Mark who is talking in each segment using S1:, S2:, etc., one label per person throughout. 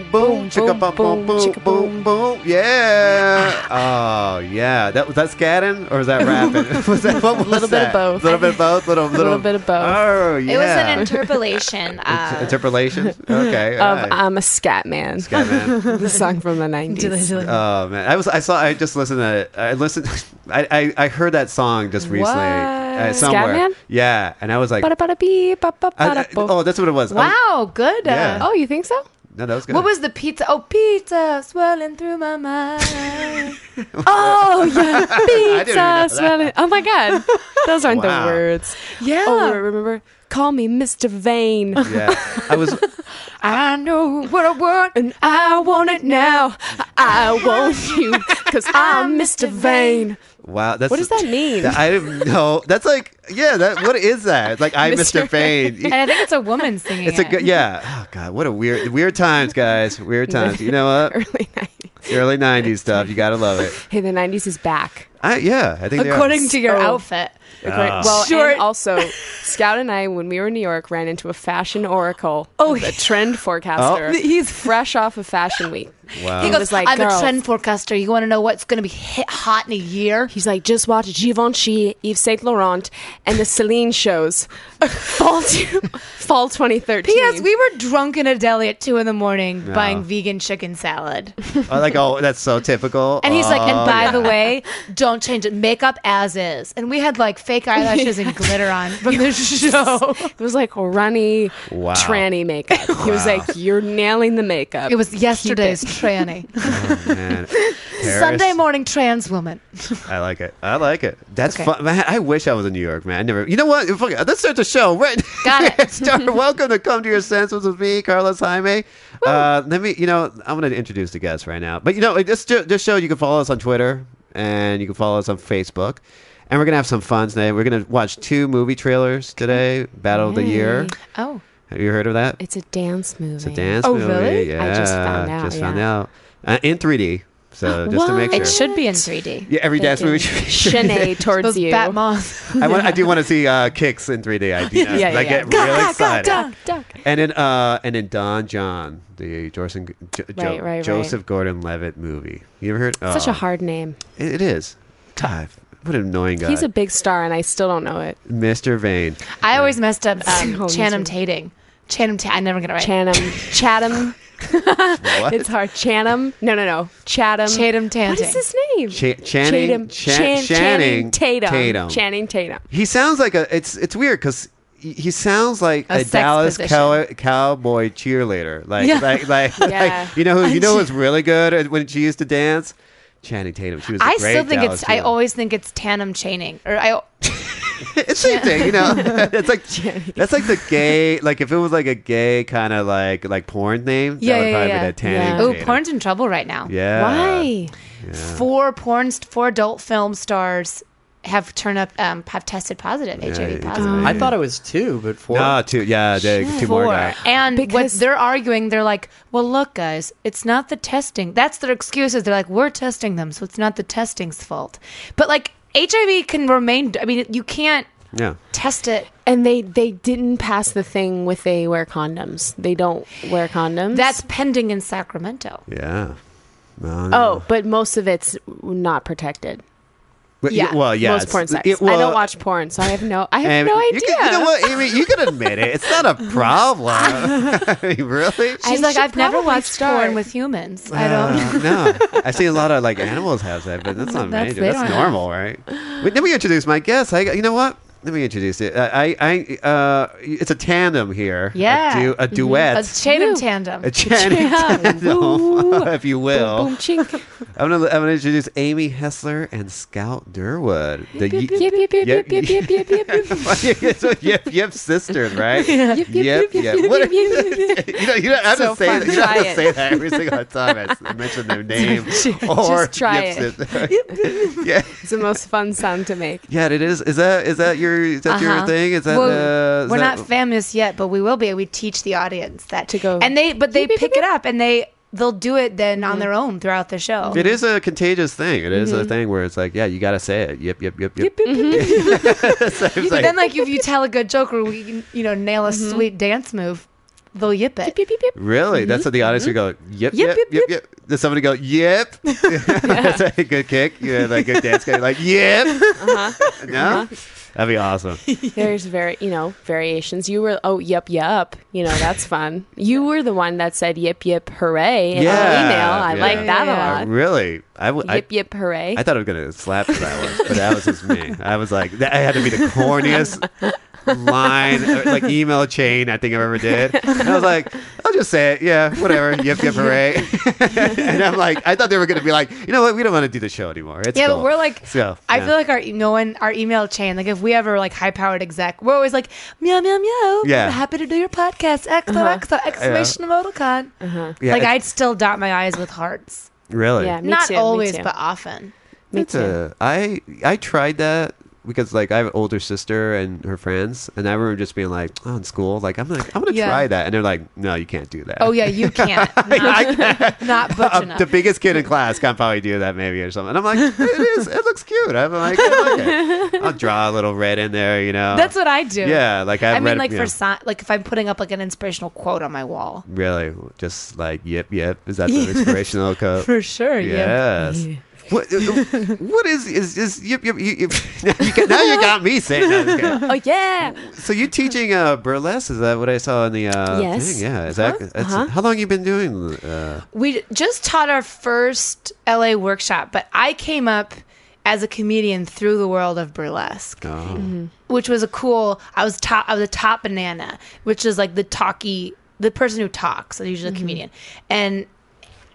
S1: chicka bum bum boom
S2: chicka
S1: boom boom. Yeah. Oh yeah. That was that scatting or was that rapping? was that what was
S2: Little bit
S1: that?
S2: of both.
S1: Little bit of both. Little little,
S2: little bit of both.
S1: Oh yeah.
S3: It was an interpolation.
S1: Inter-
S3: Of,
S1: interpolation. Okay. all
S2: Of um,
S1: right.
S2: I'm a scat man.
S1: Scat man.
S2: the song from the 90s.
S3: uh, um,
S1: Oh man, I was I saw I just listened to I listened I I, I heard that song just recently uh,
S2: What?
S1: somewhere.
S2: Scatman?
S1: Yeah, and I was like,
S2: Bada bada bee, ba ba
S1: I-
S2: bada
S1: I-
S2: bo.
S1: oh, that's what it was. I was-
S3: wow, good. uh,
S1: Yeah.
S2: Oh, you think so?
S1: no, that was good.
S3: What was the pizza? Oh, pizza swirling through my mind.
S2: Oh yeah,
S1: didn't even know
S2: pizza
S1: that.
S2: swelling. Oh my god, those aren't
S1: Wow.
S2: the words.
S3: yeah.
S2: Oh, remember, call me Mr. Vane.
S1: yeah, I was.
S3: I know what I want.
S2: And I want it now. I want you. Because I'm Mr. Vane.
S1: Wow, that's
S2: What does that mean?
S1: I didn't know. That's like yeah. That what is that? Like I, Mr.
S2: Mr.
S1: Fade.
S3: And I think it's a woman singing.
S1: It's a
S3: it.
S1: good yeah. Oh god, what a weird weird times, guys. Weird times. You know what?
S2: Early 90s.
S1: Early '90s stuff. You gotta love it.
S2: Hey, the 90s is back.
S1: I, yeah, I think they are.
S3: According to your
S2: Oh.
S3: outfit.
S1: Ah.
S2: Well,
S3: Short.
S2: and also, Scout and I, when we were in New York, ran into a fashion oracle, oh, a trend forecaster.
S1: Oh.
S2: He's fresh off of Fashion Week.
S1: Wow.
S3: He
S2: It
S3: goes,
S2: was like,
S3: I'm a
S2: girls.
S3: trend forecaster. You want to know what's going to be hit hot in a year?
S2: He's like, just watch Givenchy, Yves Saint Laurent, and the Celine shows, fall to, fall 2013.
S3: P.S. We were drunk in a deli at two in the morning buying vegan chicken salad,
S1: I like oh, that's so typical.
S3: and he's like,
S1: Oh,
S3: "And by
S1: yeah.
S3: the way, don't change it. Makeup as is." And we had like fake eyelashes and glitter on from the show.
S2: It was like runny
S1: Wow.
S2: tranny makeup. He was like, "You're nailing the makeup."
S3: It was yesterday's tranny,
S1: Oh, Man, Paris,
S3: Sunday morning trans woman.
S1: I like it. I like it. That's
S3: Okay.
S1: fun, man. I wish I was in New York, man. I never. You know what? Fuck it. Let's start the show right.
S3: Got it.
S1: start. Welcome to Come to Your Senses with me, Carlos Jaime. Uh, let me. You know, I'm going to introduce the guest right now. But you know, this this show you can follow us on Twitter and you can follow us on Facebook. And we're gonna have some fun today. We're gonna watch two movie trailers today. Battle of the Year.
S3: Oh,
S1: Have you heard of that?
S2: It's a dance movie.
S1: It's a dance
S3: Oh,
S1: movie.
S3: really?
S1: Yeah,
S2: I just found out,
S1: Just found
S2: yeah.
S1: out. Uh, in 3D. So just to make sure.
S2: What?
S3: it should be in 3D.
S1: yeah, every dance movie. should be-
S2: Shanae towards
S3: Those
S2: you.
S3: bat moths.
S1: I want. I do want to see uh, kicks in 3D. I do.
S2: Yeah, yeah,
S1: I
S2: yeah.
S1: get
S2: Go,
S1: really excited.
S2: Duck, duck.
S1: And then, uh, and then Don John, the Jorson, jo- Jo-
S2: Right, right, right.
S1: Joseph Gordon-Levitt movie. You ever heard?
S2: Such
S1: Oh,
S2: a hard name.
S1: It, it is. God, what an annoying guy.
S2: He's a big star, and I still don't know it.
S1: Mr. Vane.
S3: I always messed up
S2: Oh,
S3: um,
S2: me
S3: Channing
S2: too.
S3: Tating. Channing Tatum. I never get it right.
S2: Chatham, Chatham.
S1: What?
S2: It's hard. Chatham. No, no, no. Chatham.
S3: Chatham
S2: What
S3: Tatum.
S2: is his name?
S1: Cha- Channing-
S2: Chatham.
S1: Chan-
S2: Chan-
S1: Channing
S2: Channing Tatum.
S1: Tatum.
S2: Channing Tatum.
S1: He sounds like a. It's it's weird because he sounds like
S3: A
S1: a,
S3: sex
S1: Dallas
S3: position.
S1: cow, cowboy cheerleader. Like
S3: Yeah.
S1: like like,
S2: Yeah.
S1: like you know who you know was really good at- when she used to dance. Channing Tatum. She was. I
S3: I still think it's. I always think it's Tannum chaining, or I.
S1: it's same thing. You know, it's like that's like the gay. Like if it was like a gay kind of like like porn name,
S3: Yeah,
S1: that would
S3: yeah,
S1: probably
S3: yeah.
S1: be that Channing.
S2: Yeah.
S3: Oh,
S1: Tatum.
S3: porn's in trouble right now.
S1: Yeah.
S2: Why?
S3: Four porn, st- four adult film stars have turned up, um, have tested positive, HIV
S1: Yeah,
S3: positive.
S4: I thought it was two, but four.
S1: No, two. Yeah, the, two more
S3: Four.
S1: guys.
S3: And what
S2: Because-
S3: they're arguing, they're like, well, look, guys, it's not the testing. That's their excuses. They're like, we're testing them, so it's not the testing's fault. But like, HIV can remain, I mean, you can't
S1: Yeah.
S3: test it.
S2: And they they didn't pass the thing with they wear condoms. They don't wear condoms.
S3: That's pending in Sacramento.
S1: Yeah. No, no.
S2: oh, but most of it's not protected.
S1: But you-
S3: yeah.
S1: Well, Uh, yeah.
S2: most
S1: it's-
S2: porn sex.
S1: it-
S2: I
S1: well,
S2: don't watch porn, so I have no. I have
S1: Amy,
S2: no
S1: You,
S2: idea.
S1: can, you know what, Amy? You can admit it. It's not a problem. I mean, really?
S3: She's
S2: I
S3: like,
S2: should
S3: I've never
S2: probably
S3: watched
S2: start."
S3: porn with humans. I don't.
S1: Uh, no, I see a lot of like animals have that, but that's not
S3: That's-
S1: major.
S3: they
S1: That's
S3: don't
S1: normal, right? Wait, let me introduce my guest. I, you know what? Let me introduce it. I, I, I uh, it's a tandem here.
S3: Yeah. Mm-hmm.
S1: a, du- a duet.
S3: A Tatum
S2: Woo.
S3: tandem.
S1: A Channing
S2: Woo.
S1: tandem, if you will.
S2: Boom chink.
S1: I'm gonna I'm gonna introduce Amy Hessler and Scout Durwood. The
S2: Yip, yip, yip, yip, yep, yep, yep, yep, yep, yep.
S1: yep, so yep, yep, sisters, right? Yep,
S2: yep, yep,
S1: What-
S2: yep, yep, yep.
S1: You know, you don't have
S2: So
S1: to say
S2: fun.
S1: that. You don't have
S2: Try
S1: to
S2: it.
S1: say that every single time I s- mention their name or
S2: just try
S1: yep,
S2: it.
S1: sister. yeah,
S2: It's the most fun sound to make.
S1: yeah, it is. Is that is that your is that your
S3: Uh-huh.
S1: thing? Is that
S3: Well,
S1: uh, is
S3: we're
S1: that-
S3: not famous yet, but we will be. We teach the audience that
S2: To go-
S3: and they, but they pick it up and they they'll do it then
S2: Mm-hmm.
S3: on their own throughout the show.
S1: It is a contagious thing. It is a thing where it's like, yeah, you got to say it. Yep, yep, yep, yep.
S2: Mm-hmm.
S3: But then, like if you tell a good joke or we, you know, nail a sweet dance move, they'll yip it.
S2: Beep, beep, beep, beep.
S1: Really? That's what the audience would go, yep, yep, yep, yep,
S3: Mm-hmm. yep,
S1: Does somebody go, yep? That's a good kick. Yeah, like good dance guy. Like, yep.
S3: Uh-huh.
S1: No? That'd be awesome.
S2: There's very, you know, variations. You were, oh, yep, yep. You know, that's fun. You were the one that said yip, yip, hooray in
S1: Yeah,
S2: the email. I
S1: yeah.
S2: like that
S3: Yeah.
S2: a lot.
S1: really? I, w- I,
S2: yip, yip, hooray.
S1: I thought I was going to slap for that one, but that was just me. I was like, that I had to be the corniest line, or, like email chain I think I've ever did. And I was like, I'll just say it. Yeah, whatever. Yep, yep, hooray. and I'm like, I thought they were going to be like, you know what? We don't want to do the show anymore. It's
S3: yeah,
S1: cool."
S3: but we're like,
S1: So,
S3: I
S1: yeah.
S3: feel like our e- no one, our email chain. Like if we ever like high powered exec, we're always like meow meow meow.
S1: Yeah.
S3: I'm happy to do your podcast.
S2: Uh-huh.
S3: XOXO exclamation emoticon.
S1: Yeah,
S3: like
S1: it's-
S3: I'd still dot my ey's with hearts.
S1: Really?
S2: Yeah, me
S3: Not
S2: too, me
S3: always,
S2: too.
S3: but often.
S2: Me
S1: It's
S2: too.
S1: a- I I tried that because like I have an older sister and her friends, and I remember just being like, oh, in school, like I'm like I'm gonna
S3: Yeah.
S1: try that, and they're like, no, you can't do that.
S3: Oh yeah, you can't.
S1: I
S3: Not,
S1: can't.
S3: not butch
S1: I'm
S3: enough.
S1: the biggest kid in class can probably do that maybe or something. And I'm like, it is. It looks cute. I'm like, I like it. I'll draw a little red in there, you know.
S3: That's what I do.
S1: Yeah, like I,
S3: I mean,
S1: read-
S3: like
S1: you
S3: for
S1: know,
S3: si- like if I'm putting up like an inspirational quote on my wall.
S1: really just like yep, yep. Is that the inspirational code?
S3: For sure.
S1: Yes. What, uh, what is is is yip, yip, you, you, you got, now you got me saying that.
S2: oh, yeah.
S1: So you're teaching uh, burlesque? Is that what I saw in the uh,
S2: Yes.
S1: thing? Yeah. Is that
S2: Uh-huh.
S1: that's-
S2: Uh-huh.
S1: how long you been doing? Uh,
S3: We just taught our first LA workshop, but I came up as a comedian through the world of burlesque,
S1: oh.
S2: Mm-hmm.
S3: which was a cool. I was top. I was a top banana, which is like the talky, the person who talks, is
S2: Mm-hmm.
S3: usually a comedian, and.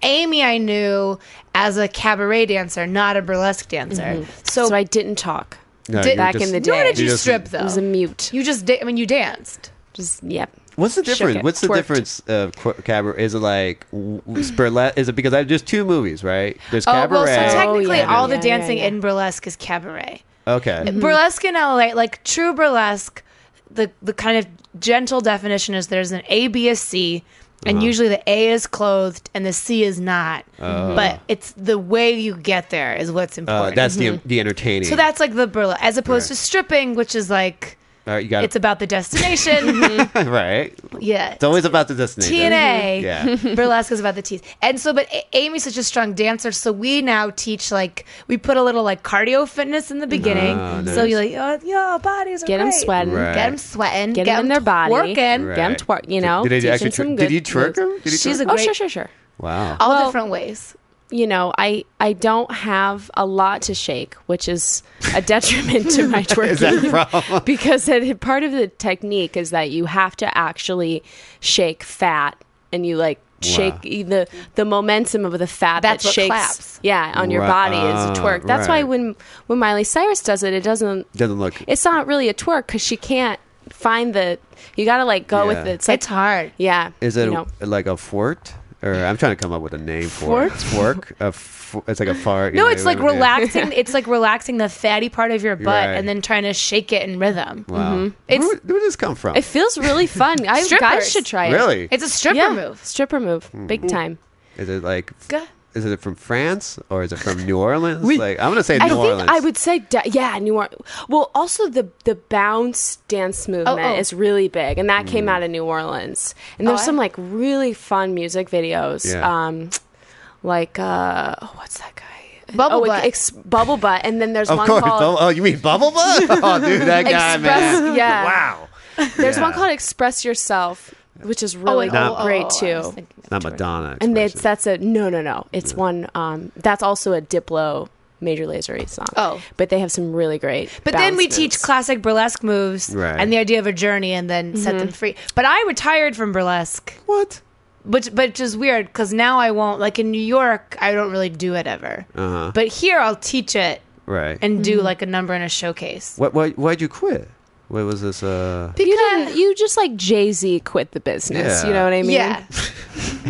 S3: Amy, I knew as a cabaret dancer, not a burlesque dancer.
S2: Mm-hmm.
S3: So,
S2: So I didn't talk.
S1: No,
S3: Did-
S1: you're
S2: back in the day.
S3: nor did
S1: you
S3: you,
S1: just-
S3: strip
S2: It
S3: though.
S2: was a mute.
S3: you just, da- I mean, you danced.
S2: Just, yep.
S1: What's the
S2: Shook
S1: difference?
S2: it.
S1: What's the
S2: Twerked.
S1: difference of qu- cabaret? Is it like w- w- burlesque? Is it because I there's two movies, right? There's
S3: Oh,
S1: cabaret.
S3: well, so technically,
S2: yeah,
S3: all
S2: yeah,
S3: the Mm-hmm.
S2: yeah,
S3: dancing
S2: yeah.
S3: in burlesque is cabaret.
S1: okay.
S3: Burlesque in LA, like true burlesque, the the kind of gentle definition is there's an A, B, a C, and
S1: Uh-huh.
S3: usually the A is clothed and the C is not. But it's the way you get there is what's
S1: Uh-huh. Uh,
S3: important.
S1: that's the the entertaining.
S3: Mm-hmm. so that's like the burlesque, as opposed to stripping, which is like
S1: all right. You got
S3: it's about the destination.
S1: right.
S3: yeah.
S1: It's always about the destination.
S3: TNA.
S1: Yeah.
S3: Burlesque is about the teeth. And so, but A- Amy's such a strong dancer, so we now teach like we put a little like cardio fitness in the beginning.
S1: Ah,
S3: So
S1: nice.
S3: you're like, oh, yo, bodies are
S2: Get them
S3: great.
S2: sweating.
S1: Right.
S3: Get them sweating.
S2: Get 'em in their body.
S3: Working.
S1: Right.
S2: Get 'em twerk, you
S1: Did-
S2: know.
S1: did he
S2: teach 'em
S1: actually twer-
S2: some
S1: did he
S2: good
S1: twerk 'em?
S2: moves.
S1: Did he
S3: She's
S1: twerk
S3: a
S1: 'em?
S2: Oh,
S3: great.
S2: sure, sure, sure.
S1: Wow.
S3: All
S2: Well-
S3: different ways.
S2: you know, I I don't have a lot to shake, which is a detriment to my twerking.
S1: Is that a problem?
S2: because it, part of the technique is that you have to actually shake fat, and you like shake e, the the momentum of the fat
S3: That's
S2: that
S3: what
S2: shakes,
S3: claps.
S2: yeah, on your
S1: Ri-
S2: body is a
S1: ah,
S2: twerk. That's
S1: right.
S2: why when when Miley Cyrus does it, it doesn't
S1: Doesn't look.
S2: it's not really a twerk because she can't find the. You got to like go with
S1: Yeah.
S2: it. It's like
S3: it's hard.
S2: yeah,
S1: Is it
S2: you know.
S1: like a fort? Or I'm trying to come up with a name for it. Fork? A f- it's like a fart. you
S3: No,
S1: know,
S3: it's like
S1: whatever it is.
S3: relaxing. it's like relaxing the fatty part of your butt
S1: Right.
S3: and then trying to shake it in rhythm.
S1: Wow.
S2: Mm-hmm.
S3: It's-
S1: where, would- where did this come from?
S2: It feels really fun. I
S3: Strippers.
S2: guys should try it.
S1: really?
S3: It's a stripper
S2: yeah,
S3: move.
S2: Stripper move,
S1: Hmm.
S2: big time.
S1: Is it like?
S3: Go-
S1: Is it from France or is it from New Orleans? like I'm gonna say
S2: I
S1: New
S2: think
S1: Orleans.
S2: I would say, da- yeah, New Orleans. Well, also the the bounce dance movement
S3: oh.
S2: is really big, and that
S1: Hmm.
S2: came out of New Orleans. And there's
S3: I-
S2: some like really fun music videos,
S1: Yeah.
S2: um, like uh, oh, what's that guy?
S3: Bubble
S2: oh,
S3: Butt.
S2: Ex- bubble butt, and then there's
S1: Of
S2: one
S1: course.
S2: called
S1: Oh, oh, you mean Bubble Butt? Oh, dude, that guy,
S2: Express.
S1: man.
S2: Yeah,
S1: Wow.
S2: There's one
S1: Yeah.
S2: called Express Yourself, which is really
S3: and-
S1: oh, oh,
S2: great
S3: oh, I was
S2: too.
S3: thinking of
S1: Not
S3: Jordan.
S1: Madonna.
S2: And
S1: Express.
S2: it's that's a no no no. It's one um that's also a Diplo Major Lazer song.
S3: Oh.
S2: but they have some really great.
S3: But then
S2: bounce
S3: we
S2: moves.
S3: teach classic burlesque moves
S1: Right.
S3: and the idea of a journey and then set
S2: Mm-hmm.
S3: them free. But I retired from burlesque,
S1: what?
S3: which which is weird because now I won't like in New York I don't really do it ever.
S1: Uh-huh.
S3: But here I'll teach it
S1: Right. And
S3: and
S2: Mm-hmm.
S3: do like a number and a showcase.
S1: what? Why? Why'd you quit? What was this? Uh.
S2: You didn't. You just like Jay Z quit the business.
S1: Yeah.
S2: You know what I mean?
S3: Yeah.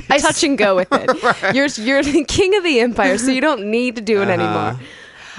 S2: I touch and go with it. You're you're the king
S1: Uh-huh.
S2: of the empire, so you don't need to do it anymore.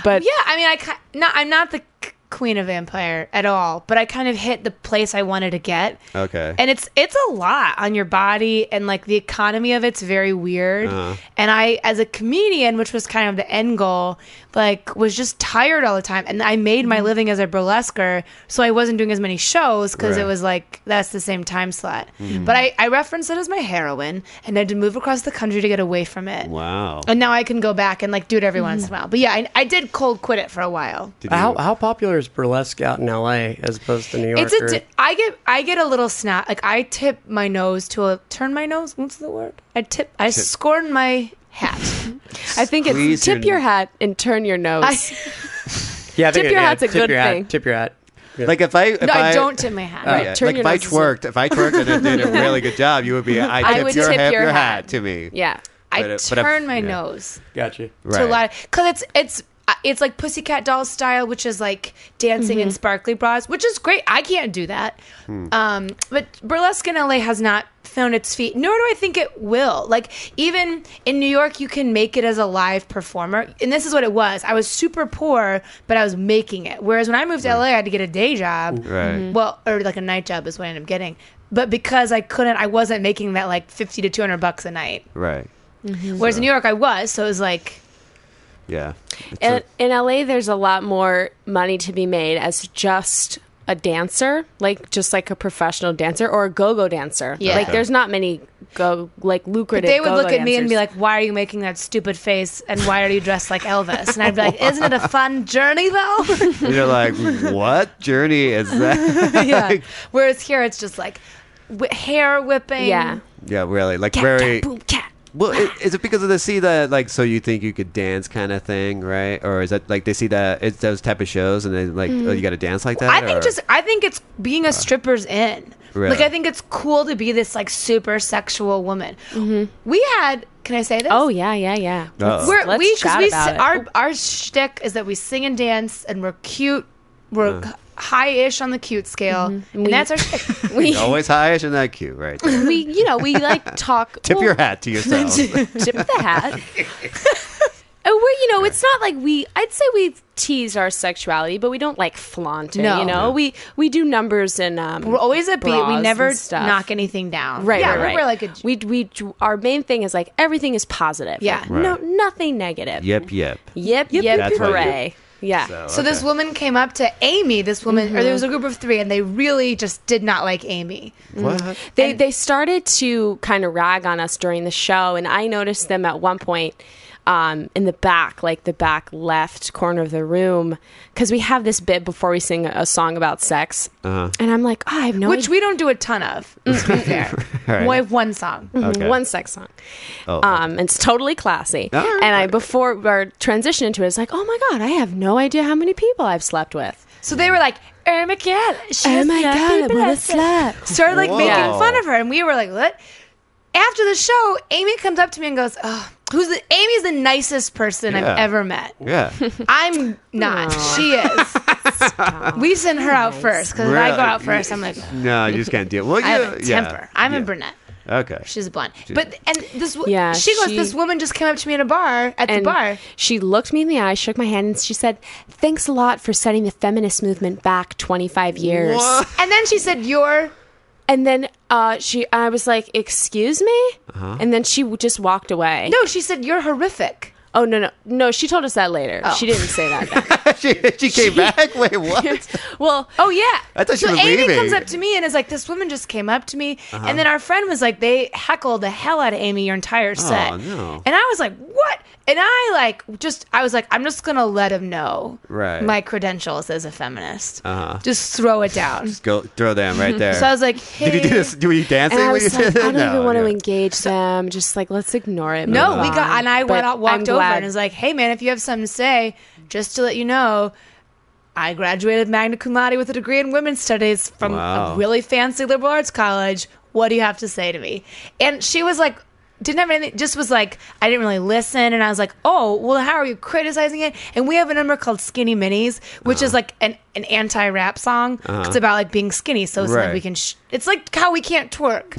S2: But
S3: Yeah, I mean I ki- not I'm not the c- Queen of Vampire at all, but I kind of hit the place I wanted to get.
S1: Okay.
S3: And it's it's a lot on your body and like the economy of it's very weird.
S1: Uh-huh.
S3: And I as a comedian, which was kind of the end goal, like was just tired all the time and I made
S1: Mm-hmm.
S3: my living as a burlesquer, so I wasn't doing as many shows cuz
S1: Right. Mm-hmm.
S3: it was like that's the same time slot. But I I referenced it as my heroin and I had to move across the country to get away from it.
S1: wow.
S3: And now I can go back and like do it every once in a while. But yeah, I, I did cold quit it for a while.
S1: Did
S4: How,
S1: you-
S4: how popular is burlesque out in LA as opposed to New York?
S3: It's a
S4: or-
S3: di- I get I get a little snap. Like I tip my nose to a turn my nose. What's the word? I tip. I scorn my hat.
S2: I think it's
S1: Squeeze
S2: tip
S1: your-
S2: your hat and turn your nose.
S3: I,
S4: yeah, I think
S2: tip
S4: it-
S2: your
S4: yeah,
S2: hat's a
S4: tip
S2: good
S4: your
S2: thing.
S4: Hat, tip your hat. Yeah.
S1: Like if I if
S3: no, I don't tip my hat.
S1: Oh, Yeah,
S2: Turn
S1: like
S2: your
S1: if I
S2: nose is a-
S1: twerked, if I twerked and it did a really good job, you would be. I,
S2: I
S1: tip
S2: would
S1: your
S2: tip
S1: hat,
S2: your
S1: your
S2: hat.
S1: hat to me.
S2: yeah.
S3: I
S1: But it- but if-
S3: turn my
S1: yeah.
S3: nose
S4: Gotcha.
S3: to
S1: Right.
S3: a lot because it's it's. uh, It's like Pussycat Doll style, which is like dancing
S1: Mm-hmm.
S3: in sparkly bras, which is great. I can't do that.
S1: Hmm.
S3: Um, but burlesque in LA has not found its feet, nor do I think it will. Like, even in New York, you can make it as a live performer. And this is what it was I was super poor, but I was making it. Whereas when I moved to LA, I had to get a day job.
S1: Hmm. Right. Mhm.
S3: Well, or like a night job is what I ended up getting. But because I couldn't, I wasn't making that like 50 to 200 bucks a night.
S1: right. Hmm.
S3: Whereas in New York, I was. So it was like,
S1: Yeah. It's a-
S2: In, in LA, there's a lot more money to be made as just a dancer, like just like a professional dancer or a go-go dancer.
S3: Yeah.
S2: Like there's not many go like lucrative.
S3: They would
S2: go-go
S3: look at me and be
S2: dancers.
S3: like, "Why are you making that stupid face? And why are you dressed like Elvis?" And I'd be like, "Isn't it a fun journey, though?"
S1: You're like, what journey is that?
S3: yeah. Whereas here, it's just like wh- hair whipping.
S2: yeah,
S1: yeah, really. Like
S2: cat,
S1: very.
S2: cat, boom, cat.
S1: Well, i- is it because of the see that like so you think you could dance kind of thing, right? Or is that like they see that it's those type of shows and they like oh,
S2: Mm.
S1: you got to dance like that?
S3: I think
S1: or-
S3: just I think it's being a stripper's in.
S1: Really?
S3: Like I think it's cool to be this like super sexual woman. We had. Can I say this?
S2: Mm-hmm. Oh yeah, yeah, yeah.
S1: Uh-oh.
S3: We're,
S2: Let's
S3: we, 'cause
S2: chat
S3: we,
S2: about
S3: si-
S2: it.
S3: Our our shtick is that we sing and dance, and we're cute. We're high-ish on the cute scale,
S2: Mm-hmm.
S3: and that's our shtick.
S2: We,
S1: always highish and that cute, right? there.
S2: we, you know, we like talk.
S1: Tip
S2: well,
S1: your hat to yourself.
S2: tip the hat. And we, you know, it's not like we. I'd say we tease our sexuality, but we don't like flaunt it.
S3: No.
S2: You know, we we do numbers and um,
S3: We're always a beat.
S2: bras
S3: We
S2: and
S3: never
S2: stuff.
S3: knock anything down.
S2: Right,
S3: Yeah,
S2: right, right.
S3: we're like a.
S2: we we our main thing is like everything is positive.
S3: Yeah.
S2: Like, no,
S1: Right.
S2: nothing negative.
S1: yep, yep.
S2: yep, yep,
S1: That's what I
S2: hooray. Yeah,
S3: so this woman came up to Amy. This woman, or
S2: Mm-hmm.
S3: there was a group of three, and they really just did not like Amy.
S1: what?
S2: they they started to kind of rag on us during the show, and I noticed them at one point. Um, in the back, like the back left corner of the room, because we have this bit before we sing a song about sex,
S1: Uh-huh.
S2: and I'm like, oh, I have no
S3: Which
S2: idea-
S3: we don't do a ton of. to be fair.
S1: Right.
S3: We have one song.
S1: Okay.
S2: one sex song.
S1: Oh, okay.
S2: um, it's totally classy.
S1: All right.
S2: And I before our transition into it, it's like, oh my god, I have no idea how many people I've slept with.
S3: So they were like, Irma Cat.
S2: oh my god, what a slut!
S3: Started like making
S1: Whoa.
S3: fun of her, and we were like, what? After the show, Amy comes up to me and goes, oh, who's the, Amy's the nicest person
S1: Yeah.
S3: I've ever met.
S1: Yeah.
S3: I'm not.
S2: Aw.
S3: She is. we send her out first because if I
S1: Really?
S3: go out first, I'm like,
S1: No, you just can't deal. Well,
S3: I have a
S1: yeah,
S3: temper. I'm
S1: yeah.
S3: a brunette.
S1: Okay.
S3: She's a blonde. But and this, w-
S2: Yeah,
S3: she goes.
S2: she-
S3: This woman just came up to me at a bar at
S2: And
S3: the bar.
S2: she looked me in the eye, shook my hand, and she said, "Thanks a lot for setting the feminist movement back 25 years."
S1: What?
S3: And then she said, "You're."
S2: And then uh, she, I was like, "Excuse me," and then she w- just walked away.
S3: Uh-huh. No, she said, "You're horrific."
S2: Oh no, no, no! She told us that later.
S3: Oh.
S2: She didn't say that. Then.
S1: she, she came back. Wait, what?
S2: well,
S3: Oh yeah.
S1: I thought she
S3: so
S1: was
S3: Amy
S1: leaving. Uh-huh.
S3: comes up to me and is like, "This woman just came up to me," and then our friend was like, "They heckled the hell out of Amy your entire set."
S1: Oh, no.
S3: And I was like, "What?" And I like just I was like, "I'm just gonna let him know
S1: Right. Uh-huh.
S3: my credentials as a feminist. Just throw it down." so
S1: Go throw them right there.
S3: I was like, hey.
S1: Did you do this? Do you dancing?
S2: And I
S1: when
S2: was
S1: you
S2: like,
S1: did it?
S2: I don't even want to
S1: yeah.
S2: engage them. Just like let's ignore it.
S3: No,
S2: move
S3: we got
S2: on.
S3: and I went
S2: Um, But
S3: out, walked
S2: I'm
S3: over
S2: glad-
S3: and was like, "Hey, man, if you have something to say, just to let you know, I graduated magna cum laude with a degree in women's studies from
S1: Wow.
S3: a really fancy liberal arts college. What do you have to say to me?" And she was like, didn't have anything. Just was like I didn't really listen, and I was like, oh well, how are you criticizing it? And we have a number called Skinny Minis, which
S2: Uh-huh.
S3: is like an, an anti rap song. It's about like being skinny, so it's
S1: Right.
S3: like we can. Sh- it's like how we can't twerk.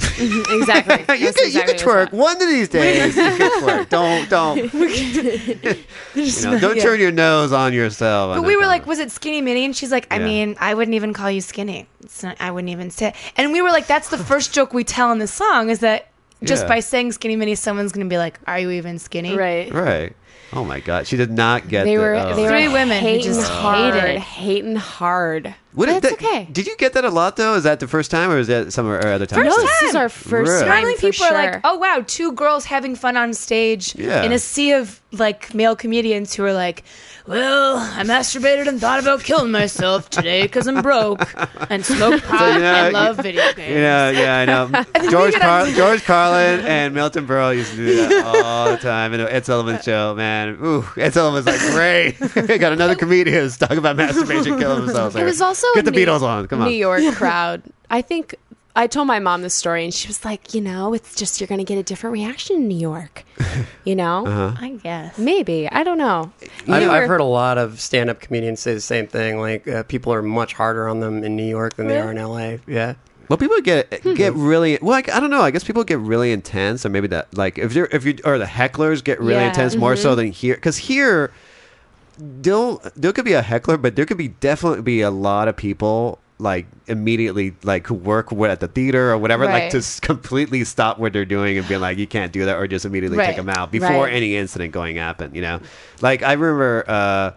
S2: exactly.
S1: you
S2: That's
S1: could you
S2: exactly
S1: could
S2: what's
S1: twerk one of these days. you could twerk. Don't don't you know, don't turn your nose on yourself. on
S3: But we
S1: that
S3: were like,
S1: comment.
S3: was it skinny mini? And she's like, I
S1: Yeah.
S3: mean, I wouldn't even call you skinny. It's not, I wouldn't even say. It. And we were like, that's the first joke we tell in this song is that just
S1: Yeah.
S3: by saying skinny mini, someone's gonna be like, are you even skinny?
S2: up. Right.
S1: right. Oh my god, she did not get.
S2: They
S1: the,
S2: were
S1: oh.
S2: they were
S3: Three women who
S2: hating
S3: just
S2: hard,
S3: hated.
S2: hating hard.
S1: What
S2: But
S1: if
S2: it's
S1: that-
S2: okay.
S1: Did you get that a lot though? Is that the first time, or is that some or other time?
S2: no, this is our first
S1: Really?
S2: time.
S3: Normally,
S2: for
S3: people are like,
S2: sure.
S3: "Oh wow, two girls having fun on stage
S1: Yeah.
S3: in a sea of like male comedians who are like, well, I masturbated and thought about killing myself today because I'm broke and smoke pot
S1: know,
S3: and
S1: you-
S3: love video games."
S1: You know, yeah, I know. George Car- George Carlin and Milton Berle used to do that all the time. And Ed Sullivan's show, man. Ooh, Ed Sullivan's like, great. We got another comedian who's talking about masturbation, killing themselves.
S2: "Oh, It was also
S1: get the
S2: a New-
S1: Beatles on. Come on,
S2: New York crowd. I think I told my mom this story, and she was like, "You know, it's just you're going to get a different reaction in New York. You know,
S1: Uh-huh.
S3: I guess.
S2: maybe I don't know.
S4: I've,
S2: You
S4: I've
S2: were-
S4: heard a lot of stand-up comedians say the same thing. Like uh, people are much harder on them in New York than they are in LA. Yeah,
S1: Well, people get get really well. Like, I don't know. I guess people get really intense, or maybe that like if you're if you or the hecklers get really
S2: Yeah.
S1: intense more so than here because here, don't there could be a heckler, but there could be definitely be a lot of people like immediately like who work with, at the theater or whatever like
S3: Right.
S1: to s- completely stop what they're doing and be like you can't do that or just immediately take
S3: Right.
S1: them out before
S2: Right.
S1: any incident going happen you know like i remember uh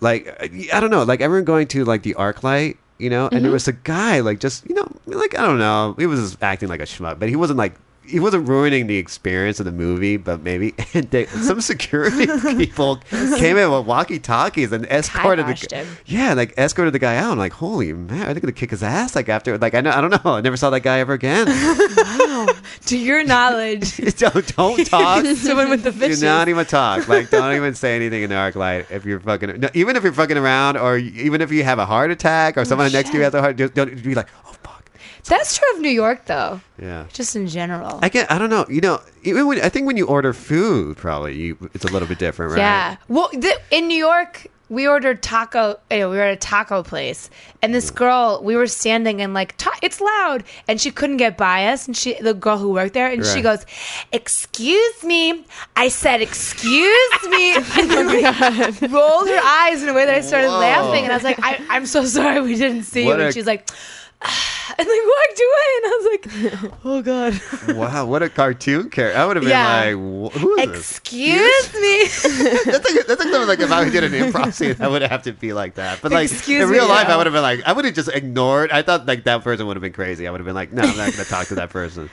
S1: like I don't know, like I remember going to like the arc light, you know, and
S3: Mm-hmm.
S1: there was a guy like just you know like I don't know, he was just acting like a schmuck, but he wasn't like he wasn't ruining the experience of the movie, but maybe and they, some security people came in with walkie talkies and escorted the
S3: Kiboshed him.
S1: yeah, like escorted the guy out. I'm like, holy man, are they gonna kick his ass? Like after like I know I don't know, I never saw that guy ever again.
S3: To your knowledge,
S1: don't don't talk.
S3: someone with the
S1: Do
S3: fishes.
S1: not even talk. Like, don't even say anything in the arc light if you're fucking. No, even if you're fucking around, or even if you have a heart attack, or someone next to you has a heart, just don't be like, oh fuck.
S3: That's true of New York, though.
S1: Yeah.
S3: Just in general.
S1: I get. I don't know. You know, even when I think when you order food, probably you, it's a little bit different, right?
S3: Yeah. Well, th- in New York, we ordered taco. Anyway, we were at a taco place, and this girl, we were standing and like, ta- it's loud, and she couldn't get by us. And she, the girl who worked there, and she
S1: Right.
S3: goes, "Excuse me," I said, "Excuse me," and then like, rolled her eyes in a way that I started
S1: Whoa.
S3: laughing, and I was like, I- "I'm so sorry, we didn't see
S1: What
S3: you." And
S1: a-
S3: she's like. "Ah," And like walked away, and I was like, "Oh God,
S1: Wow, what a cartoon character! I would have been
S3: Yeah.
S1: like, wh- who is this?
S3: excuse me."
S1: That's like that's like something like if I did an improv scene, I would have to be like that. But like
S3: Excuse
S1: in
S3: me,
S1: real life,
S3: yeah.
S1: I would have been like, I would have just ignored. I thought like that person would have been crazy. I would have been like, no, I'm not going to talk to that person.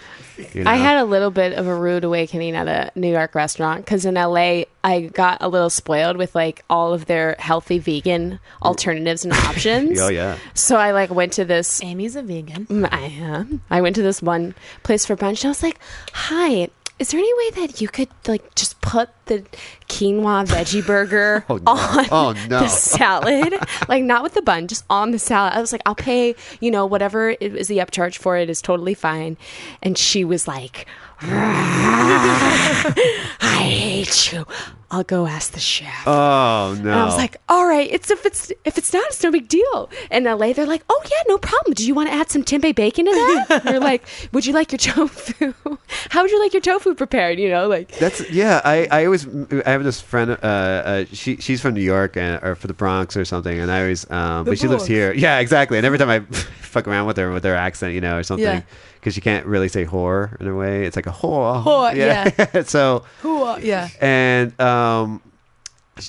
S1: You
S2: I
S1: know?
S2: had a little bit of a rude awakening at a New York restaurant because in LA I got a little spoiled with like all of their healthy vegan alternatives and options.
S1: Oh yeah.
S2: So I like went to this
S3: Amy's a vegan.
S2: Mm, I am. I went to this one place for brunch and I was like, hi, is there any way that you could like just put the quinoa veggie burger
S1: Oh, no.
S2: on
S1: Oh, no.
S2: the salad? like not with the bun, just on the salad. I was like, I'll pay, you know, whatever it is the upcharge for it is totally fine. And she was like, I hate you. I'll go ask the chef.
S1: Oh no.
S2: And I was like, all right, it's if it's if it's not, it's no big deal. And LA, they're like, oh yeah, no problem. Do you want to add some tempeh bacon to that? You're like, would you like your tofu? How would you like your tofu prepared? You know, like
S1: That's yeah. I, I always I have this friend. Uh, uh, she she's from New York and, or for the Bronx or something, and I always um, but she lives
S3: Bronx.
S1: here. Yeah, exactly. And every time I fuck around with her with her accent, you know, or
S3: Yeah.
S1: something, because she can't really say whore in a way. It's like a whore.
S3: Whore,
S1: so
S3: Who? Are, yeah.
S1: and um.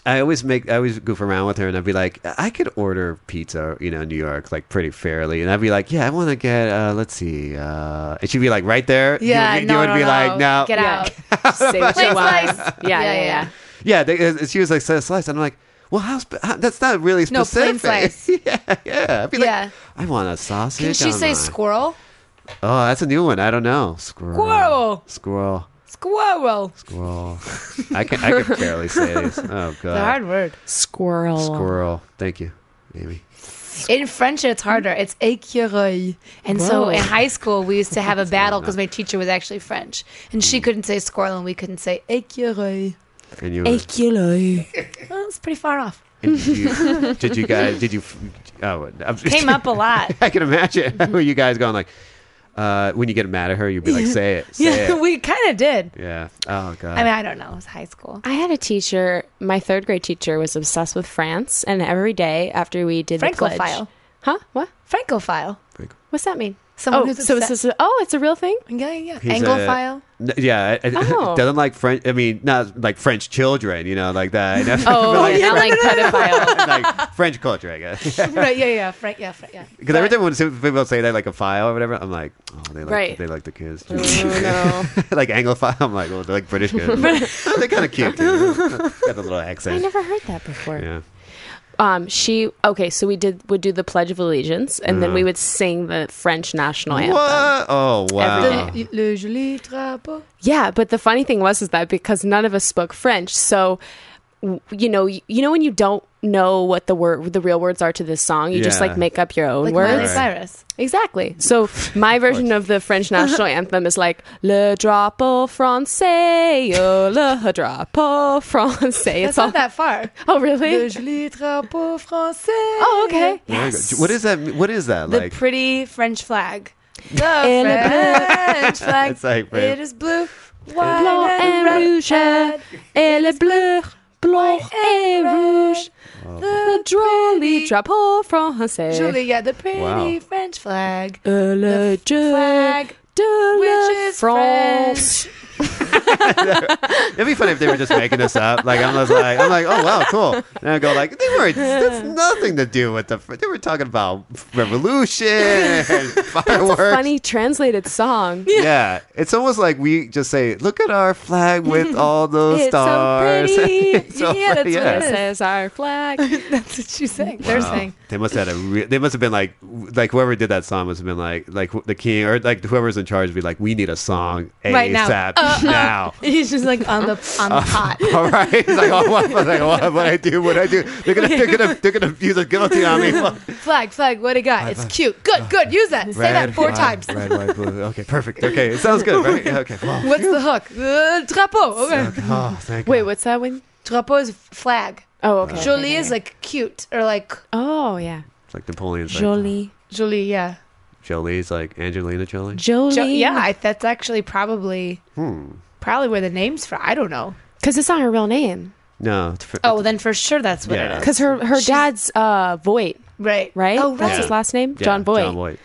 S1: I always make I always goof around with her and I'd be like I could order pizza you know in New York like pretty fairly and I'd be like yeah I want to get uh, let's see uh, and she'd be like right there You
S3: Yeah,
S1: would be- you,
S3: no,
S1: would
S3: no,
S1: be
S3: no.
S1: like no
S3: Get
S2: Yeah.
S3: out.
S2: say what you
S3: Plain
S2: want.
S3: slice.
S2: Yeah, yeah, yeah.
S3: Yeah, yeah.
S1: Yeah, they, uh, she was like slice, slice, and I'm like, well, how's how, that's not really
S3: No, plain
S1: specific. yeah, yeah. I'd be
S3: Yeah.
S1: like, I want a sausage.
S3: Can she
S1: on
S3: say
S1: a-
S3: squirrel?
S1: Oh, that's a new one. I don't know. Squirrel.
S3: Squirrel.
S1: Squirrel.
S3: Squirrel. It's
S1: Squirrel. I can I can barely say this. Oh
S3: a
S1: god.
S3: hard word.
S2: Squirrel.
S1: Squirrel. Thank you, Amy.
S3: In French, it's harder. It's écureuil. And so
S2: Whoa.
S3: in high school, we used to have a battle because my teacher was actually French, and
S1: Hmm.
S3: she couldn't say squirrel, and we couldn't say écureuil.
S1: And you,
S3: Well, it's pretty far off.
S1: and did, you did you guys? Did you? Oh, I'm-
S3: Came up a lot.
S1: I can imagine. Were you guys going like, uh, when you get mad at her, you'd be like, "Say it, say
S3: Yeah,
S1: it."
S3: we kind of did.
S1: yeah. Oh god.
S3: I mean, I don't know. It was high school.
S2: I had a teacher, my third grade teacher was obsessed with France, and every day after we did the pledge,
S3: Francophile.
S2: huh? What?
S3: Francophile.
S2: What's that mean?
S3: Someone
S2: oh,
S3: who's
S2: so
S3: obsessed-
S2: it's just, oh, it's a real thing.
S3: Yeah, yeah. yeah.
S1: He's a-
S3: Anglophile.
S1: N- yeah, it, it
S2: Oh.
S1: doesn't like French. I mean, not like French children, you know, like that. I never-
S2: Oh,
S1: like,
S2: yeah, not like pedophile.
S1: like French culture, I guess.
S3: right, yeah, yeah. Frank, yeah, Frank, yeah.
S1: Because every time when people say that, like a file or whatever, I'm like, oh, they like
S2: Right.
S1: they like the kids,
S2: oh no!
S1: like Anglophile. I'm like, well, they like British kids. They're kind of cute. Too. Got a little
S2: I
S1: accent.
S2: never heard that before.
S1: Yeah.
S2: Um, she okay. So we did would do the Pledge of Allegiance, and then we would sing the French national anthem.
S1: Mm-hmm. What? Oh wow.
S2: Every day.
S3: The, le joli drapeau.
S2: Yeah, but the funny thing was is that because none of us spoke French, so w- you know, you, you know when you don't know what the word the real words are to this song, you just
S1: Yeah.
S2: like make up your own
S3: Like
S2: words.
S3: Miley Cyrus.
S2: Exactly. So my version of the French national anthem is like Le drapeau français, oh, le drapeau français.
S3: That's
S2: It's all
S3: not that far.
S2: Oh
S3: Le
S2: really?
S3: joli drapeau français.
S2: Oh okay.
S1: There you go. What is that? What is that
S3: The
S1: like?
S3: pretty French flag. The
S2: And a
S3: French flag.
S1: It's like
S3: it
S1: French.
S3: is blue, white,
S2: Blanc
S3: and
S2: and
S3: red.
S2: rouge, et le bleu, blanc et rouge,
S3: Oh.
S2: le joli drapeau français.
S3: Julie, yeah, the pretty
S1: Wow.
S3: French flag.
S2: Euh, le jeu
S3: Flag.
S2: de
S3: Which
S2: la
S3: is
S2: France.
S1: It'd be funny if they were just making this up. Like I'm just like I'm like, oh wow, cool. And I go like, they were that's nothing to do with the. fr- They were talking about revolution, and
S2: It's a
S1: fireworks.
S2: funny translated song.
S1: yeah, it's almost like we just say, look at our flag with all those
S2: It's so
S1: stars.
S2: pretty.
S1: It's so
S3: Yeah, that's
S1: pretty,
S3: what it
S2: This is our flag.
S3: That's what she's saying. They're
S1: Wow.
S3: saying.
S1: They must have had a. Re- they must have been like, like whoever did that song must have been like, like wh- the king or like whoever's in charge would be like, we need a song ASAP
S3: Right now. Uh,
S1: now.
S3: He's just like on the on the pot.
S1: All right, he's like, oh, what, what, like, what, what I do, what I do. They're gonna, they're gonna, they're gonna use a guillotine on me. Fuck.
S3: Flag, flag, what a guy. It's cute. Good, good. Use that. Say that four
S1: white,
S3: times.
S1: Red, white, blue. Okay, perfect. Okay, it sounds good, right? Yeah, Okay. Wow.
S3: What's the hook? The drapeau. Okay.
S1: Okay. Oh, thank
S2: Wait,
S1: God.
S2: what's that one?
S3: Drapeau is flag.
S2: Oh, okay. okay,
S3: Jolie
S2: okay,
S3: is
S2: okay.
S3: like cute or like
S2: Oh, yeah.
S1: It's like Napoleon's like
S2: Jolie.
S3: Jolie, yeah.
S1: Jolie's like Angelina Jolie.
S2: Jolie.
S3: Jo- yeah, I, that's actually probably
S1: Hmm.
S3: probably where the name's from. I don't know.
S2: Because it's not her real name.
S1: No. It's fr-
S3: Oh, then for sure that's what
S1: Yeah.
S3: it is.
S2: Because her, her dad's uh, Voight,
S3: Right.
S2: right?
S3: Oh, right.
S2: That's his last name?
S1: yeah,
S2: John Voight.
S1: John Voight.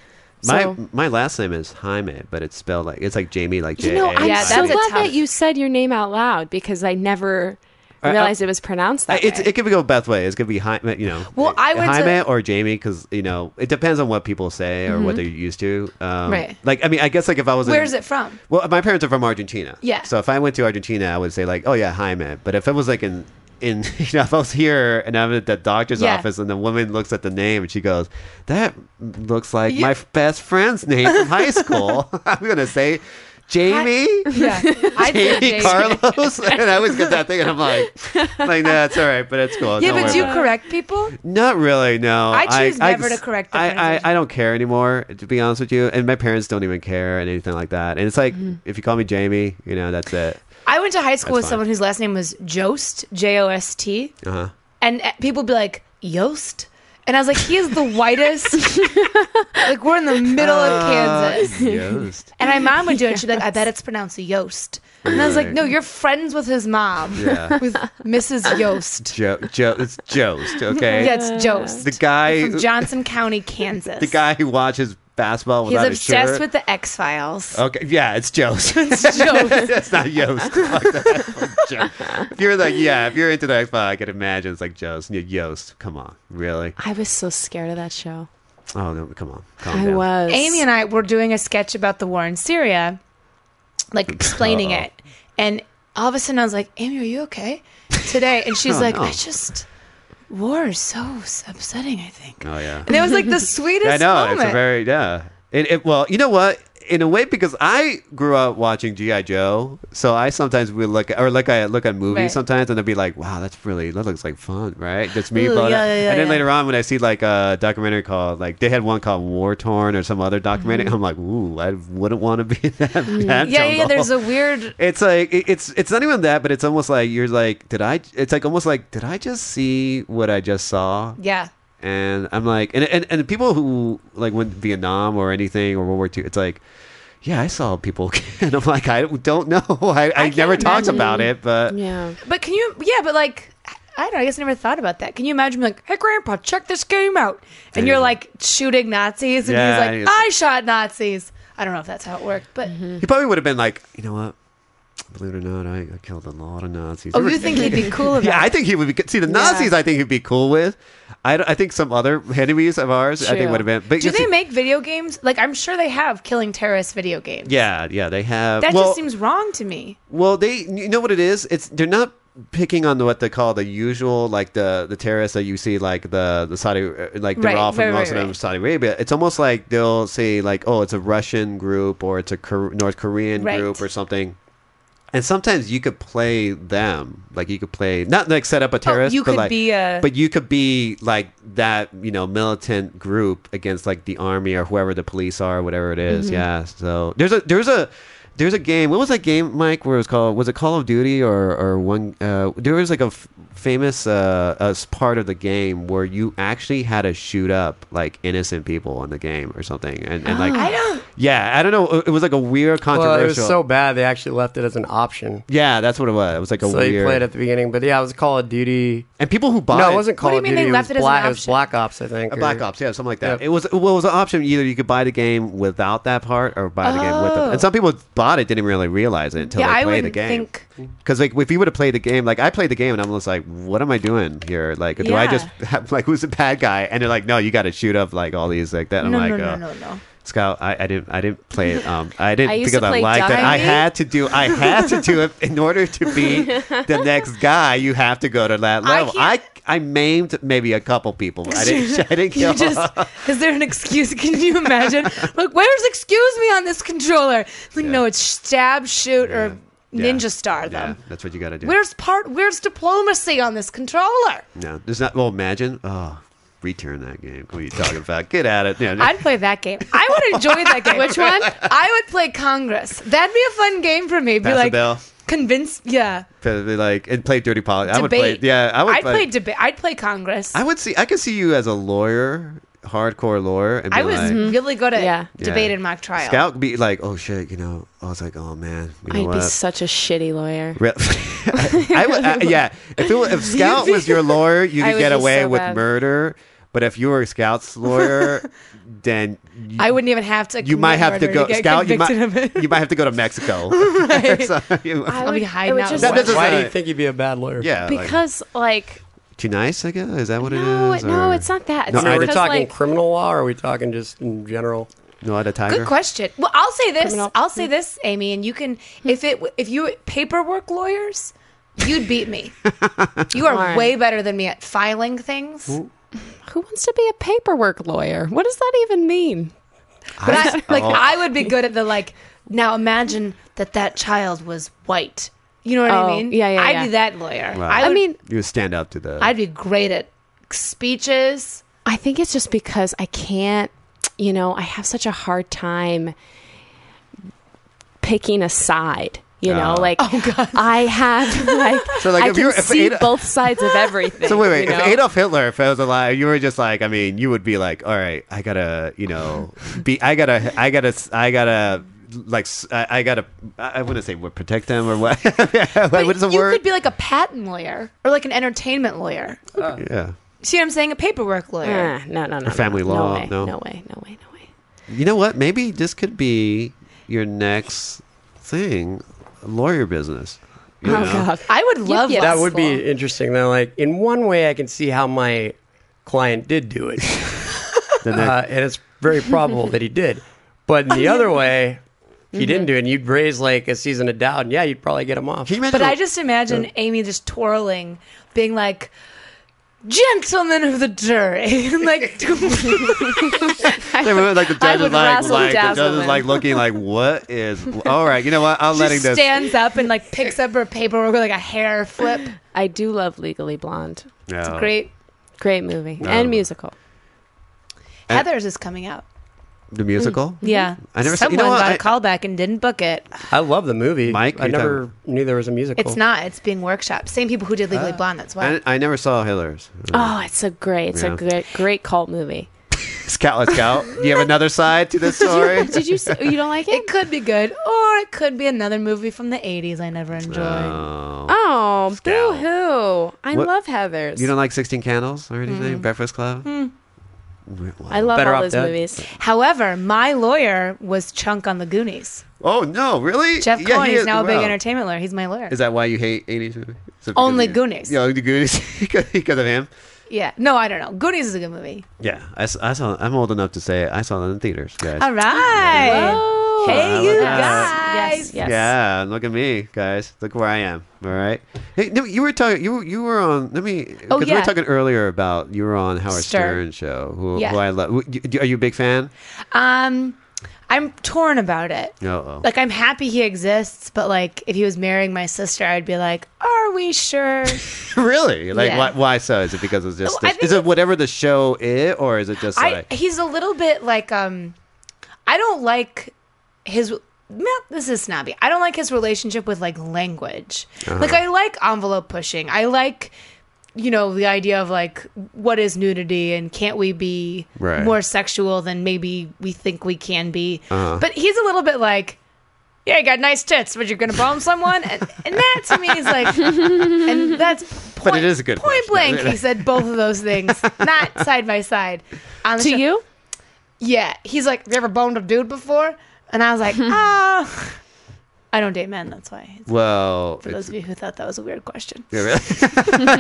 S1: My
S2: So-
S1: my last name is Jaime, but it's spelled like it's like Jamie, like J. E.
S2: You know, I'm
S3: Yeah,
S2: so
S3: that's a
S2: glad
S3: tough-
S2: that you said your name out loud because I never
S1: I- I-
S2: realized it was pronounced that
S1: It's,
S2: way.
S1: it could go both ways. It could be Jaime, you know.
S3: Well, I went to-
S1: Jaime or Jamie because you know it depends on what people say or
S2: Mm-hmm.
S1: what they're used to. Um,
S3: Right.
S1: Like I mean, I guess like if I was in-
S3: Where's it from?
S1: Well, my parents are from Argentina.
S3: Yeah.
S1: So if I went to Argentina, I would say like, oh yeah, Jaime. But if it was like in in you know if I was here and I'm at the doctor's
S3: Yeah.
S1: office and the woman looks at the name and she goes, that looks like
S3: You-
S1: my f- best friend's name from high school. I'm gonna say. Jamie,
S3: Yeah. I
S1: Jamie
S3: think Jamie.
S1: Carlos, and I always get that thing, and I'm like, like that's all right, but it's cool.
S3: Yeah,
S1: Don't
S3: but
S1: worry
S3: do you
S1: about it."
S3: correct people?
S1: Not really, no.
S3: I choose never to correct the
S1: I, I,
S3: pronunciation.
S1: I don't care anymore, to be honest with you. And my parents don't even care and anything like that. And it's like,
S3: Mm-hmm.
S1: if you call me Jamie, you know, that's it.
S3: I went to high school
S1: That's
S3: with
S1: fine.
S3: someone whose last name was Jost, J O S T,
S1: Uh-huh.
S3: and uh, people would be like, Yost? And I was like, he is the whitest. like, we're in the middle
S1: Uh,
S3: of Kansas.
S1: Yost.
S3: And my mom would do it. She'd be like, I bet it's pronounced Yost. And I was like,
S1: Right.
S3: no, you're friends with his mom,
S1: Yeah.
S3: with Mrs. Yost.
S1: Joe, Joe, it's Jost, okay?
S3: Yeah, it's Jost.
S1: The guy,
S3: from Johnson County, Kansas.
S1: the guy who watches basketball
S3: He's
S1: without a shirt. Oh.
S3: obsessed with the X Files.
S1: Okay, yeah, it's Jost. it's Jost. it's not Yost. Fuck that. Jo- if you're like, yeah, if you're into the X-Files, I can imagine it's like Jost. Yeah, Yost, come on, really?
S2: I was so scared of that show.
S1: Oh, no, come on, calm
S2: I
S1: down.
S2: was.
S3: Amy and I were doing a sketch about the war in Syria, like explaining
S1: Uh-oh.
S3: it, and all of a sudden I was like, "Amy, are you okay today?" And she's
S1: Oh,
S3: like,
S1: no.
S3: "I just war is so upsetting. I think."
S1: Oh, yeah.
S3: And it was like the sweetest
S1: I know
S3: moment.
S1: it's a very yeah. It, it well, you know what? in a way because I grew up watching GI Joe, so I sometimes would look or like I look at movies
S2: Right.
S1: sometimes and I'd be like, wow, that's really that looks like fun, right? That's me,
S3: Ooh,
S1: blowing
S3: yeah,
S1: up.
S3: yeah,
S1: and then
S3: yeah.
S1: later on when I see like a documentary called like they had one called War Torn or some other documentary, I'm like, ooh, I wouldn't want to be in that. that
S3: Mm-hmm. yeah, yeah, yeah.
S1: jungle.
S3: There's a weird.
S1: It's like it- it's it's not even that, but it's almost like you're like, did I? It's like almost like did I just see what I just saw?
S3: Yeah.
S1: and I'm like, and and, and people who like went to Vietnam or anything or World War II, it's like, yeah, I saw people, and I'm like, I don't know, I, I,
S3: can't
S1: never talked
S3: imagine.
S1: about it, but
S2: Yeah.
S3: But can you? Yeah, but like, I don't know. I guess I never thought about that. Can you imagine, like, hey, Grandpa, check this game out, and you're like shooting Nazis, and
S1: Yeah,
S3: he's
S1: he's-
S3: like, I shot Nazis. I don't know if that's how it worked, but
S1: he probably would have been like, you know what, believe it or not, I, I killed a lot of Nazis.
S3: oh, you think he'd be cool about?
S1: Yeah, I think he would be. See, the Nazis, I think he'd be cool with. I, don't- I think some other enemies of ours, I
S2: True.
S1: think would have been. But
S3: Do
S1: you see-
S3: they make video games? Like, I'm sure they have killing terrorists video games.
S1: Yeah, yeah, they have.
S3: That
S1: well,
S3: just seems wrong to me.
S1: Well, they you know what it is? It's they're not picking on what they call the usual like the the terrorists that you see like the the Saudi uh, like they're
S3: Right,
S1: all from
S3: right,
S1: most
S3: right,
S1: of them
S3: right.
S1: Saudi Arabia. It's almost like they'll say like oh it's a Russian group or it's a Kor- North Korean
S3: Right.
S1: group or something. And sometimes you could play them, like you could play not like set up a terrorist,
S3: you
S1: but
S3: could
S1: like,
S3: be a-
S1: but you could be like that, you know, militant group against like the army or whoever the police are, whatever it is. Yeah. So there's a there's a there's a game. What was that game, Mike? Where it was called was it Call of Duty or or one? Uh, there was like a f- famous uh, uh, s- part of the game where you actually had to shoot up like innocent people in the game or something, and, and like
S3: I don't.
S1: yeah, I don't know. It was like a weird controversial.
S4: Well, it was so bad they actually left it as an option.
S1: Yeah, that's what it was. It was like a
S4: So
S1: weird.
S4: you played at the beginning, but yeah, it was Call of Duty.
S1: And people who bought
S4: No, it
S1: it-
S4: wasn't
S3: What
S4: Call
S3: do you
S4: of
S3: mean
S4: Duty.
S3: they
S4: it
S3: left it
S4: was
S3: as an
S4: Black. It was
S3: option?
S4: Black Ops, I think.
S1: Uh,
S4: or-
S1: Black Ops, yeah, something like that.
S4: Yeah.
S1: It was well, it was an option either you could buy the game without that part or buy the game with it. And some people bought it didn't really realize it until
S3: Yeah,
S1: they
S3: I
S1: played the
S3: wouldn't
S1: game.
S3: think.
S1: Because like if you would have played the game, like I played the game and I'm just like, what am I doing here? Like, do I
S2: Yeah.
S1: just have, like who's the bad guy? And they're like, no, you got to shoot up like all these like that. I'm
S3: No,
S1: like,
S3: no, no,
S1: uh,
S3: no, no.
S1: Scout, I, I didn't I didn't play it. Um, I didn't
S2: I used
S1: because
S2: to
S1: I
S2: play
S1: liked it.
S2: Duck
S1: I
S2: Hunt.
S1: had to do I had to do it in order to be the next guy. You have to go to that
S3: I
S1: level. I
S3: can't-
S1: I, maimed maybe a couple people. I didn't I didn't kill.
S3: You just is there an excuse? Can you imagine? Like, where's excuse me on this controller? Like, no, it's stab, shoot, or
S1: Yeah.
S3: ninja star
S1: Yeah,
S3: them.
S1: that's what you got to do.
S3: Where's part? Where's diplomacy on this controller?
S1: no, there's not. Well, imagine. Oh, return that game. What are you talking about? Get at it. Yeah,
S3: I'd play that game. I would enjoy that game. Which one? I would play Congress. That'd be a fun game for me. Be
S1: Pass the
S3: like
S1: bill.
S3: convince. Yeah,
S1: to be like and play dirty politics. I would play.
S3: debate.
S1: Yeah, I would
S3: I'd play debate. I'd play Congress.
S1: I would see. I could see you as a lawyer, hardcore lawyer, and be
S3: I was
S1: like,
S3: really good at
S2: Yeah.
S3: debate
S1: Yeah.
S3: and mock trial.
S1: Scout could be like, oh shit, you know. I was like, oh man, you know
S2: I'd
S1: what?
S2: be such a shitty lawyer.
S1: Re- I, I would, I- yeah. If, it, wa- if Scout was your lawyer, you
S2: I
S1: could
S2: would
S1: get
S2: be
S1: away
S2: so
S1: with
S2: bad.
S1: murder. But if you were Scout's lawyer, then you,
S3: I wouldn't even have to.
S1: you might
S3: commit
S1: have to
S3: murder
S1: go.
S3: get
S1: Scout, you might,
S3: convicted of it.
S1: you might have to go to Mexico. So you-
S2: I
S3: I'll be
S2: would,
S3: hiding
S2: it would
S3: out
S2: just-
S1: That
S4: Why,
S1: doesn't
S4: why do
S1: say-
S4: you think you'd be a bad lawyer?
S1: yeah, like,
S2: because like
S1: too nice. I guess is that what
S2: no,
S1: it is?
S2: no,
S1: or-
S2: it's not that.
S1: No,
S2: It's
S1: I
S4: Are
S1: mean,
S4: we
S2: because
S4: talking
S2: like
S4: criminal law or are we talking just in general?
S1: No, at a tiger.
S3: Good question. Well, I'll say this.
S2: Criminal. Hmm.
S3: I'll say this, Amy, and you can if it if you paperwork lawyers, you'd beat me. you are
S2: Darn.
S3: way better than me at filing things.
S2: who wants to be a paperwork lawyer? What does that even mean?
S3: But I, like
S1: oh.
S3: I would be good at the like. Now imagine that that child was white. You know what I
S2: Oh,
S3: mean?
S2: yeah, yeah,
S3: I'd
S2: yeah.
S3: be that lawyer.
S1: Wow.
S3: I,
S2: I
S3: would,
S2: mean,
S1: You would stand up to the.
S3: I'd be great at speeches.
S2: I think it's just because I can't, you know, I have such a hard time picking a side. You know,
S1: Oh.
S2: like I have like,
S1: So, like,
S2: I
S1: if
S2: can
S1: you're- if
S2: see
S1: Ada-
S2: both sides of everything.
S1: so wait, wait.
S2: you know?
S1: If Adolf Hitler if I was alive, you were just like, I mean, you would be like, all right, I gotta, you know, be, I gotta, I gotta, I gotta, like, s- I, I gotta, I I wouldn't say what protect them or what.
S3: But
S1: what is the
S3: you
S1: word? Uh.
S3: could be like a patent lawyer or like an entertainment lawyer.
S1: yeah.
S3: See what I'm saying? A paperwork lawyer.
S2: Eh, no, no, no, no,
S1: family
S2: no,
S1: law,
S2: no, way,
S1: no.
S2: no way, no way, no way.
S1: You know what? Maybe this could be your next thing, lawyer business. you know?
S3: I would love
S2: yeah.
S4: That
S3: law
S4: would
S3: school.
S4: be interesting though. Like in one way, I can see how my client did do it,
S1: Then that-
S4: uh, and it's very probable that he did. But in the other way, if he didn't do it, and you'd raise like a season of doubt, and yeah, you'd probably get him off.
S1: Can you imagine
S3: But
S1: what-
S3: I just imagine Amy just twirling, being like, gentlemen of the jury. And, like,
S1: I remember like the
S2: I
S1: judge
S2: would
S1: is like,
S2: razzle
S1: like the judge
S2: dazzle
S1: is like
S2: him.
S1: looking like what is all right. You know what? I'm letting
S3: she
S1: this.
S3: stands up and like picks up her paperwork with like a hair flip.
S2: I do love Legally Blonde.
S3: It's
S1: No.
S3: great.
S2: Great movie
S1: No.
S2: and musical.
S1: And-
S3: Heather's is coming out.
S1: The musical.
S3: Yeah,
S1: I never saw-
S3: Mm-hmm. Someone
S1: you know what?
S3: got a
S1: I- Oh.
S3: call back and didn't book it.
S4: I love the movie.
S1: Mike,
S4: I
S1: you
S4: never knew there was a musical.
S3: It's not. It's being workshopped. Same people who did Legally
S1: Uh,
S3: Blonde. That's why.
S1: I, I never saw Hiller's.
S2: Oh, it's a great, it's
S1: Yeah.
S2: a great, great cult movie.
S1: Scout, let's scout. Do you have another side to this story?
S2: Did you? s- You don't like it?
S3: it could be good, or it could be another movie from the '80s I never enjoyed.
S1: Oh.
S2: Oh, boo
S1: Scout.
S2: hoo! I
S1: What-
S2: love Heather's.
S1: You don't like Sixteen Candles or anything? Breakfast Club.
S3: Hmm.
S1: Wait, what?
S2: I love
S4: Better
S2: all
S4: Off
S2: those
S4: Dead.
S2: movies.
S3: However, my lawyer was Chunk on the Goonies.
S1: oh no, really?
S3: Jeff
S1: Yeah,
S3: Cohen
S1: he
S3: is
S1: is-
S3: now a big
S1: wow.
S3: entertainment lawyer. He's my lawyer.
S1: Is that why you hate eighties movies? Is it because
S3: Only
S1: of you?
S3: Goonies.
S1: Yeah, only Goonies because of him.
S3: yeah. No, I don't know. Goonies is a good movie.
S1: Yeah, I, s- I saw. I'm old enough to say it. I saw it in theaters, guys.
S3: All right.
S2: Oh,
S1: Hey,
S3: you guys.
S2: Yes, yes.
S1: Yeah, look at me, guys. Look where I am. All right. Hey, no, you were talking. You were- you were on. Let me.
S3: Oh,
S1: 'cause we
S3: yeah.
S1: were talking earlier about you were on Howard Stern,
S3: Stern.
S1: show. Who,
S3: Yeah.
S1: who I love. Wh- you- Are you a big fan?
S3: Um, I'm torn about it.
S1: No.
S3: Like I'm happy he exists, but like if he was marrying my sister, I'd be like, "Are we sure?"
S1: really? Like
S3: Yeah.
S1: why? Why so? Is it because it's just?
S3: I
S1: the-
S3: think
S1: is it whatever the show is, or is it just
S3: I
S1: like?
S3: he's a little bit like um, I don't like his. no, This is snobby. I don't like his relationship with like language.
S1: Uh-huh.
S3: Like I like envelope pushing. I like you know the idea of like what is nudity and can't we be
S1: Right.
S3: more sexual than maybe we think we can be.
S1: Uh-huh.
S3: But he's a little bit like. Yeah, you got nice tits, but you're gonna bomb someone, and, and that to me is like, and that's point,
S1: it is a good
S3: point
S1: question.
S3: blank. He said both of those things, not side by side. On the
S2: To
S3: show.
S2: you?
S3: Yeah. He's like, Have you ever boned a dude before? And I was like, Ah, I don't date men. That's why. It's
S1: Well.
S3: for those of you who thought that was a weird question.
S1: Yeah, really?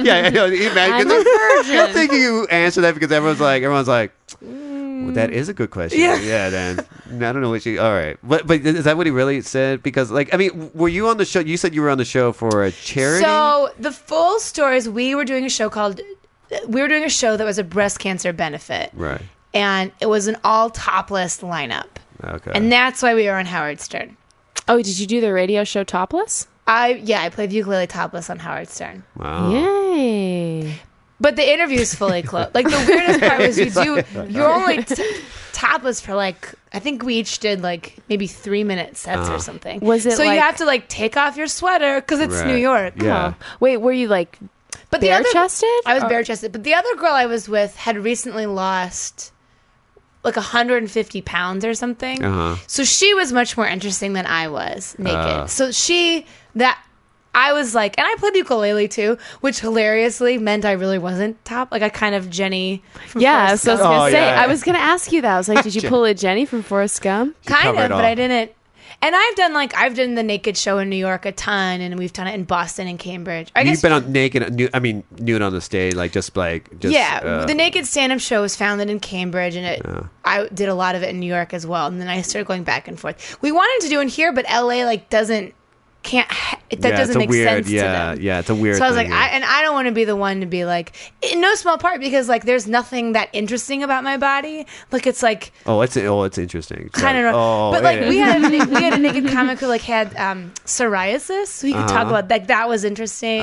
S1: yeah, I know. Imagine.
S2: I'm a virgin.
S1: I think you answer that because everyone's like, everyone's like, well, that
S3: Mm.
S1: is a good question. Yeah, yeah. Then I don't know what you. All right, but but is that what he really said? Because like, I mean, w- were you on the show? You said you were on the show for a charity.
S3: So the full story is we were doing a show called, we were doing a show that was a breast cancer benefit.
S1: right.
S3: And it was an all topless lineup.
S1: Okay.
S3: And that's why we were on Howard Stern.
S2: Oh, did you do the radio show topless?
S3: I, yeah, I played the ukulele topless on Howard Stern.
S1: wow.
S2: Yay!
S3: But the interview's fully closed. Like the weirdest part was you do you're only t- topless for like I think we each did like maybe three minute sets or something.
S2: Was it
S3: so
S2: like-
S3: you have to like take off your sweater because it's New
S1: Right.
S3: York.
S1: Yeah.
S2: Oh. Wait, were you like
S3: But the
S2: bare
S3: other
S2: chested?
S3: I was bare chested. But the other girl I was with had recently lost like 150 pounds or something.
S1: Uh-huh.
S3: So she was much more interesting than I was naked.
S1: Uh.
S3: So she that I was like, and I played the ukulele too, which hilariously meant I really wasn't top. Like I kind of Jenny. From
S2: Yeah,
S3: Forrest
S2: so I was
S3: Gump.
S2: gonna
S1: Oh,
S2: say,
S1: yeah.
S2: I was gonna ask you that. I was like, did you pull a Jenny from Forrest Gump?
S3: kind
S1: cover
S3: of,
S1: it
S3: but
S1: all.
S3: I didn't. And I've done like I've done the naked show in New York a ton, and we've done it in Boston and Cambridge. I
S1: You've been on naked. nu- I mean, nude on the stage, like just like just.
S3: yeah,
S1: uh,
S3: the Naked Stand Up Show was founded in Cambridge, and it I did a lot of it in New York as well. And then I started going back and forth. We wanted to do in here, but LA like doesn't can't ha- it- that
S1: yeah,
S3: doesn't
S1: it's a
S3: make
S1: weird,
S3: sense
S1: Yeah,
S3: to them.
S1: yeah, it's a weird.
S3: So I was
S1: thing,
S3: like,
S1: yeah.
S3: I, and I don't want to be the one to be like, in no small part because like there's nothing that interesting about my body. Like it's like
S1: oh, it's oh, it's interesting. It's
S3: kind of
S1: like, Oh,
S3: but
S1: it
S3: like we
S1: is.
S3: had a, na- we had a naked comic who like had um psoriasis so he could
S1: Uh-huh.
S3: talk about like that was interesting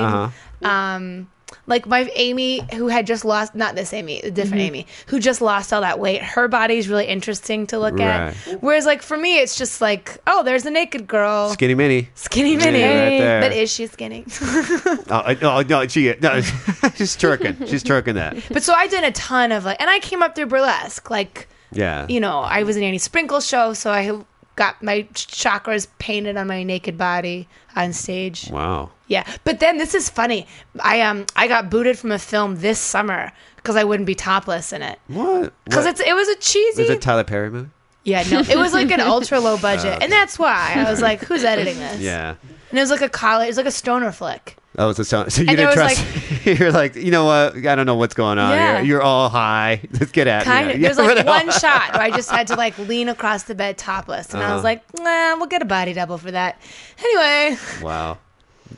S3: um like my amy who had just lost not this amy a different amy who just lost all that weight her body's really interesting to look
S1: Right.
S3: at whereas like for me it's just like oh there's a naked girl
S1: skinny mini.
S3: skinny mini
S1: Yeah, right there.
S3: but is she skinny
S1: Oh, I- oh no, she no, she's twerking. She's twerking that.
S3: but so i did a ton of like and i came up through burlesque like
S1: Yeah.
S3: you know, I was in Annie Sprinkle show, so I got my ch- chakras painted on my naked body on stage.
S1: Wow.
S3: Yeah, but then this is funny. I um I got booted from a film this summer because I wouldn't be topless in it.
S1: What?
S3: Because
S1: What?
S3: it's it was a cheesy.
S1: Is it Tyler Perry movie?
S3: yeah, no, it was like an ultra low budget, and that's why I was like, who's editing this?
S1: Oh, Yeah.
S3: and it was like a college, it was like a stoner flick.
S1: Oh, it's a song. So you
S3: And it
S1: didn't
S3: was
S1: trust. you're like, you know what? I don't know what's going on.
S3: Yeah.
S1: You're, you're all high. Let's get at
S3: Kind
S1: it.
S3: of.
S1: Yeah,
S3: There's like
S1: right
S3: one
S1: on.
S3: shot where I just had to like lean across
S1: Uh-huh.
S3: the bed topless, and I was like, nah, we'll get a body double for that. Anyway,
S1: Wow.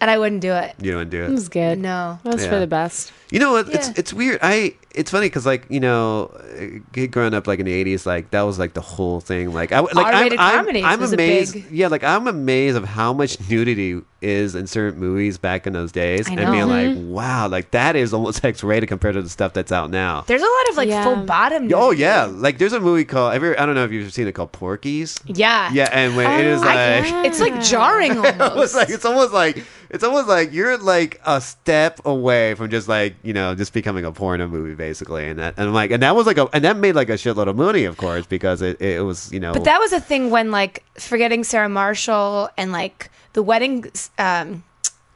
S3: and I wouldn't do it.
S1: You don't do it.
S2: It was good.
S3: No.
S2: That's
S1: Yeah.
S2: for the best.
S1: You know, it, it's
S3: Yeah.
S1: it's weird. I it's funny because like you know, uh, kid growing up like in the eighties, like that was like the whole thing. Like I like
S3: R-rated
S1: I'm,
S3: comedies
S1: I'm, I'm
S3: was a
S1: amazed.
S3: big-
S1: Yeah, like I'm amazed of how much nudity is in certain movies back in those days,
S3: I
S1: and being
S3: know. Mm-hmm.
S1: like, wow, like that is almost X rated compared to the stuff that's out now.
S3: There's a lot of like
S2: Yeah.
S3: full bottom.
S1: oh yeah, like there's a movie called every. I don't know if you've seen it called Porky's.
S3: Yeah.
S1: Yeah, and when it is
S2: Oh, I-
S1: like.
S3: It's like jarring
S1: I was
S3: almost.
S1: like, it's almost like it's almost like you're like a step away from just like you know just becoming a porno movie basically, and that and I'm like, and that was like a and that made like a shitload of money, of course, because it, it was you know
S3: But that was a thing when like forgetting Sarah Marshall and like the wedding um,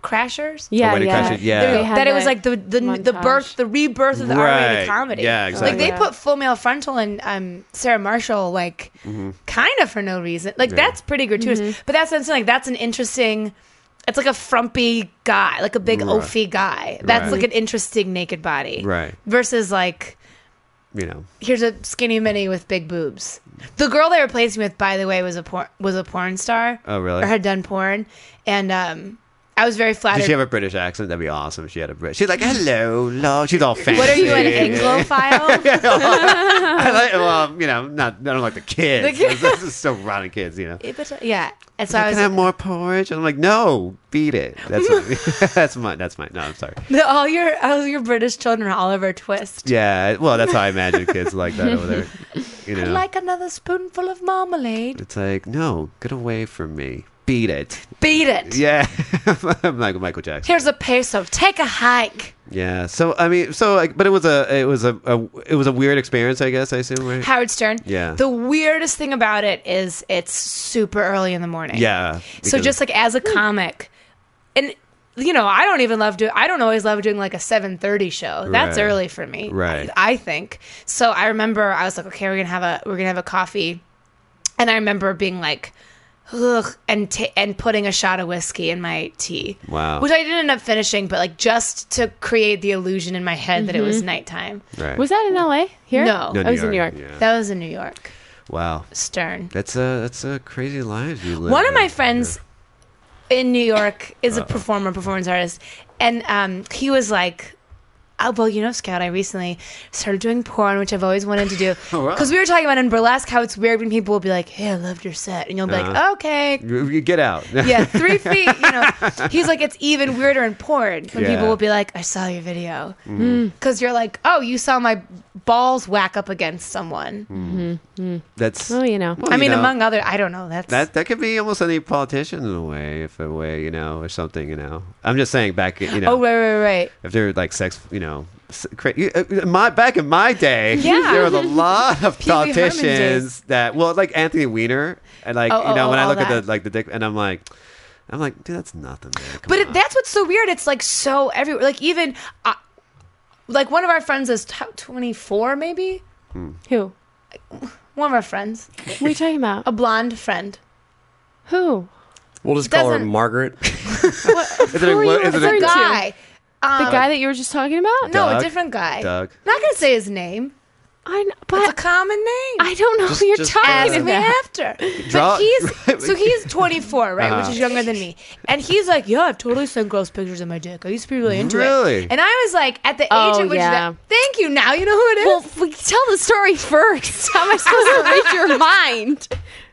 S3: crashers.
S2: Yeah,
S1: Wedding
S2: yeah.
S1: Crashers, yeah. They
S2: They had
S3: that it was like the the, the
S2: montage.
S3: birth the rebirth of the
S1: Right.
S3: R-rated comedy.
S1: Yeah, exactly.
S3: Like they
S2: Yeah.
S3: put Full Male Frontal and um, Sarah Marshall like
S1: Mm-hmm.
S3: kind of for no reason. Like that's pretty gratuitous.
S2: Mm-hmm.
S3: But that's what I'm saying. Like that's an interesting. It's like a frumpy guy, like a big
S1: Right.
S3: oafy guy. That's
S1: Right.
S3: like an interesting naked body.
S1: Right.
S3: Versus like
S1: you know
S3: here's a skinny mini with big boobs. The girl they replaced me with, by the way, was a porn was a porn star.
S1: Oh, really?
S3: Or had done porn, and um, I was very
S1: did
S3: flattered.
S1: she have a British accent? That'd be awesome. if She had a Brit. She's like, hello, love. She's all fancy.
S3: what are you an Anglophile?
S1: I like, well, you know, not I don't like the kids.
S3: The kids.
S1: this is so rotten kids, you know.
S3: Yeah, but- yeah. And so
S1: I
S3: I
S1: can I have
S3: was
S1: more porridge. And I'm like, no, beat it. That's what, that's my that's my. No, I'm sorry.
S3: all your all your British children are Oliver Twist.
S1: Yeah, well, that's how I imagine kids like that over there. You know,
S3: I'd like another spoonful of marmalade.
S1: it's like, no, get away from me, beat it.
S3: Beat it.
S1: Yeah, I'm like Michael Jackson.
S3: Here's a peso. Take a hike.
S1: Yeah, so I mean, so like, but it was a, it was a, a it was a weird experience, I guess. I assume, right?
S3: Howard Stern.
S1: Yeah.
S3: The weirdest thing about it is it's super early in the morning.
S1: yeah.
S3: So just like as a
S1: Hmm.
S3: comic, and you know, I don't even love doing. I don't always love doing like a seven thirty show. That's
S1: Right.
S3: early for me,
S1: Right.
S3: I, I think. So I remember I was like, okay, we're gonna have a we're gonna have a coffee, and I remember being like. Ugh, and ta and putting a shot of whiskey in my tea.
S1: Wow.
S3: which I didn't end up finishing, but like just to create the illusion in my head that it
S1: Mm-hmm.
S3: was nighttime.
S1: right.
S2: Was that in L.A. Here?
S3: No. No,
S2: I was in New York.
S1: Yeah.
S3: That was in New York.
S1: wow,
S3: Stern.
S1: that's a that's a crazy lives you live.
S3: One of
S1: man.
S3: my friends in New York is a performer, performance artist, and um, he was like, "Oh well, you know, Scout, I recently started doing porn, which I've always wanted to do." Because
S1: Oh, wow.
S3: we were talking about in burlesque how it's weird when people will be like, "Hey, I loved your set," and you'll be
S1: Uh-huh.
S3: like, "Okay."
S1: You- you get out.
S3: Yeah, three feet. You know, he's like, it's even weirder in porn when
S1: Yeah. Mm-hmm.
S3: people will be like, "I saw your video," because you're like, "Oh, you saw my balls whack up against someone."
S1: that's.
S2: Well, Oh, you know.
S1: Mm-hmm. well,
S3: I mean,
S1: know,
S3: among other, I don't know. That's
S1: That that could be almost any politician in a way, if a way you know, or something you know. I'm just saying back, you know.
S3: oh right, right, right.
S1: if they're like sex, you know, s- cra- you- uh, uh, my back in my day,
S3: Yeah.
S1: there was a lot of
S3: Pee Wee Herman
S1: politicians
S3: days.
S1: that well, like Anthony Weiner, and like
S3: Oh,
S1: you
S3: oh,
S1: know,
S3: oh,
S1: when I
S3: all
S1: look at
S3: that.
S1: the like the dick, and I'm like, I'm like, dude, that's nothing. Man. Come
S3: But it,
S1: on.
S3: that's what's so weird. It's like so everywhere. Like even, uh, like one of our friends is t- 24, maybe
S2: Who?
S3: one of our friends,
S2: What are you talking about?
S3: a blonde friend.
S2: Who?
S4: We'll just call her
S3: Doesn't-
S4: Margaret.
S1: is it a,
S2: who are
S1: what-
S2: you
S1: is it
S2: referring
S1: a
S2: to?
S3: Guy,
S2: The guy that you were just talking about?
S3: no,
S1: Doug?
S3: a different guy.
S1: Doug.
S3: I'm not gonna say his name.
S2: I, kn-
S3: It's a
S2: but
S3: common name.
S2: I don't know
S4: Just-
S2: who you're
S4: just,
S2: talking
S4: uh,
S3: Ask me
S2: about.
S3: after.
S1: Draw-
S3: But he's so he's 24, right,
S1: Uh-huh.
S3: which is younger than me, and he's like, "Yeah, I've totally sent gross pictures of my dick. I used to be really into
S1: Really?
S3: it." And I was like, at the age
S2: Oh,
S3: at which
S2: yeah.
S3: that, thank you. Now you know who it is.
S2: Well, we tell the story first. How am I supposed to read your mind?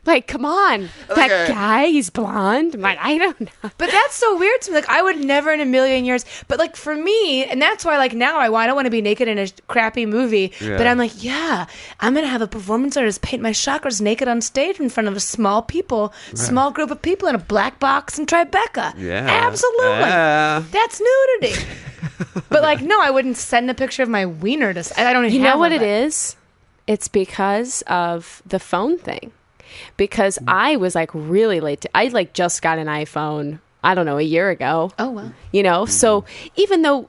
S2: Like, come on.
S1: Okay.
S2: That guy, he's blonde. I'm like, I don't know.
S3: But that's so weird to me. Like I would never in a million years. But like for me, and that's why like now I, I don't want to be naked in a crappy movie.
S1: Yeah.
S3: But I'm like, yeah, I'm gonna have a performance artist paint my chakras naked on stage in front of a small people, small group of people in a black box in Tribeca.
S1: yeah,
S3: absolutely.
S1: Yeah.
S3: That's nudity. but like, no, I wouldn't send a picture of my wiener to. s- I don't. Even
S2: You
S3: have
S2: know what
S3: one,
S2: it
S3: but-
S2: is? It's because of the phone
S1: Mm.
S2: thing. Because I was like really late. To, I like just got an iPhone. I don't know a year ago.
S3: Oh well.
S2: you know. So
S1: Mm-hmm.
S2: even though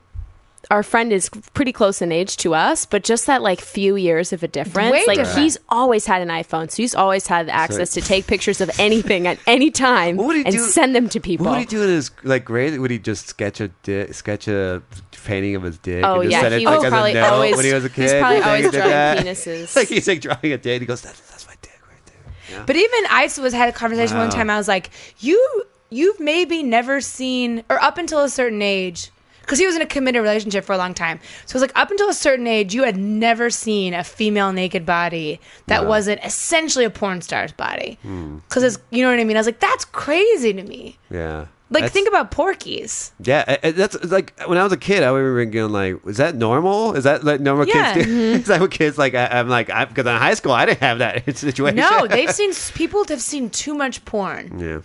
S2: our friend is pretty close in age to us, but just that like few years of a difference.
S3: Way
S2: like
S3: different.
S2: he's always had an iPhone, so he's always had the access to take pictures of anything at any time
S1: What would he
S2: and
S1: do-
S2: send them to people.
S1: What would he do in his like grade? Would he just sketch a di- sketch a painting of his dick?
S2: Oh
S1: and just
S2: yeah,
S1: send it,
S2: he
S1: like,
S2: was
S1: as a
S2: probably
S1: note
S2: always.
S1: when he was a kid.
S2: he's
S1: You
S2: probably
S1: think
S2: always
S1: he did
S2: drawing
S1: that? Like
S2: penises.
S1: he's like drawing a dick. and He goes, that's that's my dick right there.
S3: But even I was had a conversation
S1: Wow.
S3: one time. I was like, "You you've maybe never seen, or up until a certain age, because he was in a committed relationship for a long time. So it's like up until a certain age, you had never seen a female naked body that wasn't essentially a porn star's body.
S1: Hmm.
S3: Because it's, you know what I mean? I was like, that's crazy to me.
S1: Yeah.
S3: Like,
S1: That's-
S3: think about Porky's.
S1: Yeah, I- I- that's it's like when I was a kid, I remember being like, "Is that normal? Is that like normal
S3: Yeah. mm-hmm.
S1: kids do? Is that what kids like?" I, I'm like, because in high school, I didn't have that situation.
S3: No, they've seen, people have seen too much porn.
S1: yeah,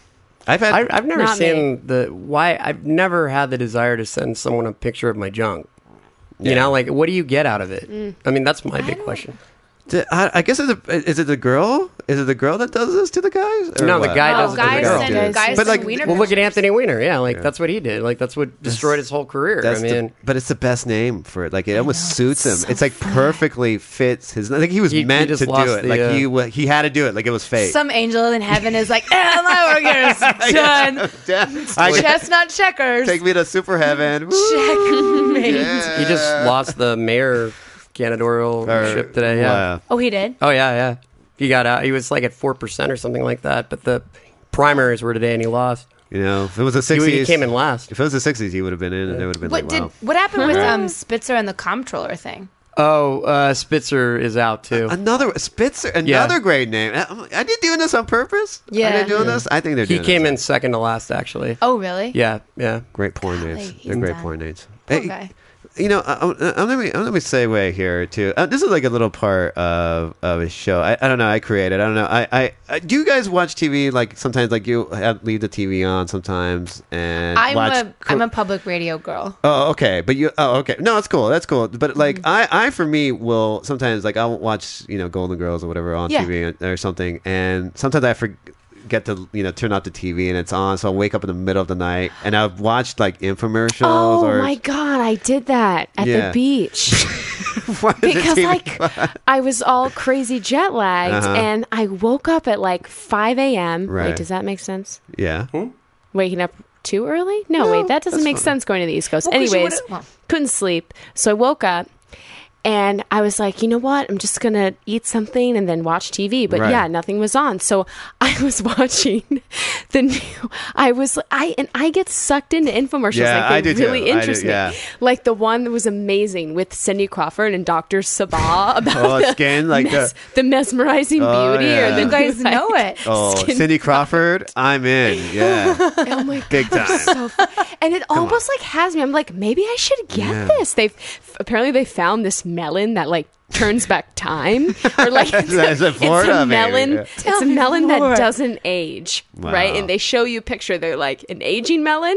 S1: I've had.
S4: I, I've never
S2: Not me.
S4: seen the why. I've never had the desire to send someone a picture of my junk. You know, like what do you get out of it? I mean, that's my big question.
S1: D- I, I guess it's a, is it the girl? Is it the girl that does this to the guys? Or
S4: No, the
S1: what?
S4: guy
S3: Oh,
S4: does it to the
S3: guys
S4: girl.
S3: send,
S2: Yes.
S3: guys
S1: But,
S3: send
S1: like,
S3: wiener
S4: Well, look at
S3: pictures.
S4: Anthony Weiner. Yeah, like that's what he did. Like that's what destroyed his whole career.
S1: That's
S4: I
S1: the-
S4: mean,
S1: but it's the best name for it. Like it almost suits him.
S3: so
S1: it's like perfectly fits his. I think he was
S4: He- he
S1: meant
S4: just
S1: to do
S4: lost
S1: it.
S4: the,
S1: like
S4: uh,
S1: he wa- he had to do it. Like it was fate.
S3: Some angel in heaven is like, eh, my organ is done.
S1: Yeah. I guess,
S3: Chestnut checkers.
S1: take me to super heaven. Woo!
S3: Checkmate.
S1: Yeah.
S4: he just lost the mayor candidatorial
S1: Uh, Or-
S4: ship today. Yeah.
S1: wow.
S3: Oh, he did?
S4: Oh yeah, yeah. He got out. He was like at four percent or something like that. But the primaries were today, and he lost.
S1: You know, if it was the
S4: He,
S1: sixties,
S4: he came in last.
S1: If it was the sixties, he would have been in, and they would have been
S3: What
S1: like,
S3: did
S1: "Wow."
S3: what happened with um Spitzer and the comptroller thing?
S4: Oh, uh, Spitzer is out too.
S1: Another Spitzer,
S4: Yeah.
S1: another great name. Uh, I, I'm like, I did doing this on purpose.
S3: Yeah.
S1: I did doing this. I think they're
S4: He
S1: doing.
S4: came
S1: this.
S4: in second to last, actually.
S3: Oh, really?
S4: Yeah, yeah.
S1: Great porn names.
S3: he's
S1: They're great
S3: done.
S1: porn names.
S3: Poor
S1: Hey,
S3: guy.
S1: You know, uh, um, I, I'm, I'm gonna be, I'm gonna be segue here too. Uh, this is like a little part of of a show. I, I don't know. I created. I don't know. I, I, I do you guys watch TV like sometimes like you have, leave the TV on sometimes and
S3: I'm
S1: watch
S3: a
S1: co-
S3: am a public radio girl.
S1: Oh, okay. But you, oh, okay. No, that's cool. That's cool. But like,
S2: Mm-hmm.
S1: I, I for me will sometimes like I'll watch you know Golden Girls or whatever on
S3: Yeah.
S1: TV or, or something, and sometimes I forget to you know turn off the TV and it's on, so I'll wake up in the middle of the night and I've watched like infomercials
S2: Oh
S1: or
S2: my god, I did that at
S1: Yeah.
S2: the beach.
S1: Why does it
S2: because
S1: TV
S2: like I was all crazy jet lagged, and I woke up at like five a.m.
S1: Right.
S2: Wait, does that make sense?
S1: yeah.
S2: Waking up too early? No, wait, that doesn't make sense. Going to the East Coast,
S3: Well, 'cause you
S2: anyways,
S3: would've- well.
S2: couldn't sleep, so I woke up. And I was like, you know what? I'm just going to eat something and then watch TV. But
S1: Right.
S2: yeah, nothing was on. So I was watching the new, I was, I, and I get sucked into infomercials.
S1: Yeah,
S2: like they
S1: I do too.
S2: really
S1: I do,
S2: interest
S1: yeah.
S2: me. Like the one that was amazing with Cindy Crawford and Dr. Sabah about
S1: Oh,
S2: the
S1: skin, like
S2: mes- the mesmerizing
S1: Oh,
S2: beauty
S1: yeah.
S2: or the
S3: You guys know it.
S1: Oh,
S2: Skin-
S1: Cindy Crawford, I'm in. Yeah,
S2: Oh my
S1: big time.
S2: so fu- and it almost like has me i'm like maybe i should get
S1: Yeah.
S2: this they've f- apparently they found this melon that like turns back time or like it's a,
S1: Is it
S2: it's a
S1: Florida, maybe?
S2: melon
S1: Yeah.
S2: it's
S3: Tell
S2: a
S3: me
S2: melon
S3: more.
S2: that doesn't age right
S1: Wow.
S2: and they show you a picture they're like an aging melon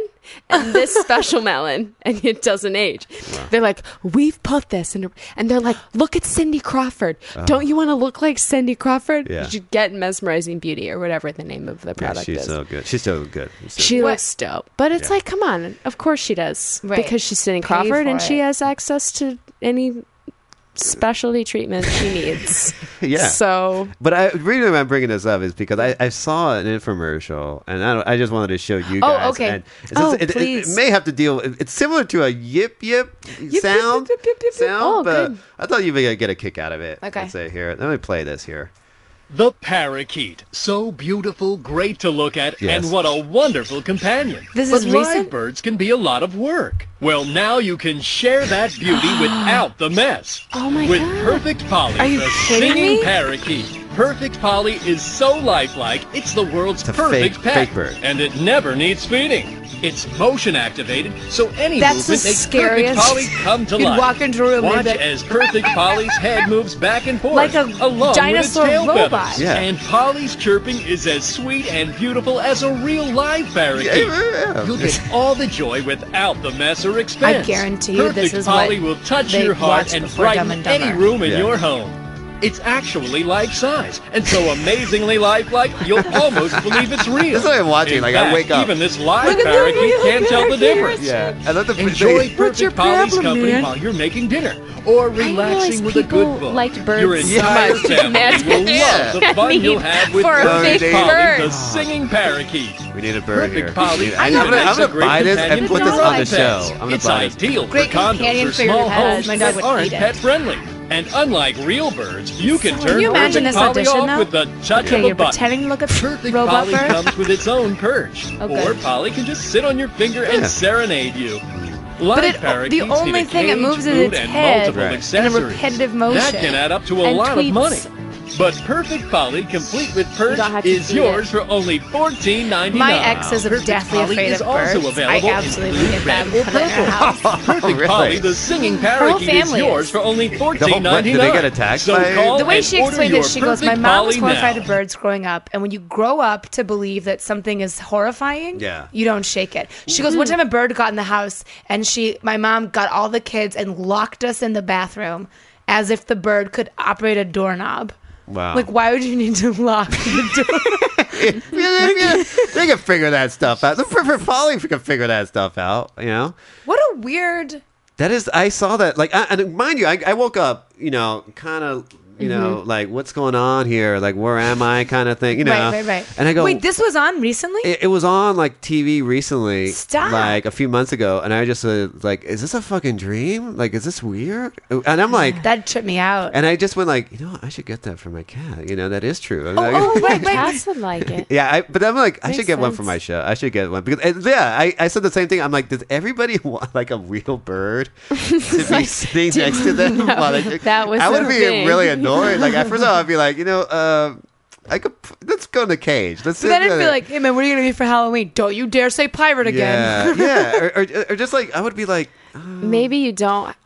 S2: and this special melon and it doesn't age they're like we've put this in a, and they're like look at cindy crawford don't you want to look like cindy crawford
S1: Oh. Yeah.
S2: you should get mesmerizing beauty or whatever the name of the
S1: Yeah,
S2: product
S1: she's
S2: is
S1: so good. She's so good. She's so
S2: she
S3: What-
S2: looks dope, but it's like, come on, of course she does,
S3: Right.
S2: because she's Cindy
S3: Pay
S2: Crawford
S3: for
S2: and she
S3: it.
S2: has access to any specialty treatment she needs.
S1: Yeah.
S2: So
S1: But I the reason why I'm bringing this up is because I, I saw an infomercial and I, don't, I just wanted to show you
S3: Oh,
S1: guys.
S3: okay.
S1: And it's-
S2: Oh,
S1: it, it- it
S2: please.
S1: may have to deal. It's similar to a yip yip sound,
S2: yip, yip, yip, yip.
S1: sound
S2: Oh,
S1: but
S2: good.
S1: I thought you would get a kick out of it.
S3: Okay.
S1: Let's say here. Let me play this here.
S5: The parakeet, so beautiful, great to look at,
S1: Yes.
S5: and what a wonderful companion.
S3: This
S5: but
S3: is
S5: live
S3: recent?
S5: birds can be a lot of work. Well, now you can share that beauty without the mess.
S2: Oh my
S5: With
S2: God.
S5: Perfect Polly,
S3: you
S5: the
S3: kidding
S5: singing
S3: me?
S5: parakeet. Perfect Polly is so lifelike, it's the world's
S1: It's a
S5: perfect
S1: fake-
S5: pet,
S1: fake bird.
S5: and it never needs feeding. It's motion activated, so any
S3: That's the
S5: movement makes
S3: scariest-
S5: Perfect Polly come to
S3: You'd
S5: life.
S3: walk into a room and
S5: Watch
S3: be like-
S5: as Perfect Polly's head moves back and forth,
S3: Like a
S5: along
S3: dinosaur
S5: with its tail feathers.
S3: robot.
S1: Yeah.
S5: And Polly's chirping is as sweet and beautiful as a real live parakeet.
S1: Yeah.
S5: You'll get all the joy without the mess or expense.
S3: guarantee you
S5: Perfect
S3: this is
S5: Polly
S3: what
S5: will touch
S3: they
S5: your heart
S3: watched
S5: and
S3: before
S5: brighten
S3: Dumb and
S5: any
S3: Dumber.
S5: room in
S1: Yeah.
S5: your home. It's actually life size, and so amazingly lifelike, you'll almost believe it's real.
S1: That's what I'm watching,
S5: In
S1: like, I
S5: fact,
S1: wake up.
S5: Even this live
S3: Look at the
S5: parakeet
S3: little
S5: can't tell the
S3: parakeet.
S5: difference.
S1: Yeah. I love the
S5: Enjoy
S3: What's your
S5: perfect Polly's
S3: problem,
S5: company
S3: man?
S5: while you're making dinner or
S2: realized
S5: relaxing with a
S2: people
S5: good book.
S2: liked birds
S5: Your
S2: so
S5: entire
S2: much.
S5: family will
S1: Yeah.
S5: love the fun you'll have with
S2: for a
S5: perfect
S1: big
S5: Polly,
S2: bird.
S5: the singing parakeet.
S1: We need a bird here.
S5: Perfect Polly.
S1: I'm gonna, I'm gonna buy this and
S3: companion
S1: put
S3: to
S1: this
S3: your
S1: on the
S3: life.
S1: show. I'm gonna
S5: it's
S1: buy this.
S5: ideal
S3: Great
S5: for condos
S3: companion
S5: or
S3: for your
S5: small
S3: pets.
S5: homes
S3: My dog
S5: that
S3: would
S5: aren't
S3: eat it.
S5: pet friendly. And unlike real birds, you can turn
S3: Can you imagine
S5: perfect
S3: this
S5: Polly
S3: audition,
S5: off
S3: though?
S5: with the touch
S3: Okay,
S5: of a
S3: you're
S5: button.
S3: pretending to look at
S5: Perfect
S3: robot
S5: Polly
S3: bird?
S5: comes with its own perch.
S3: Okay.
S5: Or Polly can just sit on your finger
S1: Yeah.
S5: and serenade you. Live
S3: it- the
S5: parakeets need
S3: only
S5: a
S3: thing it
S5: cage,
S3: moves is
S5: food,
S3: its
S5: and
S3: head
S5: multiple
S1: Right. and a
S5: accessories.
S3: repetitive motion.
S5: That can add up to a
S3: And
S5: lot
S3: tweets.
S5: of money. But Perfect Polly, complete with perch,
S2: don't have to
S5: is
S2: feed it.
S5: yours for only $14.99.
S3: My ex is
S5: Perfect
S3: deathly
S5: Polly
S3: afraid
S5: is
S3: of
S5: also
S3: birds. I
S5: available in
S3: absolutely
S5: blue,
S3: would get them
S5: red, or
S3: put in our
S5: purple.
S3: house.
S5: Perfect
S1: Oh, really?
S5: Polly, the singing parakeet
S3: whole
S5: is
S3: family
S5: yours
S3: is.
S5: for only
S1: whole-
S5: fourteen
S1: what,
S5: ninety
S1: did
S5: nine.
S1: they get attacked
S5: So
S1: by-
S5: call
S3: The way
S5: and
S3: she
S5: order
S3: explained
S5: your
S3: it, she goes,
S5: Perfect
S3: "My mom was
S5: Polly now."
S3: horrified of birds growing up, and when you grow up to believe that something is horrifying,
S1: Yeah.
S3: you don't shake it." She goes,
S5: Mm-hmm.
S3: "One time a bird got in the house, and she, my mom, got all the kids and locked us in the bathroom, as if the bird could operate a doorknob."
S1: Wow.
S3: Like, why would you need to lock the door?
S1: they can figure that stuff out. The perfect Polly can figure that stuff out. You know.
S3: what a weird.
S1: That is, I saw that. Like, I, and mind you, I, I woke up, you know, kind of, you know, like what's going on here? Like, where am I? Kind of thing, you know.
S3: Mm-hmm. Right, right, right.
S1: And I go, Eh.
S3: "Wait, this was on recently."
S1: It, it was on like TV recently,
S3: Stop.
S1: like a few months ago, and I just uh, like, is this a fucking dream? Like, is this weird? And I'm like,
S3: that tripped me out.
S1: and I just went like, you know, what? I should get that for my cat. You know, that is true. I'm like-
S3: oh, right, right.
S2: Cass would like it.
S1: Yeah, I, but I'm like, I should
S2: Makes
S1: get one for
S2: sense.
S1: my show. I should get one because, and yeah, I, I said the same thing. I'm like, does everybody want like a real bird to be sitting next to them? while they-
S2: that was
S1: I would
S2: the
S1: be
S2: thing.
S1: really annoyed. Like at first, I'd be like, you know, uh, I could p- let's go in the cage. Let's
S3: So
S1: sit
S3: then I'd be
S1: together.
S3: like, "Hey man, what are you gonna be for Halloween? Don't you dare say pirate
S1: yeah,
S3: again."
S1: yeah, or, or, or just like I would be like,
S2: Maybe you don't
S1: like a bird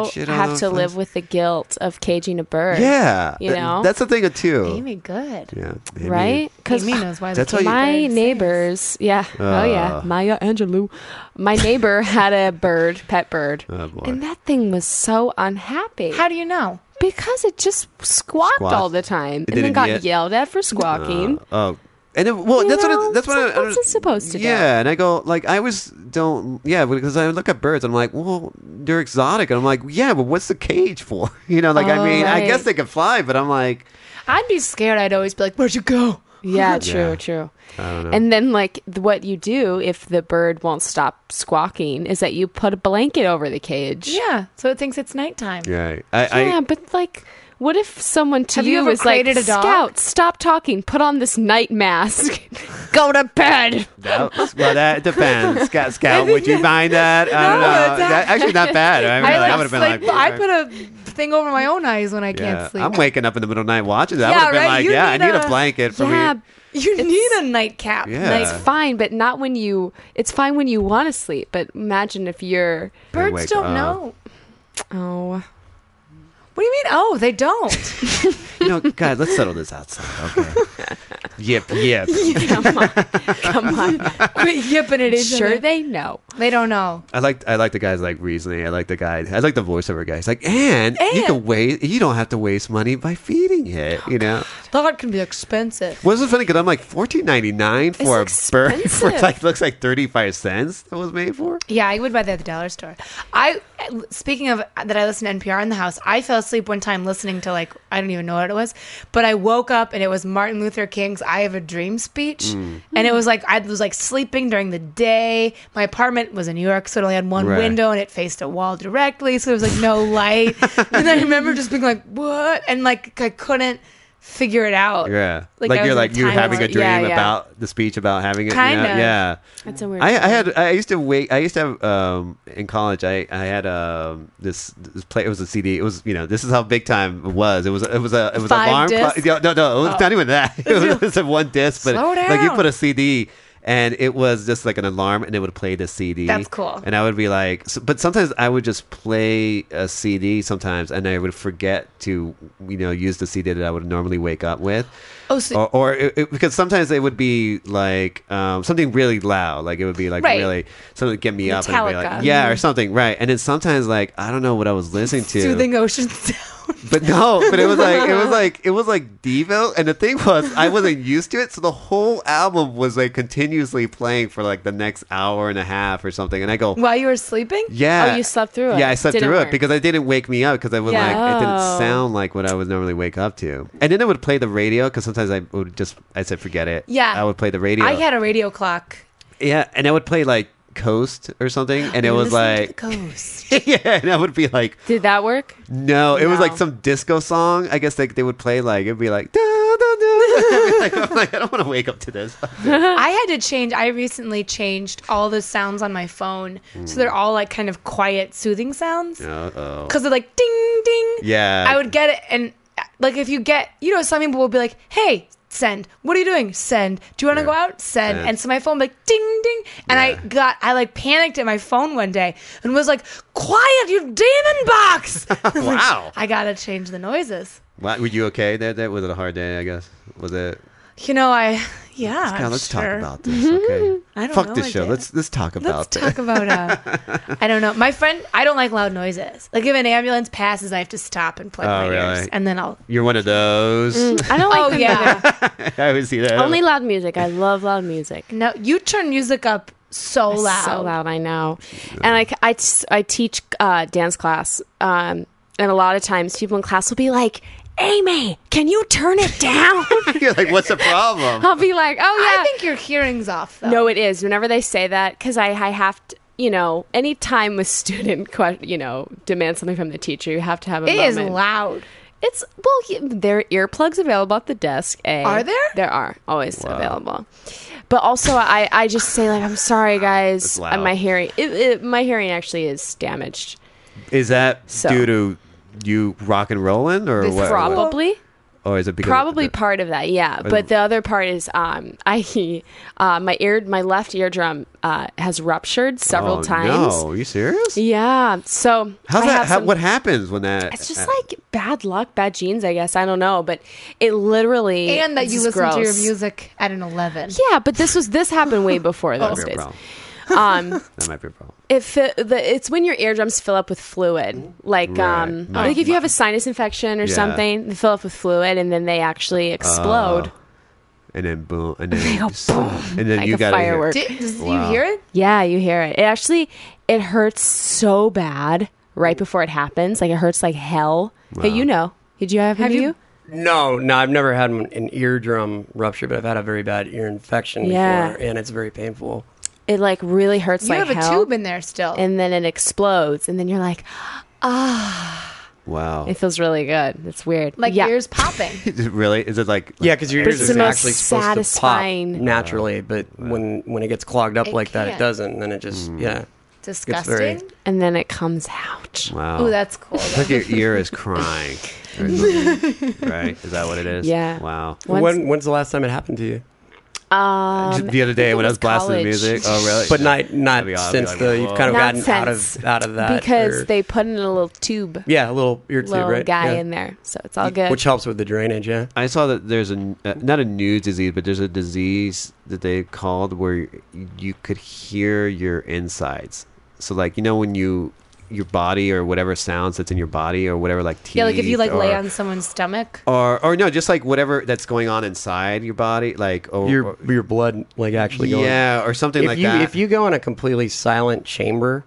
S2: also
S1: shit all over
S2: have to
S1: the place.
S2: live with the guilt of caging a bird.
S1: yeah,
S2: You
S1: Th-
S2: know?
S1: that's the thing too.
S3: Amy, good.
S1: Yeah, Amy.
S2: Right? Because
S3: Amy knows why.
S1: That's
S3: the
S1: how you- Uh.
S3: kids
S1: Bird
S2: my
S3: birds.
S2: neighbors, yeah, oh yeah, Maya Angelou. My neighbor had a bird, pet bird,
S1: Oh, boy.
S2: and that thing was so unhappy
S3: How do you know?
S2: because it just squawked
S1: Squawked.
S2: all the time, and
S1: didn't
S2: then got
S1: yet-
S2: yelled at for squawking.
S1: Oh, and it, well,
S2: You
S1: that's what
S2: know,
S1: it, that's what
S2: it's
S1: I,
S2: like, what's it supposed to do?
S1: Yeah, and I go like I always don't yeah because I look at birds and I'm like well they're exotic and I'm like yeah but what's the cage for you know like I
S2: Oh,
S1: mean I guess
S2: right.
S1: they can fly but I'm like
S3: I'd be scared. I'd always be like, "Where'd you go?"
S2: Yeah, true,
S1: Yeah.
S2: true.
S1: I don't know
S2: And then, like, th- what you do if the bird won't stop squawking is that you put a blanket over the cage.
S3: Yeah, so it thinks it's nighttime.
S1: yeah I,
S2: Yeah,
S1: I
S2: but like, what if someone to
S3: Have you
S2: you,
S3: ever
S2: is like,
S3: created a dog?
S2: Scout, stop talking, put on this night mask, go to bed.
S1: that was- well that depends Scout Scout would you mind that I don't
S3: No,
S1: know
S3: it's not-
S1: That- actually not bad I, mean,
S3: I
S1: I
S3: like,
S1: would have been
S3: like,
S1: like,
S3: I put a thing over my own eyes when I
S1: yeah,
S3: can't sleep.
S1: I'm waking up in the middle of the night watching that I
S3: Yeah,
S1: would have been
S3: right?
S1: like
S3: You
S1: yeah
S3: need
S1: I need a,
S3: a-
S1: blanket for
S2: yeah,
S1: me
S3: you need a nightcap.
S1: Yeah.
S2: it's fine, but not when you. It's fine when you want to sleep, but imagine if you're.
S3: Birds
S1: wake
S3: don't
S1: up.
S3: know.
S2: Oh,
S3: What do you mean? Oh, they don't.
S1: you know guys let's settle this outside okay yip yip
S2: come on.
S3: Quit yipping at each
S2: sure,
S3: other.
S2: they know.
S3: They don't know.
S1: I like I like the guys like reasoning. I like the guy. I like the voiceover guy. He's like, and, you
S3: And-
S1: can waste. You don't have to waste money by feeding it. you know,
S3: Thought can be expensive.
S1: wasn't funny because I'm like fourteen ninety nine for
S2: It's
S1: a bird for
S2: expensive.
S1: like looks like thirty five cents that was made for.
S3: Yeah, I would buy that at the dollar store. I speaking of that, I listened to NPR in the house. I fell asleep one time listening to like I don't even know what it was, but I woke up and it was Martin Luther King's "I Have a Dream" speech,
S1: Mm.
S3: and it was like I was like sleeping during the day. My apartment was in New York, so it only had one
S1: Right.
S3: window and it faced a wall directly, so there was like no light. and I remember just being like, "What?" and like I couldn't figure it out.
S1: Yeah, like,
S3: I was
S1: you're
S3: in
S1: like you're
S3: time
S1: having a
S3: warp.
S1: dream
S3: Yeah, yeah.
S1: about the speech about having it. you
S3: Kind
S1: know?
S3: of.
S1: Yeah,
S2: That's a weird.
S1: I, I had I used to wait I used to have um in college I I had um this, this play it was a CD it was you know this is how big time it was it was it was a it was
S3: Five
S1: alarm clock
S3: discs? Oh.
S1: no no, no it was not even that it was, it was a one disc but
S3: Slow
S1: like you
S3: down.
S1: put a CD and it was just like an alarm and it would play the CD
S3: That's cool.
S1: and I would be like so, but sometimes I would just play a CD sometimes and I would forget to you know use the CD that I would normally wake up with
S3: Oh, so-
S1: or, or it, it- because sometimes it would be like um, something really loud, like it would be like
S3: Right.
S1: really something to get me up, and it'd be like,
S3: Metallica.
S1: yeah, or something, right? And then sometimes like I don't know what I was listening to,
S3: Soothing ocean sound.
S1: but no, but it was like it was like it was like Devo, and the thing was I wasn't used to it, so the whole album was like continuously playing for like the next hour and a half or something, and I go,
S3: While you were sleeping?
S1: yeah.
S2: Oh, you slept through it.
S1: Yeah, I slept
S2: Didn't
S1: through it
S2: work.
S1: because I didn't wake me up because I was
S2: Yeah.
S1: like, it didn't
S2: Oh.
S1: sound like what I would normally wake up to. And then I would play the radio because sometimes I would just, I said, forget it.
S3: Yeah.
S1: I would play the radio.
S3: I had a radio clock.
S1: yeah, and I would play like coast or something, and it was
S3: Listen to
S1: like, yeah, and I would be like,
S2: Did that work?
S1: no, it was like
S2: No.
S1: some disco song. I guess like they would play like it'd be like, da, da, da. like, I'm like, I don't want to wake up to this.
S3: I had to change. I recently changed all the sounds on my phone, so they're all like kind of quiet, soothing sounds.
S1: Uh-oh.
S3: Because they're like ding, ding.
S1: Yeah.
S3: I would get it, and uh, like if you get, you know, some people will be like, "Hey, send. What are you doing? Send. Do you want to
S1: Yeah.
S3: go out? Send."
S1: Send.
S3: And so my phone would be like ding, ding, and I got, I like panicked at my phone one day and was like, "Quiet, you demon box!"
S1: Wow.
S3: I gotta change the noises.
S1: Wow, were you okay? That that was it a hard day. I guess was it.
S3: You know, I yeah.
S1: God,
S3: I'm
S1: let's
S3: sure.
S1: talk about this. Okay.
S3: I don't
S1: Fuck
S3: know,
S1: this
S3: I
S1: show.
S3: did.
S1: Let's let's talk about
S3: Let's
S1: this.
S3: talk about. Uh, I don't know. My friend, I don't like loud noises. Like if an ambulance passes, I have to stop and plug
S1: Oh,
S3: my ears,
S1: really?
S3: and then I'll.
S1: You're one of those.
S2: I don't like
S3: Oh
S2: them
S3: yeah.
S1: I always see that.
S2: either. Mm. Only loud music. I love loud music.
S3: no, you turn music up so loud.
S2: So loud, I know. And I, I, I teach uh, dance class, um, and a lot of times people in class will be like, Amy, can you turn it down?
S1: You're like, what's the problem?
S2: I'll be like, oh, yeah.
S3: I think your hearing's off though.
S2: No, it is. Whenever they say that, because I, I have to, you know, any time a student, que- you know, demands something from the teacher, you have to have a
S3: it is
S2: moment.
S3: loud.
S2: It's well, y- there are earplugs available at the desk. A.
S3: Are there?
S2: There are always available. But also, I I just say like I'm sorry, guys.
S1: That's loud.
S2: My hearing, it, it, my hearing actually is damaged.
S1: Is that
S2: So-
S1: due to you rock and rolling, or
S2: It's
S1: what?
S2: probably.
S1: Or is it because
S2: Probably part of that, yeah. But
S1: the-
S2: the other part is, um, I uh, my ear, my left eardrum uh, has ruptured several
S1: oh,
S2: times.
S1: No, you serious?
S2: Yeah. So
S1: How's
S2: I
S1: that?
S2: have
S1: How,
S2: some-
S1: what happens when that?
S2: It's just like bad luck, bad genes, I guess. I don't know, but it literally
S3: And that
S2: this
S3: you
S2: is
S3: listen to your
S2: gross.
S3: music at an eleven.
S2: Yeah, but this was this happened way before
S1: that
S2: those
S1: might be a
S2: days.
S1: problem.
S2: Um,
S1: That might be a problem.
S2: it fi- the, it's when your eardrums fill up with fluid, like um,
S1: Right.
S2: like if you have a sinus infection or
S1: Yeah.
S2: something, they fill up with fluid and then they actually explode.
S1: Uh. And then boom, and then
S2: go
S1: so- and then
S2: like
S1: you
S2: a
S1: got
S2: firework.
S3: Did, does,
S1: Wow.
S3: You hear it?
S2: Yeah, you hear it. It actually it hurts so bad right before it happens. Like it hurts like hell. Hey, you know? Did you have, have
S3: you-
S2: you?
S4: No, no, I've never had an an eardrum rupture, but I've had a very bad ear infection
S2: Yeah.
S4: before, and it's very painful.
S2: It like really hurts
S3: You
S2: like
S3: have a
S2: hell.
S3: tube in there still.
S2: and then it explodes, and then you're like,
S1: Wow.
S2: it feels really good. It's weird.
S3: like
S2: yeah.
S3: ears popping.
S1: really? Is it like?
S4: Yeah, because your
S2: But
S4: ears
S2: it's the
S4: is
S2: most
S4: actually supposed to pop
S2: satisfying-
S4: naturally, but when when it gets clogged up
S3: It
S4: like that,
S3: can't.
S4: it doesn't, and then it just
S1: Mm.
S4: yeah.
S3: Disgusting.
S4: very-
S2: and then it comes out.
S1: Wow.
S3: Ooh, that's cool. though.
S1: Like your ear is crying. or something, right? Is that what it is?
S2: Yeah.
S1: Wow.
S2: Once-
S4: when when's the last time it happened to you?
S2: Um,
S1: Just the other
S2: think
S1: day
S2: it
S1: when I was blasting
S2: college.
S1: the music. Oh, really?
S4: But not not
S1: I'd be- I'd be
S4: since
S1: like,
S4: the you've kind of
S2: Not
S4: gotten out
S2: since.
S4: of out of that
S2: because
S4: or-
S2: they put in a little tube,
S4: yeah a little ear tube
S2: little
S4: right
S2: guy
S4: Yeah.
S2: in there, so it's all good.
S4: which helps with the drainage. Yeah,
S1: I saw that there's a uh, not a new disease, but there's a disease that they called where you could hear your insides. So like you know when you your body or whatever sounds that's in your body or whatever like teeth.
S3: yeah, like if you like
S1: or,
S3: lay on someone's stomach.
S1: or or no, just like whatever that's going on inside your body, like or,
S4: your
S1: or-
S4: your blood like actually going.
S1: yeah or something
S4: If
S1: like
S4: you
S1: that. Mm-hmm.
S4: if you go in a completely silent chamber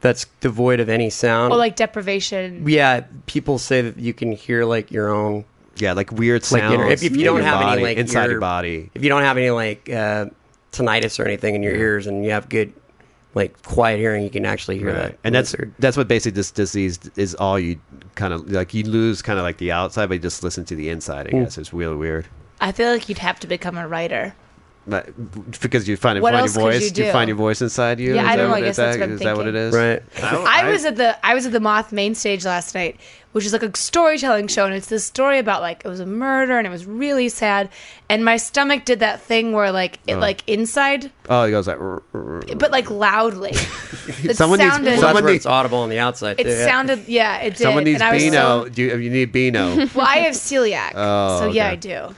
S4: that's devoid of any sound,
S3: Or like deprivation.
S4: yeah, people say that you can hear like your own
S1: yeah, like weird
S4: like
S1: sounds.
S4: you know, if, if
S1: in
S4: you don't
S1: your
S4: have
S1: body,
S4: any like
S1: inside
S4: ear-
S1: your body,
S4: if you don't have any like uh, tinnitus or anything in your ears, and you have good like quiet hearing, you can actually hear that.
S1: and that's
S4: wizard.
S1: that's what basically this disease is all you kind of like you lose kind of like the outside, but you just listen to the inside. I guess it's really weird,
S3: I feel like you'd have to become a writer.
S1: but because you find,
S3: What
S1: find your
S3: else could you
S1: voice, you,
S3: do?
S1: find your voice inside you.
S3: Yeah,
S1: is
S3: I
S1: that
S3: don't know, I
S1: what-
S3: guess
S1: is that-
S3: that's what I'm
S1: is that what it
S3: thinking.
S1: is?
S4: right.
S3: I was at the I was at the Moth main stage last night, which is like a storytelling show, and it's this story about like it was a murder and it was really sad, and my stomach did that thing where like
S1: Uh.
S3: it like inside,
S1: Oh, it goes like. "Rrr, rrr, rrr."
S3: but like loudly. It
S1: Someone needs-
S3: sounded.
S4: Well, that's
S1: Someone
S4: where
S1: need-
S4: it's audible on the outside.
S3: it
S4: too, yeah.
S3: sounded. Yeah, it did.
S1: Someone needs
S3: and I was
S1: Beano.
S3: so,
S1: do you, you need Beano.
S3: Well, I have celiac,
S1: Oh,
S3: so yeah,
S1: okay.
S3: I do.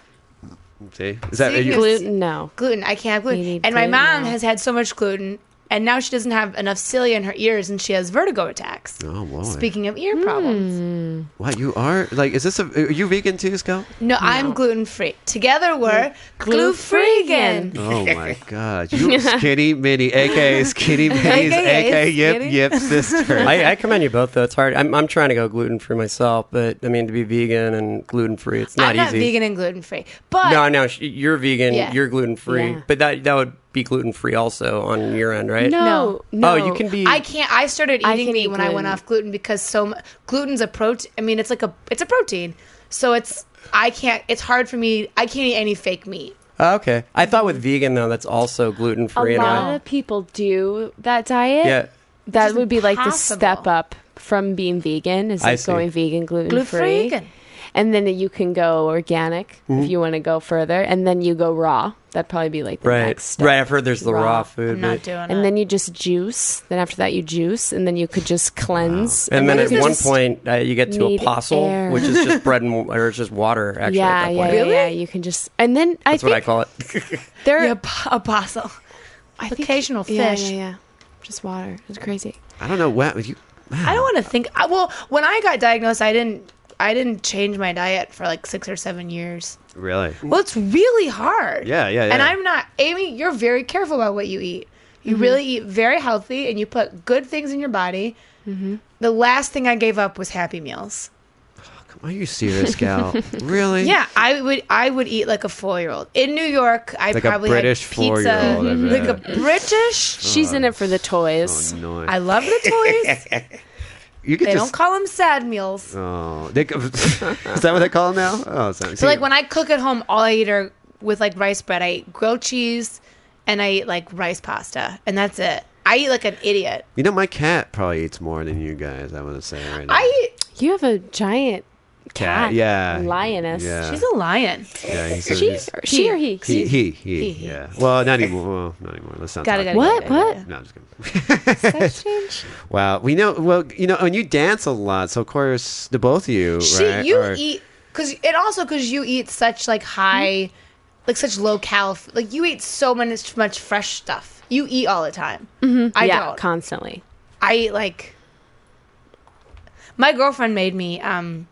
S1: See, is that? Are
S3: Speaking
S1: you,
S3: of-
S2: gluten, no.
S3: gluten. I can't have gluten.
S2: You need
S3: And my
S2: gluten
S3: mom
S2: now.
S3: has had so much gluten, and now she doesn't have enough cilia in her ears, and she has vertigo attacks.
S1: Oh, boy.
S3: Speaking of ear
S2: Hmm.
S3: problems,
S1: what you are like? Is this a? Are you vegan too, Scout?
S3: no, I'm gluten free. Together we're gluten
S2: Gluten-freegan.
S3: freegan.
S1: Oh my god, you skinny mini, aka skinny minis,
S3: AKA
S1: aka yip
S2: skinny.
S1: yip sister.
S4: I, I commend you both though. It's hard. I'm, I'm trying to go gluten free myself, but I mean to be vegan and gluten free, it's not
S3: I'm
S4: easy.
S3: not vegan and gluten free, but
S4: No, no, sh- you're vegan.
S3: Yeah.
S4: You're gluten free.
S2: Yeah.
S4: But that that would be gluten free also on your end, right?
S2: No, no.
S4: Oh, you can be.
S3: I can't. I started
S2: I
S3: eating
S2: can
S3: meat
S2: eat
S3: when I went
S2: gluten.
S3: off gluten because so mu- gluten's a protein. I mean, it's like a it's a protein, so it's I can't. It's hard for me. I can't eat any fake meat.
S4: Oh, okay. I thought with vegan though, that's also gluten
S2: A
S4: free.
S2: lot of people do that diet.
S4: Yeah.
S2: that
S3: is
S2: would be like the step
S3: impossible.
S2: up from being vegan. Is
S4: I
S2: like
S4: see.
S2: going vegan, gluten
S3: Gluten-free
S2: free,
S3: vegan.
S2: and then you can go organic
S4: Mm-hmm.
S2: if you want to go further, and then you go raw. That'd probably be like the next
S4: Right.
S2: step.
S4: Right. I've heard there's the raw,
S2: Raw.
S4: food.
S3: I'm not
S4: but-
S3: doing it.
S2: And then you just juice. Then after that, you juice, and then you could just cleanse.
S4: And then
S2: you
S4: at
S2: could
S4: one
S2: just-
S4: point, uh, you get to
S2: need
S4: apostle,
S2: air.
S4: which is just bread and or it's just water. Actually, at
S2: yeah,
S4: that
S2: yeah,
S4: point.
S2: yeah, yeah, You can just, and then I
S4: That's
S2: think
S4: what I call it.
S2: there,
S3: Yeah, p- apostle.
S2: I think-
S3: occasional
S2: yeah,
S3: fish.
S2: Yeah, yeah, just water. It's crazy.
S1: I don't know what you.
S3: I don't want to think. I, well, when I got diagnosed, I didn't. I didn't change my diet for like six or seven years.
S1: Really?
S3: Well, it's really hard.
S1: Yeah, yeah,
S3: And
S1: yeah.
S3: I'm not, Amy, you're very careful about what you eat. You really eat very healthy and you put good things in your body. The last thing I gave up was Happy Meals.
S1: Are you serious, gal? really?
S3: Yeah, I would I would eat like a four year old. In New York, I
S1: Like a
S3: probably
S1: British
S3: had pizza.
S1: four-year-old, I
S3: Mm-hmm. Like a
S1: bet.
S3: British.
S2: She's in it for the toys.
S1: Oh, no.
S3: I love the toys.
S1: you could
S3: they
S1: just.
S3: don't call them sad meals.
S1: oh, they, is that what they call it now? Oh, so,
S3: So like when I cook at home, all I eat are with like rice bread. I eat grilled cheese and I eat like rice pasta, and that's it. I eat like an idiot.
S1: you know, my cat probably eats more than you guys. I want to say right now.
S3: I eat
S2: You have a giant cat,
S1: yeah,
S2: lioness.
S1: Yeah,
S3: She's a lion.
S1: yeah, he's-
S2: she,
S1: he's-
S2: or she or he.
S1: he, he, he,
S3: he.
S1: yeah. Well, not anymore. Well, not anymore. Let's not.
S3: Gotta
S1: talk
S3: go.
S1: about it.
S2: What? What?
S1: No, I'm just kidding.
S2: Sex change?
S1: Wow, we know. Well, you know, and you dance a lot, so of course the both of you,
S3: She,
S1: right?
S3: you
S1: are-
S3: eat because and also because you eat such like high, like such low cal. f- Like you eat so much much fresh stuff. You eat all the time. I
S2: yeah,
S3: don't.
S2: constantly.
S3: I eat like. My girlfriend made me um,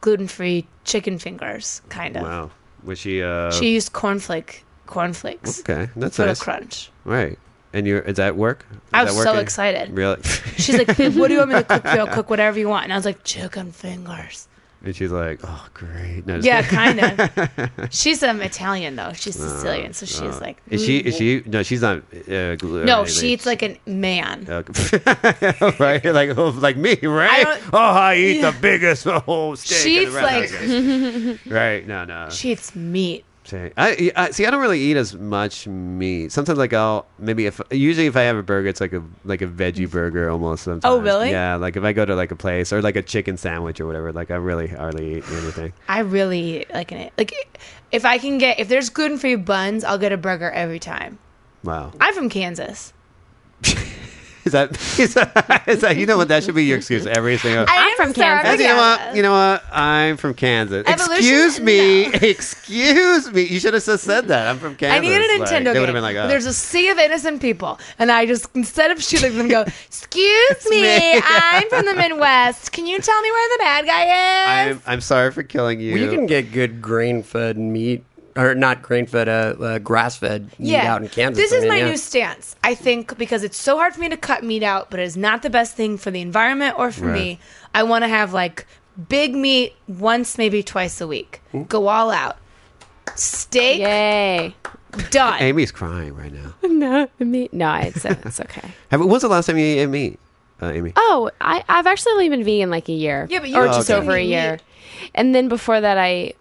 S3: gluten free chicken fingers, kind of.
S1: Wow, was she? Uh,
S3: She used cornflake cornflakes
S1: okay, that's
S3: for
S1: nice.
S3: the crunch.
S1: Right, and you're is that work? Is
S3: I
S1: that
S3: was so
S1: working?
S3: excited.
S1: Really,
S3: She's like, "Babe, "What do you want me to cook? for you? I'll cook whatever you want." And I was like, "Chicken fingers."
S1: and she's like, "Oh, great." No, just
S3: Yeah,
S1: kidding.
S3: kind of. she's um Italian though. She's Sicilian, so she's like.
S1: Uh, is she? Is she? No, she's not. Uh, glu-
S3: No,
S1: or
S3: she eats like a man.
S1: anything. Okay. right, like oh, like me, right?
S3: don't-
S1: oh, I eat the biggest whole steak.
S3: She
S1: in
S3: eats
S1: the restaurant.
S3: like-
S1: Okay. right. No, no.
S3: She eats meat.
S1: Dang. I, I see. I don't really eat as much meat. Sometimes, like I'll maybe if usually if I have a burger, it's like a like a veggie burger almost. Sometimes.
S3: Oh, really?
S1: Yeah. Like if I go to like a place or like a chicken sandwich or whatever, like I really hardly eat anything.
S3: I really eat like an like if I can get if there's gluten free buns, I'll get a burger every time.
S1: Wow.
S3: I'm from Kansas.
S1: Is that is that, is that you know what that should be your excuse every single.
S3: I
S2: I'm
S3: am
S2: from
S3: sorry,
S2: Kansas.
S1: As you know what?
S3: Kansas.
S1: You know what? I'm from Kansas.
S3: Evolution?
S1: Excuse me.
S3: No.
S1: Excuse me. You should have just said that. I'm from Kansas.
S3: I need a
S1: Like,
S3: Nintendo
S1: They
S3: game.
S1: would have been like, oh.
S3: There's a sea of innocent people, and I just instead of shooting them, go, "Excuse me,
S1: me."
S3: I'm from the Midwest. Can you tell me where the bad guy is?"
S1: I'm I'm sorry for killing you.
S4: Well, you can get good grain fed meat, or not grain fed, uh, uh, grass fed meat out in Kansas.
S3: This
S4: I
S3: is
S4: mean,
S3: my
S4: yeah.
S3: new stance, I think, because it's so hard for me to cut meat out, but it's not the best thing for the environment or for me. I want to have like big meat once, maybe twice a week. Go all out. Steak
S2: Yay.
S3: done.
S1: Amy's crying right now.
S2: No, me. No, it's, it's okay.
S1: Have, when's the last time you ate meat, uh, Amy?
S2: Oh, I, I've actually only been vegan like a year.
S3: Yeah, but you
S2: or
S3: don't
S2: just
S1: eat
S2: over a
S3: meat.
S2: year. And then before that, I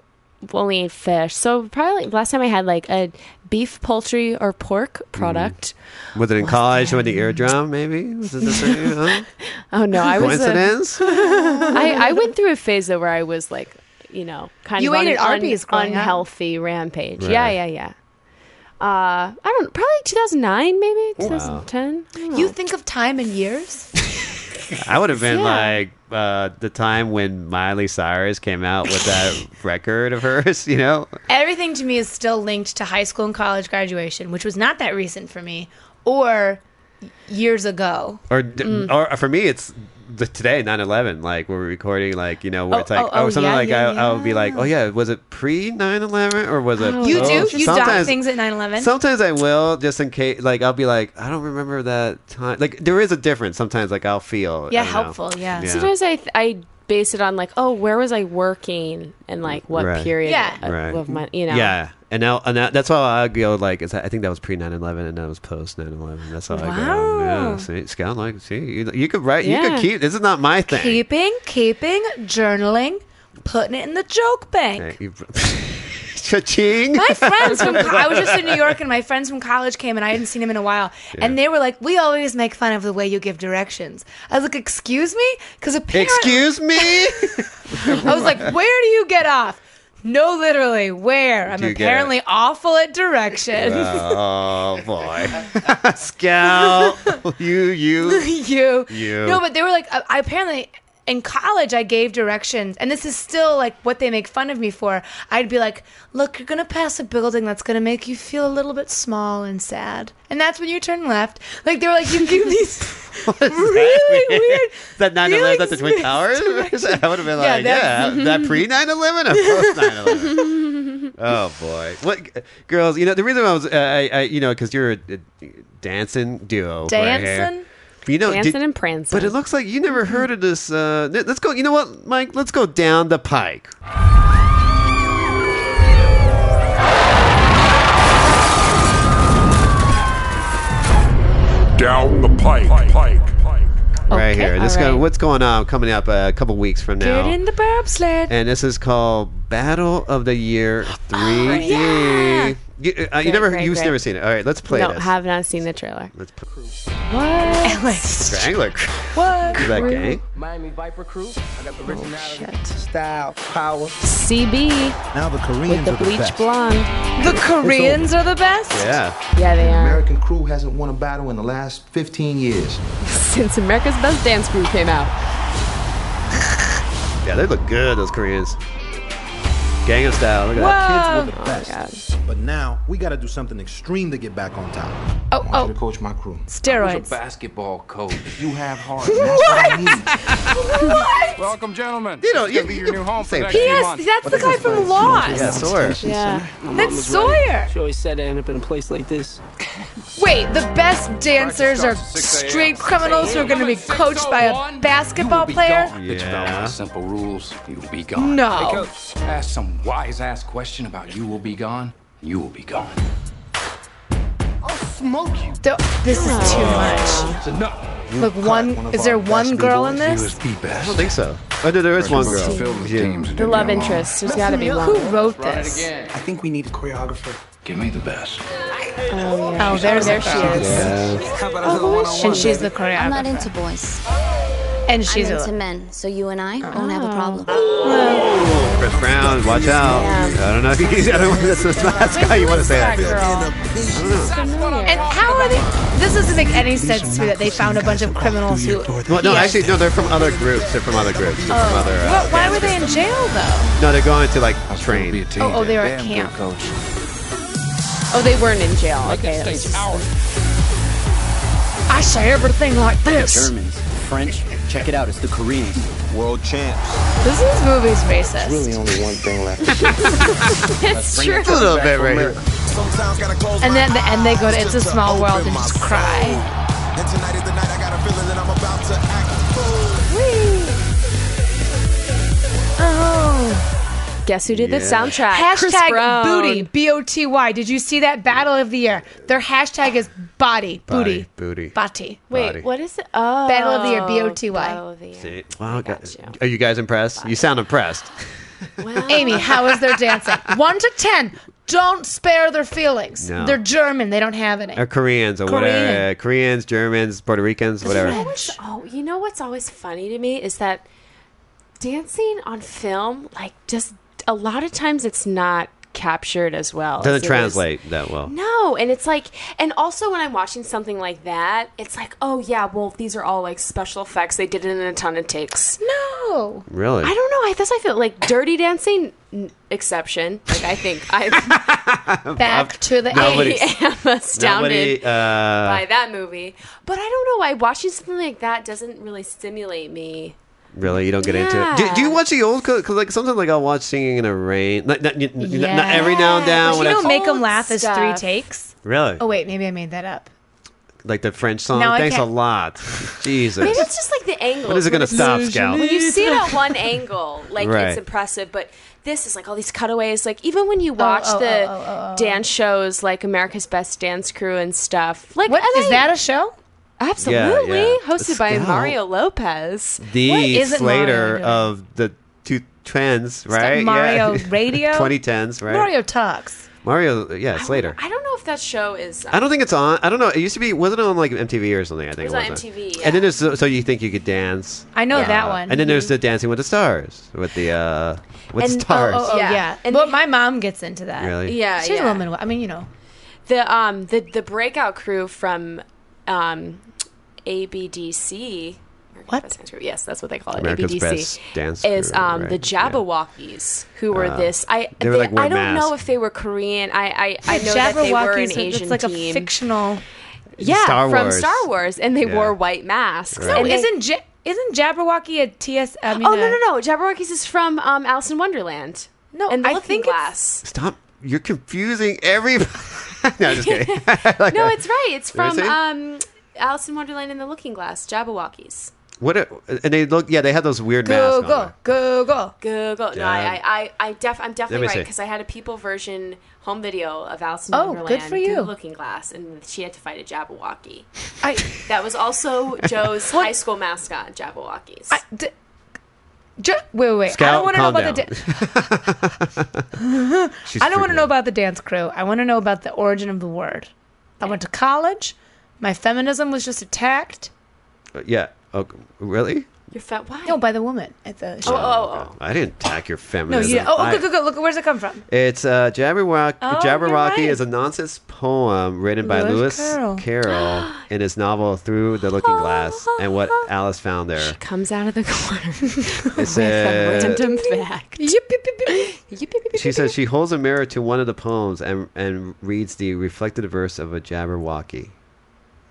S2: only ate fish. So probably like, last time I had like a beef, poultry, or pork product.
S1: Was it in college with the eardrum? Maybe was it the same? Huh?
S2: Oh no, I was. A,
S1: Coincidence?
S2: I, I went through a phase though where I was like, you know, kind
S3: You
S2: of
S3: ate
S2: on
S3: at
S2: an
S3: Arby's
S2: un-
S3: growing up.
S2: unhealthy rampage. Yeah, yeah, yeah. Uh, I don't probably 2009 maybe 2010. I don't
S3: you
S2: know.
S3: think of time in years?
S1: I would have been
S2: Yeah.
S1: like uh, the time when Miley Cyrus came out with that record of hers. You know,
S3: Everything to me is still linked to high school and college graduation, which was not that recent for me, or years ago.
S1: or d
S3: Mm.
S1: or for me, it's the, today 9-11 like we're recording like you know where
S3: Oh,
S1: it's like
S3: oh, oh,
S1: or something
S3: yeah,
S1: like
S3: yeah, Oh,
S1: I, I would be like oh yeah was it pre 9-11 or was it
S3: You
S4: Oh.
S1: post?
S3: do? You dock things at 9 11?
S1: Sometimes I will, just in case. Like I'll be like, I don't remember that time. Like there is a difference. Sometimes, like I'll feel.
S3: Yeah,
S1: I don't know.
S3: helpful, yeah.
S2: Sometimes I I base it on like, oh, where was I working and like what
S1: Right.
S2: period
S3: Yeah.
S2: of,
S1: Right.
S2: of my, you know.
S1: Yeah, And now, and that, that's how I go. Like, is that, I think that was pre 9/11, and that was post 9/11. That's how I go.
S2: Wow.
S1: Yeah, see, Scott, like, see, you, you could write, you
S2: Yeah.
S1: could keep. This is not my thing.
S3: Keeping, keeping, journaling, putting it in the joke bank.
S1: Okay, you- Cha-ching.
S3: My friends from co- I was just in New York and my friends from college came and I hadn't seen them in a while and they were like, "We always make fun of the way you give directions." I was like, "Excuse me?" Cuz apparently
S1: Excuse me.
S3: I was like, "Where do you get off?" No, literally, where? I'm
S1: Do you get
S3: apparently
S1: it?
S3: awful at directions.
S1: oh boy, Scout, you, you.
S3: you.
S1: You.
S3: No, but they were like, uh, I, I apparently. In college, I gave directions, and this is still like what they make fun of me for. I'd be like, Look, you're gonna pass a building that's gonna make you feel a little bit small and sad. And that's when you turn left. Like, they were like, You give these really weird.
S1: Is that 9 11? That's the Twin
S3: feelings
S1: Towers? I would have been like, yeah,
S3: that's-
S1: that pre 9 11 or post 9 11? Oh, boy. What, girls, you know, the reason I was, uh, I, I, you know, because you're a, a dancing duo. right here.
S3: Dancing?
S1: you know,
S2: Dancing
S1: did-
S2: and prancing.
S1: But it looks like you never heard of this. Uh, th- let's go, you know what, Mike? Let's go down the pike.
S6: Down the pike, pike, pike.
S1: right
S2: Okay,
S1: here. This
S2: all
S1: go,
S2: right.
S1: what's going on coming up uh, a couple weeks from now.
S3: Get in the bobsled.
S1: and this is called Battle of the Year 3D.
S2: yeah.
S1: You, uh, you
S2: Great,
S1: never,
S2: great,
S1: you've
S2: great.
S1: never seen it. All right, let's play
S2: No,
S1: this.
S2: have not seen the trailer.
S1: let's play.
S3: Alex.
S1: Strangler.
S3: What?
S1: Is that gang?
S7: Miami Viper crew. I got the originality.
S8: style, power.
S2: CB
S8: Now the
S2: with
S8: Koreans
S2: the
S8: are the
S2: bleach
S8: best.
S2: blonde.
S3: The Koreans are the best?
S1: Yeah.
S2: Yeah, they are.
S8: American crew hasn't won a battle in the last 15 years.
S2: Since America's Best Dance Crew came out.
S1: Yeah, they look good, those Koreans. Gangnam style. Look at that.
S8: Kids were the
S2: God.
S8: best. but now we got to do something extreme to get back on top. I
S3: Oh,
S8: want you
S3: oh,
S8: to coach my crew.
S3: steroids.
S7: Basketball coach.
S8: You have heart. and That's what I need.
S9: Welcome, gentlemen.
S1: You know,
S9: This
S1: you-
S9: could be
S1: you-
S9: your new home for
S1: say
S9: the next
S1: that.
S9: few
S3: Yes,
S9: months.
S3: that's the guy from
S1: Yeah,
S3: Lost.
S1: sore.
S2: Yeah.
S3: That's Sawyer.
S7: She always said I end up in a place like this.
S3: Wait, the best dancers are
S9: Practice starts at 6 a.m.
S3: street criminals who are going to be coached
S9: oh
S3: by a basketball player?
S7: Bitch about
S1: Yeah.
S7: my simple rules. You'll be gone.
S3: No.
S7: Hey, coach, ask some wise ass question about you will be gone. You will be gone.
S3: Th- This is too much.
S7: It's enough.
S3: Look,
S8: one
S3: one
S8: of
S3: is there
S8: our
S3: one
S8: best
S3: girl in
S8: B-boys.
S7: He
S3: this?
S7: was the best.
S1: I don't think so. Oh, no, there is one girl. Yeah.
S2: The love interest. There's got to be
S3: Who
S2: one.
S3: wrote this?
S8: I think we need a choreographer.
S7: Give me the best.
S3: Oh, there, there she is. And she's the
S10: I'm not
S3: choreographer.
S10: into boys.
S3: And she's
S10: I'm into
S3: a. Oh.
S10: men, so you and I don't have a problem.
S1: Chris Brown, watch out. I don't know. if you- I don't, that's, that's not that's how you want to say that.
S3: And how are they? This doesn't make any sense to me that they found a bunch of criminals who.
S1: Well, no,
S3: Yeah.
S1: actually, no, they're from other groups. They're from other groups. They're from other, uh,
S3: Well, why were they in jail though?
S1: no, they're going to, like, train.
S7: team.
S3: Oh, oh, they were at camp. Oh, they weren't in jail. Okay, that was just- I say everything like this.
S11: Germans, French. Check it out, it's the Koreans.
S8: World champs.
S3: This is movie's racist.
S8: only one thing left.
S2: It's true.
S1: It's a little bit right here.
S8: Sometimes gotta close
S3: And
S8: my
S3: then at the end they go to It's a
S8: eyes to
S3: Small World
S8: open
S3: and
S8: my
S3: just cry.
S8: soul. And tonight is the night I got a feeling that I'm about to act fool.
S3: Oh.
S2: Guess who did the soundtrack? Chris
S3: Hashtag
S2: Brown.
S3: booty, B O T Y. Did you see that battle of the year? Their hashtag is body, booty,
S1: Booty.
S3: body.
S2: Wait,
S1: Body.
S2: what is it? Oh,
S3: Battle of the Year, B-O-T-Y.
S2: Battle of the Year.
S1: See? Wow, guys.
S2: you.
S1: Are you guys impressed? You sound impressed.
S2: Wow.
S3: Amy, how is their dancing? One to ten. Don't spare their feelings.
S1: No.
S3: They're German. They don't have any.
S1: Or Uh, Koreans or whatever.
S3: Korean.
S1: Uh, Koreans, Germans, Puerto Ricans, whatever.
S2: What's- Oh, you know what's always funny to me is that dancing on film, like, just a lot of times it's not captured as well. as
S1: Doesn't
S2: it is-
S1: translate that well.
S2: No, and it's like, and also when I'm watching something like that, it's like, oh yeah, well these are all like special effects. They did it in a ton of takes.
S3: No.
S1: Really?
S2: I don't know. I that's how I feel like Dirty Dancing n- exception. Like I think I,
S3: Back to the
S1: Nobody-
S3: eighties.
S2: I am astounded
S1: Nobody, uh,
S2: by that movie, but I don't know why watching something like that doesn't really stimulate me.
S1: Really, you don't get into it. Do, do you
S2: Yeah.
S1: watch the old? Because like sometimes like I'll watch Singing in the Rain, not, not, not- not every now and then.
S2: But
S1: When
S3: you
S1: I,
S3: know,
S2: it's-
S3: make them
S2: Old
S3: laugh is three
S2: stuff.
S3: takes.
S1: really,
S3: Oh wait, maybe I made that up.
S1: like the French song.
S2: No, Oh, I
S1: Thanks a
S2: can't-
S1: lot. Jesus.
S2: Maybe it's just like the angle.
S1: When is it gonna stop, Scout?
S2: When you see it at one angle, like
S1: Right.
S2: it's impressive, but this is like all these cutaways. Like even when you watch
S3: oh,
S2: the
S3: oh, oh, oh.
S2: dance shows, like America's Best Dance Crew and stuff. Like
S3: What-
S2: and
S3: is
S2: I-
S3: that a show?
S2: Absolutely,
S1: Yeah, yeah.
S2: hosted by
S1: Scout.
S2: Mario Lopez. What
S1: the
S2: is it,
S1: Slater
S2: Mario?
S1: of the two trends, right? Yeah.
S3: Mario Radio?
S1: 2010s, right?
S3: Mario Talks.
S1: Mario, yeah, Slater.
S2: I don't know if that show is. uh,
S1: I don't think it's on. I don't know. It used to be. Wasn't it on like MTV or something? I think
S2: was
S1: it was
S2: on MTV, yeah.
S1: And then there's so, so you think you could dance. Uh,
S3: I know that one. Mm-hmm.
S1: And then there's the dancing with the stars with the uh with
S2: And- oh,
S1: stars.
S3: Oh, oh, yeah. well, my mom gets into that.
S1: Really?
S2: Yeah,
S3: She's
S2: yeah.
S3: a woman. I mean, you know.
S2: the um the the breakout crew from um ABDC. What? Dance Crew. Yes, that's what they call it.
S1: America's
S2: ABDC
S1: Best Dance
S2: is
S1: Crew,
S2: um, the
S1: right,
S2: Jabberwockies, who were
S1: Uh,
S2: this. I
S1: they were, like,
S2: I
S1: wearing
S2: don't know
S1: masks.
S2: if they were Korean. I I, I
S3: The
S2: know that they were an
S3: Jabberwockies,
S2: Asian
S3: It's like
S2: team.
S3: a fictional.
S2: yeah,
S1: Star
S2: from
S1: Wars.
S2: Star Wars, and they
S1: Yeah.
S2: wore white masks.
S1: Right.
S2: and
S3: No,
S2: they-
S3: Oh, isn't J- isn't Jabberwocky a TS? I mean,
S2: oh
S3: a-
S2: no no no! Jabberwockies is from um, Alice in Wonderland.
S3: No,
S2: and the
S3: I
S2: Looking
S3: think it's-
S2: Glass.
S1: Stop! You're confusing everybody. no, I'm just kidding.
S2: no, it's right. It's
S1: Let me
S2: from
S1: see.
S2: um, Alice in Wonderland and the Looking Glass. Jabberwockies.
S1: What? A, and they look. Yeah, they had those weird masks. on
S3: Google,
S1: there.
S3: Google.
S2: Google. No, I,
S1: Yeah.
S2: I, I, I def, I'm definitely
S1: Let me
S2: right
S1: see.
S2: because I had a people version home video of Alice in
S3: Oh,
S2: Wonderland
S3: good for
S2: through
S3: you.
S2: the Looking Glass, and she had to fight a Jabberwocky.
S3: I,
S2: That was also Joe's high school mascot, Jabberwockies.
S3: I d- ju- wait, wait, wait. I
S1: Scout,
S3: don't want to know
S1: calm
S3: about
S1: down.
S3: the. Da-
S1: She's
S3: I don't want to
S1: freaking
S3: know
S1: out.
S3: about the dance crew. I want to know about the origin of the word. I went to college. My feminism was just attacked.
S1: Yeah. Oh, really?
S2: Your fat why?
S3: No, by the woman at the.
S2: oh,
S3: Show.
S2: oh, oh.
S1: I didn't attack your
S3: no,
S1: feminism.
S3: you. Oh, oh,
S1: I-
S3: good, good, good. Look, where's it come from?
S1: It's uh, Jabberwock-
S3: Oh, you're
S1: Jabberwocky
S3: right.
S1: is a nonsense poem written by Lewis,
S3: Lewis Carroll.
S1: Carroll, in his novel Through the Looking Glass and what Alice found there.
S2: Comes out of the corner.
S1: It said,
S2: Random fact.
S3: Yip, yip, yip, yip.
S1: she says she holds a mirror to one of the poems and, and reads the reflected verse of a Jabberwocky.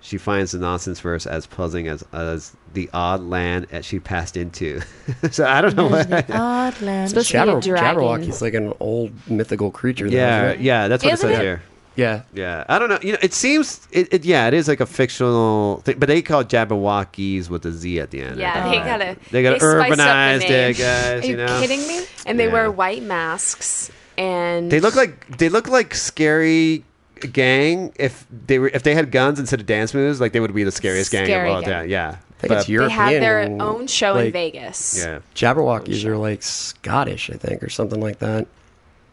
S1: She finds the nonsense verse as puzzling as, as the odd land that she passed into. so I don't know what.
S3: Odd land.
S2: Supposed to be a
S4: Jabber-
S2: dragon.
S4: Jabberwocky's like an old mythical creature. though,
S1: Yeah,
S4: isn't it?
S1: yeah, that's what
S3: Isn't
S1: it says
S3: it-
S1: here.
S4: yeah.
S1: Yeah, I don't know. You know, it seems it. it yeah, it is like a fictional thing, but they call it Jabberwockies with a Z at the end.
S2: Yeah,
S1: I
S2: they
S1: think.
S2: gotta-
S1: they gotta
S2: they spice up the
S1: urbanize
S2: name.
S1: it, guys.
S3: Are you
S1: you know,
S3: kidding me?
S2: And they
S1: Yeah.
S2: wear white masks. And
S1: They look like they look like scary gang. If they were if they had guns instead of dance moves, like they would be the scariest gang
S3: Scary
S1: of all
S3: gang.
S1: time. Yeah,
S4: I think it's
S1: but,
S2: they
S4: European.
S2: have their
S4: and,
S2: own show in
S4: like,
S2: Vegas.
S1: yeah.
S4: Jabberwockies are like Scottish, I think, or something like that,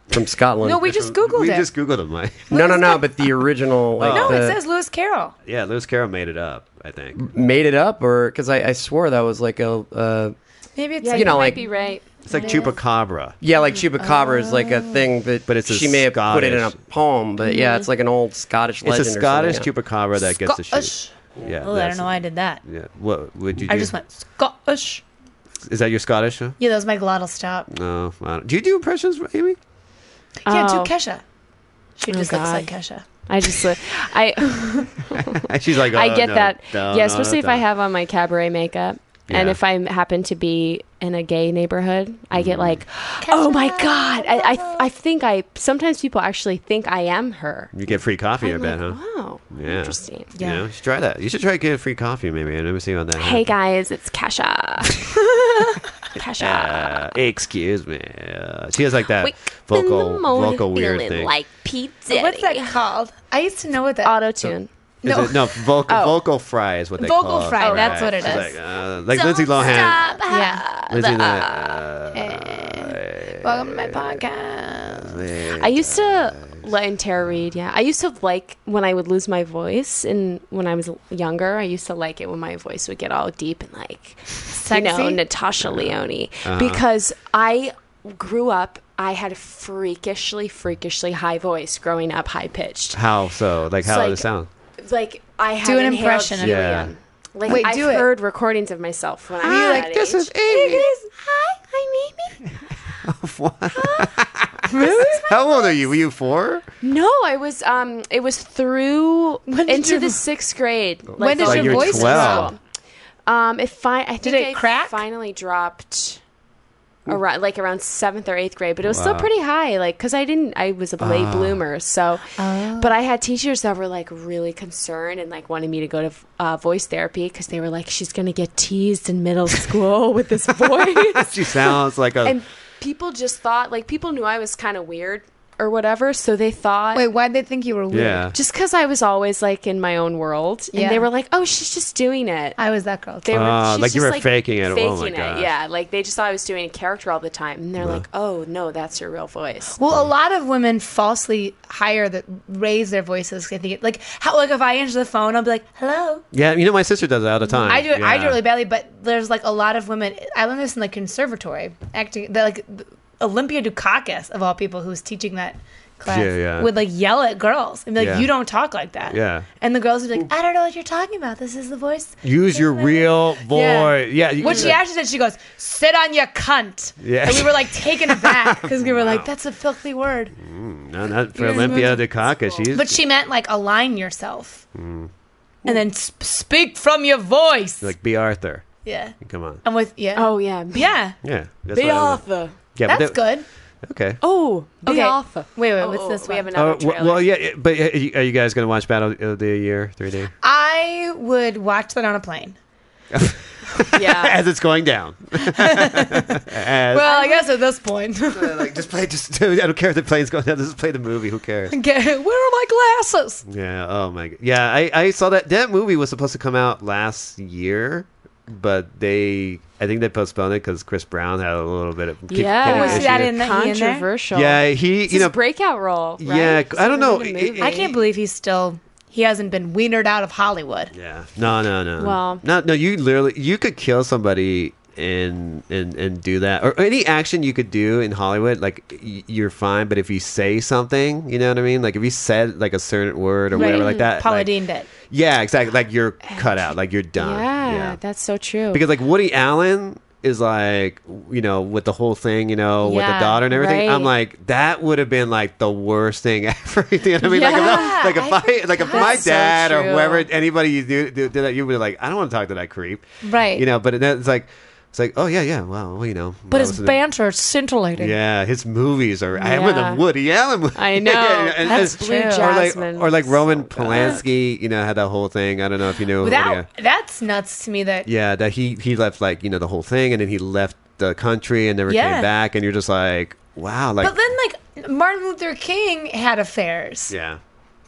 S4: from Scotland.
S3: No, we just googled
S1: we
S3: it.
S1: just googled them. Like,
S4: no, no, no. But the original, like,
S3: no,
S4: the-
S3: it says Lewis Carroll.
S1: yeah, Lewis Carroll made it up. I think
S4: made it up, or because I, I swore that was like a, uh,
S3: Maybe it's
S2: Yeah,
S4: You know,
S2: might
S4: like-
S2: be right.
S1: it's like Chupacabra.
S4: yeah, like chupacabra is like
S3: Oh.
S4: a thing that,
S1: But it's a
S4: she may have put it in a
S1: Scottish-
S4: poem, but yeah, it's like an old Scottish legend.
S1: It's a
S4: or
S1: Scottish
S4: something,
S1: Chupacabra that gets the shoot.
S3: Scottish.
S1: Yeah,
S3: Oh, I
S1: that's-
S3: don't know why I did that.
S1: Yeah, what would you? Do?
S3: I just went Scottish.
S1: Is that your Scottish? huh?
S3: Yeah, that was my glottal stop.
S1: No, I don't. do you do impressions, Amy?
S3: Yeah, do
S2: Oh.
S3: Kesha. She just looks
S2: God.
S3: like Kesha.
S2: I just, li- I.
S1: She's like,
S2: I
S1: "Oh,
S2: get
S1: no,
S2: that.
S1: no, no,
S2: yeah, especially if
S1: no."
S2: I have on my cabaret makeup. And
S1: Yeah.
S2: if I happen to be in a gay neighborhood, I
S1: Mm.
S2: get like, oh my God. I, I, I think I, sometimes people actually think I am her.
S1: You get free coffee, I bet, huh?
S2: Wow.
S1: Yeah.
S2: Interesting.
S1: Yeah. You, know, you should try that. You should try getting free coffee, maybe. and Let me see on that.
S2: Hey guys, it's Kesha. Kesha.
S1: Uh, excuse me. Uh, she has like that
S2: Wake up in
S1: vocal,
S2: the morning
S1: vocal weird
S2: feeling
S1: thing.
S2: Like Pete Diddy.
S3: What's that called? I used to know what that.
S2: Auto tune.
S1: Is
S3: no.
S1: it- no, vocal,
S2: Oh.
S1: vocal fry is what they
S3: Vocal
S1: call it.
S3: fry, that's
S1: Right.
S3: what it
S1: She's
S3: is.
S1: Like, uh, like Lindsay Lohan.
S3: yeah. uh,
S1: Lindsay
S2: uh,
S1: Uh, Lohan.
S3: Welcome to my podcast.
S2: I used to like and Tara Reid, yeah. I used to like when I would lose my voice and when I was younger, I used to like it when my voice would get all deep and like you
S3: Sexy.
S2: know, Natasha Leone. Because I grew up I had a freakishly, freakishly high voice growing up, high pitched.
S1: How so? Like, how
S2: like-
S1: does it sound?
S2: Like I had
S3: Do an impression of
S1: it. Yeah.
S2: Like
S3: Wait,
S2: I've
S3: do it. Ah,
S2: heard recordings of myself when I was
S3: You're
S2: that
S3: like,
S2: age.
S1: Amy.
S2: Hi, I'm Amy.
S1: Really? How old are you? Were you four?
S2: No, I was. Um, it was through
S3: did
S2: into
S3: your-
S2: the sixth grade. Like,
S3: When did
S2: the-
S1: Like
S3: your
S1: you're
S3: voice
S1: 12.
S3: drop?
S2: Um, it fi- I think
S3: it
S2: I
S3: crack?
S2: finally dropped. around like around seventh or eighth grade, but it was still
S1: Wow.
S2: pretty high. Like because I didn't, I was a late bloomer, so. But I had teachers that were like really concerned and like wanted me to go to uh, voice therapy because they were like, she's gonna get teased in middle school with this voice.
S1: she sounds like a.
S2: and people just thought like people knew I was kind of weird or whatever, so they thought.
S3: Wait, why'd they think you were weird?
S1: yeah.
S2: just because I was always like in my own world,
S3: Yeah.
S2: and they were like, "Oh, she's just doing it."
S3: I was that girl.
S2: They were
S1: Ah,
S2: she's
S1: like you
S2: just,
S1: were faking it. Oh,
S2: Faking
S1: my
S2: it,
S1: gosh.
S2: yeah. Like they just thought I was doing a character all the time, and they're like, "Oh no, that's your real voice."
S3: Well, a lot of women falsely hire that raise their voices. 'cause They think it, like how like if I answer the phone, I'll be like, "Hello."
S1: yeah, you know, my sister does that all the time.
S3: Mm-hmm. I do it. I do
S1: Yeah.
S3: it really badly, but there's like a lot of women. I learned this in like conservatory acting. That like Olympia Dukakis of all people who's teaching that class
S1: Yeah, yeah.
S3: would like yell at girls and be like,
S1: Yeah.
S3: "You don't talk like that."
S1: Yeah.
S3: and the girls would be like, "I don't know what you're talking about. This is the voice."
S1: Use your real voice. Yeah. you-
S3: What she actually said, she goes, "Sit on your cunt."
S1: Yeah.
S3: and we were like taken aback because we were like, "That's a filthy word."
S1: No, not for Olympia Dukakis. She's
S3: But she meant like align yourself, and then sp- speak from your voice.
S1: Mm. like be Arthur.
S3: yeah,
S1: Come on.
S3: and with yeah,
S2: Oh yeah, be
S3: yeah,
S1: Yeah. That's
S2: be
S1: what I was-
S2: Arthur.
S1: Yeah, but
S3: that's
S1: that-
S3: good.
S1: Okay.
S2: Oh, be
S3: Okay.
S2: Arthur.
S3: Wait, wait,
S2: Oh,
S3: what's
S2: oh, We
S3: this one?
S2: have another
S1: Uh, w-
S2: trailer.
S1: well, yeah, it- but uh, you- are you guys going to watch Battle of the Year 3D
S3: Uh, I would watch that on a plane.
S2: yeah.
S1: as it's going down?
S3: Well, I guess at this point,
S1: like just play, just I don't care if the plane's going down. Just play the movie. Who cares?
S3: Okay, where are my glasses?
S1: Yeah. Oh my. God. Yeah. I, I saw that that movie was supposed to come out last year, but they I think they postponed it because Chris Brown had a little bit of keep
S2: yeah.
S1: getting
S3: Oh, is
S1: issues.
S3: that in the- he in there?
S2: controversial?
S1: yeah. He
S2: It's
S1: you
S2: his
S1: know
S2: breakout role. Right?
S1: Yeah,
S2: It's
S1: I don't
S2: in a
S1: know.
S2: movie.
S3: I can't believe he's still. He hasn't been wienered out of Hollywood.
S1: yeah no no no
S2: Well-
S1: no no you literally you could kill somebody and and and do that or any action you could do in Hollywood like y- you're fine but if you say something you know what I mean like if you said like a certain word or whatever like that
S3: Paula
S1: like-
S3: Dean did.
S1: yeah exactly like you're cut out like you're done
S2: Yeah, that's so true.
S1: because like Woody Allen is like you know with the whole thing you know with the
S3: Yeah,
S1: daughter and everything i'm
S2: right.
S1: like that would have been like the worst thing ever you know what i mean
S2: Yeah,
S1: like if, I- like if i like if my
S2: That's so
S1: dad or
S2: true.
S1: whoever anybody you do, do, do that you would be like i don't want to talk to that creep
S3: Right.
S1: you know but then it's like it's like oh yeah yeah well, well, you know
S3: But
S1: that
S3: his
S1: was a-
S3: banter is scintillating.
S1: yeah, his movies are. I'm in
S2: Yeah.
S1: a Woody Allen movie.
S2: I know. That's
S1: and-
S2: Blue
S1: Or like,
S2: Jasmine.
S1: or like
S2: So
S1: Roman
S2: good.
S1: Polanski, you know, had that whole thing. I don't know if you knew.
S3: But that-
S1: Woody-
S3: that's nuts to me. That
S1: Oh, yeah, that he he left like you know the whole thing, and then he left the country and never
S3: Yeah.
S1: came back, and you're just like, wow, like
S3: But then, like Martin Luther King had affairs.
S1: yeah,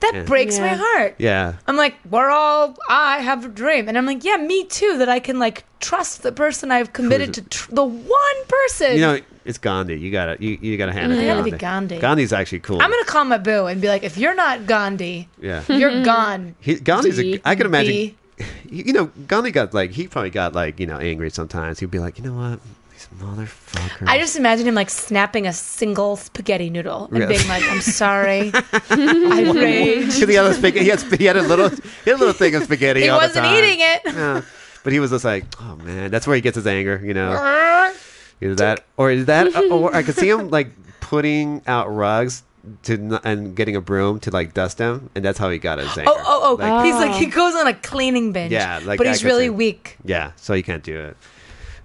S3: That
S1: Yeah.
S3: breaks my
S2: Yeah.
S3: heart.
S1: yeah,
S3: I'm like, we're all. I have a dream, and I'm like, yeah, me too. That I can like trust the person I've committed to. Tr- the one person.
S1: you know, it's Gandhi. You gotta you, you gotta hand it
S3: I
S1: to
S3: gotta be
S1: Gandhi.
S3: Gandhi.
S1: Gandhi's actually cool.
S3: I'm gonna call my boo and be like, if you're not Gandhi,
S1: yeah,
S3: you're gone.
S1: he, Gandhi's. a, I can imagine.
S3: B.
S1: You you know, Gandhi got like he probably got like you know angry sometimes. He'd be like, you know what, these motherfuckers.
S3: I just imagine him like snapping a single spaghetti noodle and
S1: Yeah.
S3: being like, I'm sorry, I
S1: Because
S3: rage.
S1: he had a spaghetti, he had, sp- he had a little, he had a little thing of spaghetti.
S3: He
S1: all the
S3: wasn't
S1: time.
S3: eating it.
S1: No. But he was just like, oh man, that's where he gets his anger, you know.
S3: Oh,
S1: Either that, or is that, uh, or I could see him like putting out rugs to n- and getting a broom to like dust them, and that's how he got his anger.
S3: Oh, oh, oh!
S1: Like,
S3: He's like he goes on a cleaning binge.
S1: Yeah, like
S3: but
S1: I
S3: he's
S1: could
S3: really
S1: see.
S3: weak.
S1: Yeah, so you can't do it.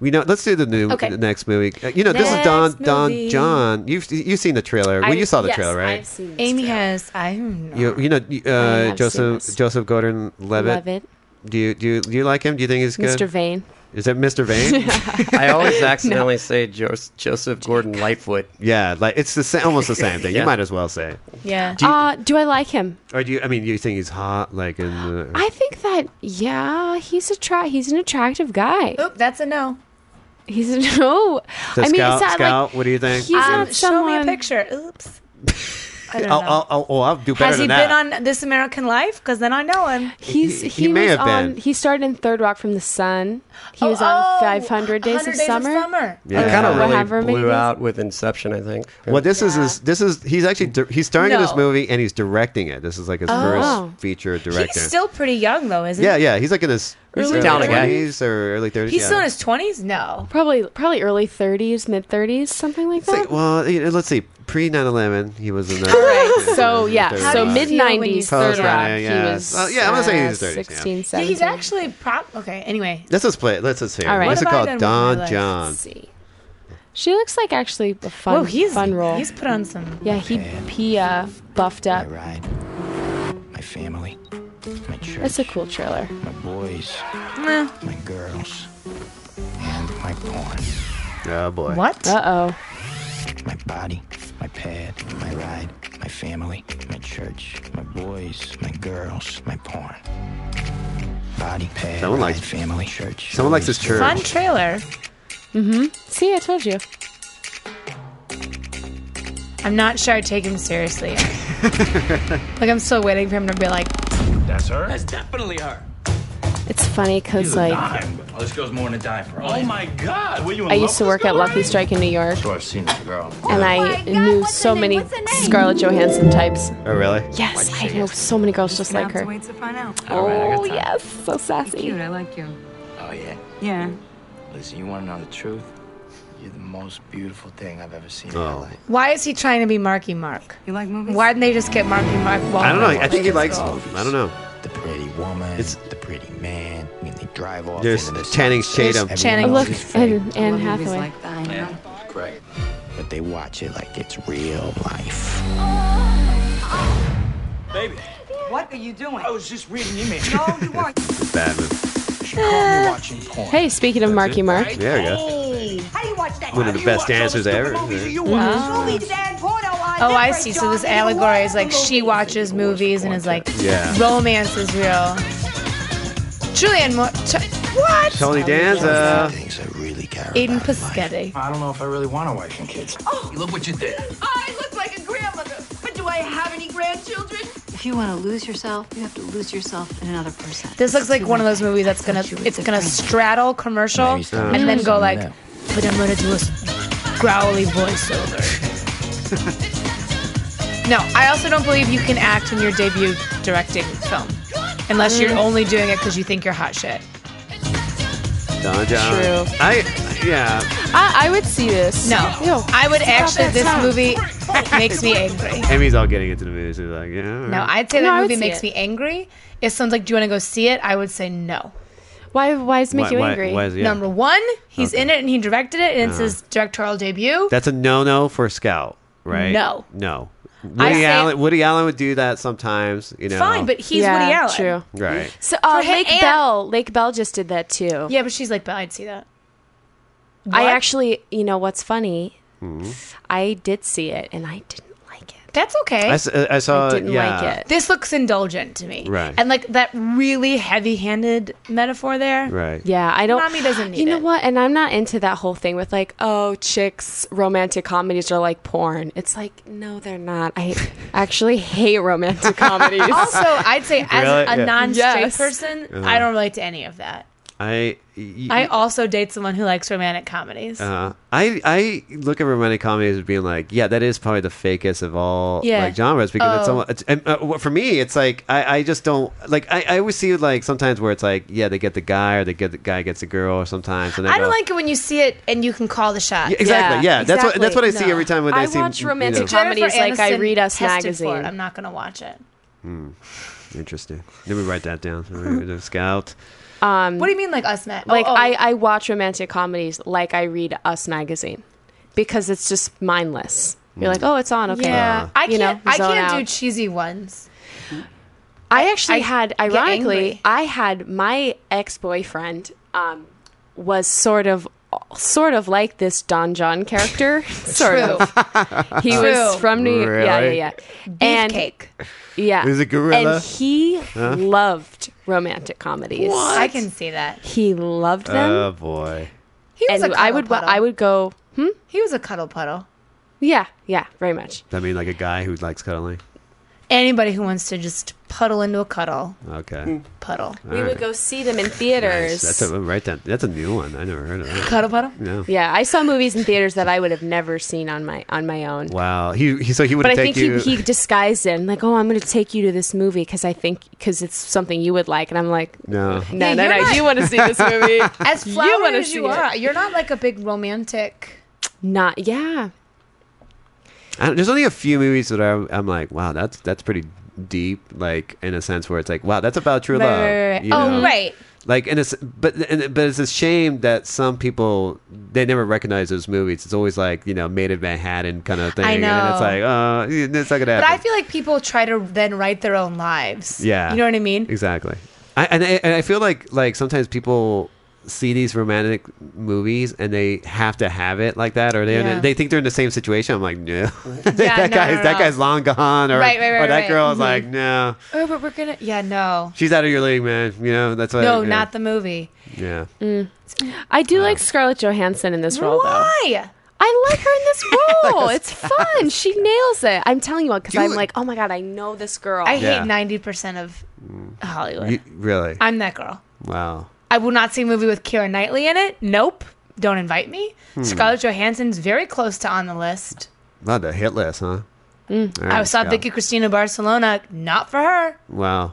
S1: We know. Let's do the new
S3: Okay.
S1: the next movie. Uh, You know, this is Don
S3: Next
S1: Don
S3: movie.
S1: John. You've you've seen the trailer. Well,
S2: I-
S1: you saw the
S2: yes,
S1: trailer, right?
S2: I've seen this
S3: Amy
S2: trailer.
S3: has. I don't know.
S1: You you know uh,
S2: have seen
S1: Joseph
S2: this.
S1: Joseph Gordon
S2: Love
S1: Levitt.
S2: it,
S1: Do you do you, do you like him? Do you think he's good?
S2: Mr. Vane.
S1: Is that Mr. Vane?
S4: I always accidentally say Jos- Joseph Gordon Lightfoot.
S1: yeah, like it's the sa- almost the same thing. You
S4: Yeah.
S1: might as well say.
S3: Yeah.
S4: you-
S2: Uh, do I like him?
S1: Or do you? I mean, you think he's hot? Like in the,
S2: I think that yeah, he's attra- he's an attractive guy.
S3: Oop, that's a no.
S2: He's a no.
S1: the
S2: I mean,
S1: scout?
S2: it's not
S1: scout?
S2: like
S1: what do you think?
S2: he's not
S3: Um, show
S2: someone.
S3: me a picture. Oops. I don't
S1: I'll,
S3: know.
S1: I'll, I'll, oh, I'll do better
S3: Has he
S1: than that.
S3: been on This American Life? Because then I know him.
S2: He's
S1: He-
S2: he,
S1: he may
S2: was
S1: have
S2: on.
S1: been.
S2: He started in Third Rock from the Sun. He was
S3: Oh,
S2: on 500 Days,
S3: 100
S2: of, summer.
S1: Yeah.
S4: Kind
S2: Uh,
S4: of really
S2: however many
S4: blew
S2: days-
S4: out with Inception, I think.
S1: Well, this is his, this is he's actually di- he's starring in this
S3: No.
S1: movie and he's directing it. This is like his
S2: Oh.
S1: first feature director.
S3: Oh. He's still pretty young though, isn't
S1: yeah,
S3: he?
S1: yeah, he's like in his
S4: He's
S1: early
S4: down a guy.
S1: 20s or early 30s.
S3: He's
S1: yeah.
S3: still in his twenties. No.
S2: Probably probably early 30s, mid 30s, something like
S1: It's like,
S2: that.
S1: well, you know, let's see. Pre 9/11. he was in the
S2: so yeah,
S1: How
S2: so
S1: do you
S2: mid
S3: feel when you
S2: '90s,
S3: see
S2: Third
S3: that?
S2: Rock.
S1: Yeah.
S2: He was
S1: Well, yeah, I'm gonna say
S2: uh,
S1: he's 30s, yeah.
S2: 16,
S3: Yeah,
S2: 17.
S3: he's actually prop. Okay. Anyway,
S1: Let's just play. it. Let's just hear. it.
S2: All right.
S1: This is
S3: What
S1: called
S3: have I done with my
S1: Don John.
S3: life?
S2: see. She looks like actually a fun,
S3: Whoa, he's-
S2: fun role.
S3: he's put on some-
S2: Yeah, he he uh, buffed up.
S7: My family, my church,
S2: That's a cool trailer.
S7: my boys, my girls, and my porn.
S1: Oh boy.
S2: Uh oh.
S7: My body, my pad, my ride, my family, my church, my boys, my girls, my porn. Body, pad,
S1: Someone
S7: ride,
S1: likes-
S7: family, church.
S1: Someone likes his church.
S3: Fun trailer.
S2: Mm-hmm. See, I told you.
S3: I'm not sure I take him seriously. like I'm still waiting for him to be like,
S9: That's her.
S7: That's definitely her.
S2: It's funny because like
S7: oh, this girl's more than a dime for
S9: Oh my God! Were you in
S2: I
S9: love
S2: used to
S9: with
S2: work
S9: this
S2: at
S9: girl?
S2: Lucky Strike in New York,
S7: Sure, I've seen this girl.
S2: and I knew so many Scarlett Johansson types.
S1: Oh really?
S2: Yes, I know so many girls just like her.
S12: to find out.
S2: Oh yes, so sassy.
S12: I like you.
S7: Oh yeah.
S12: Yeah.
S7: Listen, you want to know the truth? You're the most beautiful thing I've ever seen
S1: Oh.
S7: in my life.
S3: why is he trying to be Marky Mark? You like movies? Why didn't they just get Marky Mark? Wahlberg?
S1: I don't know. I think he
S3: Like,
S1: likes.
S3: let's
S1: I don't know.
S7: The pretty woman.
S1: It's-
S7: the pretty man. I mean, they drive off
S1: There's
S7: into the
S1: Channing Tatum.
S3: Channing-
S2: Look,
S7: and
S2: and Anne Hathaway.
S7: great. But they watch it like it's real life.
S9: Baby,
S12: What are you doing?
S9: I was just reading you, man.
S12: No, you weren't.
S1: Bad move.
S7: She caught me watching porn.
S2: Hey, speaking of Marky Mark,
S1: There you go.
S12: How do you watch that?
S1: One of the best dancers ever.
S12: Show me Dan Porto on
S3: Oh, I
S12: different
S3: see. So this
S12: genre. You
S3: allegory is
S12: watch
S3: like she
S12: movies.
S3: watches movies and is like,
S1: Yeah.
S3: romance is real. Julian, Mo- Ch- what?
S1: Tony Danza.
S7: Things I really care
S3: Aiden
S7: about in life.
S3: Paschetti.
S7: I don't know if I really want a wife and kids. Oh, look what you did.
S12: I look like a grandmother, but do I have any grandchildren?
S10: If you want to lose yourself, you have to lose yourself in another person.
S3: This looks like one of those movies that's gonna it's gonna straddle commercial
S7: Maybe stop
S3: and then
S7: doing
S3: go
S7: something
S3: like,
S7: now.
S3: but I'm gonna do a s- growly voiceover. no, I also don't believe you can act in your debut directing film, unless you're
S12: Mm.
S3: only doing it because you think you're hot shit.
S1: Don John.
S2: True.
S1: I. Yeah.
S2: I, I would see this.
S3: No,
S2: Ew.
S3: I would actually.
S2: that
S3: This
S2: song.
S3: movie makes me angry.
S1: Amy's all getting into the movies. He's like, yeah. all right.
S3: No, I'd say
S2: No, I
S3: that
S2: would
S3: movie
S2: see
S3: makes
S2: it.
S3: me angry. If someone's like, "Do you want to go see it?" I would say no.
S2: Why? Why does it make
S1: Why-
S2: you
S1: why-
S2: angry?
S1: Why is he?
S3: Number one, he's in it and he directed it, and it's
S1: Uh-huh.
S3: his directorial debut.
S1: That's a no-no for Scout, right?
S3: No.
S1: No.
S3: I
S1: Woody
S3: say-
S1: Allen. Woody Allen would do that sometimes. You know.
S3: Fine, but he's
S2: yeah,
S3: Woody Allen.
S2: True.
S1: Right.
S2: So uh,
S3: For him
S2: Lake
S3: and-
S2: Bell, Lake Bell just did that too.
S3: Yeah, but she's like, but I'd see
S2: I
S3: that. What?
S2: actually, you know what's funny?
S1: Hmm?
S2: I did see it and I didn't like it.
S3: That's okay.
S1: I, s- uh, I saw.
S2: I didn't
S1: yeah.
S2: like it.
S3: this looks indulgent to me.
S1: Right.
S3: And like that really heavy handed metaphor there.
S1: Right.
S2: Yeah, I don't.
S3: Mommy doesn't need
S2: You know
S3: it.
S2: what? And I'm not into that whole thing with like, oh, chicks romantic comedies are like porn. It's like, no, they're not. I actually hate romantic comedies.
S3: Also, I'd say as
S1: Really?
S3: a
S1: Yeah.
S3: non straight
S2: Yes.
S3: person, I don't relate to any of that.
S1: I. y-
S3: I also date someone who likes romantic comedies.
S1: Uh, I I look at romantic comedies as being like, yeah, that is probably the fakest of all
S3: Yeah.
S1: like genres because it's
S3: Oh.
S1: almost it's, and, uh, well, for me, it's like I, I just don't like I, I always see like sometimes where it's like yeah they get the guy or they get the guy gets the girl or sometimes and they
S3: I don't
S1: go-
S3: like it when you see it and you can call the shot.
S1: Yeah, exactly yeah,
S2: Yeah,
S1: that's what that's what I see
S2: exactly.
S1: every time when
S2: I
S1: they see
S2: watch
S1: you
S2: romantic
S1: know,
S2: com- comedies like I read Us
S3: tested
S2: magazine.
S3: for it. I'm not going to watch it.
S1: interesting let me write that down the scout Um,
S3: What do you mean, like Us Mag?
S2: like
S3: oh, oh.
S2: I, I watch romantic comedies like I read Us magazine because it's just mindless.
S1: Hmm.
S2: You're like, oh, it's on. Okay.
S3: Yeah,
S1: Uh,
S3: I can't.
S2: You know,
S3: I
S2: zone
S3: can't
S2: out.
S3: do cheesy ones.
S2: I actually
S3: I
S2: had,
S3: get
S2: ironically,
S3: angry.
S2: I had my ex boyfriend um, was sort of, sort of like this Don John character. sort
S3: True.
S2: of. He was
S3: True.
S2: from New York. Yeah,
S1: Really?
S2: yeah, yeah. And
S3: Cake.
S2: yeah,
S1: He's a gorilla?
S2: And he loved romantic comedies.
S3: I can see that.
S2: He loved them,
S1: oh boy
S3: He was
S2: and
S3: a
S2: I would,
S3: cuddle
S2: wa-
S3: puddle.
S2: I would go, hmm,
S3: He was a cuddle puddle.
S2: yeah, yeah, very much.
S1: I mean like a guy who likes cuddling
S3: Anybody who wants to just puddle into a cuddle,
S1: okay
S2: Mm.
S3: puddle,
S2: we would go see them in
S1: Nice.
S2: theaters.
S1: that's a right that that's a new one I never heard of that
S3: cuddle puddle.
S1: no.
S2: yeah, I saw movies in theaters that I would have never seen on my on my own.
S1: Wow, he, he so he would
S2: but I
S1: take
S2: think
S1: you.
S2: he, he disguised it and like, oh, I'm going to take you to this movie because I think because it's something you would like, and I'm like,
S1: no,
S2: no,
S3: Yeah,
S2: no,
S3: you're
S2: no,
S3: not-
S2: you want to see this movie?
S3: As flowery
S2: wanna
S3: as
S2: see
S3: you
S2: it.
S3: are, you're not like a big romantic.
S2: Not, yeah,
S1: I don't- there's only a few movies that I'm, I'm like, wow, that's that's pretty deep, like in a sense where it's like, wow, that's about true
S3: Right,
S1: love.
S3: right, right, right.
S1: you
S3: Oh,
S1: know?
S3: right.
S1: Like and it's but and, but it's a shame that some people they never recognize those movies. It's always like you know made in Manhattan kind of thing, and it's
S3: know.
S1: like oh, it's not gonna
S3: But
S1: happen.
S3: I feel like people try to then write their own lives.
S1: Yeah,
S3: You know what I mean?
S1: Exactly. I, and, I, and I feel like like sometimes people see these romantic movies and they have to have it like that, or they
S3: Yeah.
S1: they think they're in the same situation. I'm like, no, that
S3: no,
S1: guy's
S3: no,
S1: that
S3: no.
S1: guy's long gone, or
S3: Right, right, right,
S1: or that
S3: right.
S1: girl is
S3: Mhm.
S1: like, no,
S3: Oh, but we're gonna. Yeah, no,
S1: she's out of your league, man. You know that's why.
S3: no,
S1: yeah.
S3: not the movie.
S1: Yeah.
S2: Mm. I do like Scarlett Johansson in this role, though.
S3: Why?
S2: I like her in this role. it's fun. She nails it. I'm telling you, because I'm like, oh my god, I know this girl.
S3: I
S1: Oh. Yeah. Mm.
S3: hate ninety percent of Hollywood.
S1: You- really?
S3: I'm that girl.
S1: wow.
S3: I will not see a movie with Keira Knightley in it. Nope. Don't invite me.
S1: Hmm.
S3: Scarlett Johansson's very close to on the list.
S1: Not the hit list, huh? All
S3: Mm. I
S1: right,
S3: saw
S1: Scal.
S3: Vicky Cristina Barcelona. Not for her.
S1: Wow.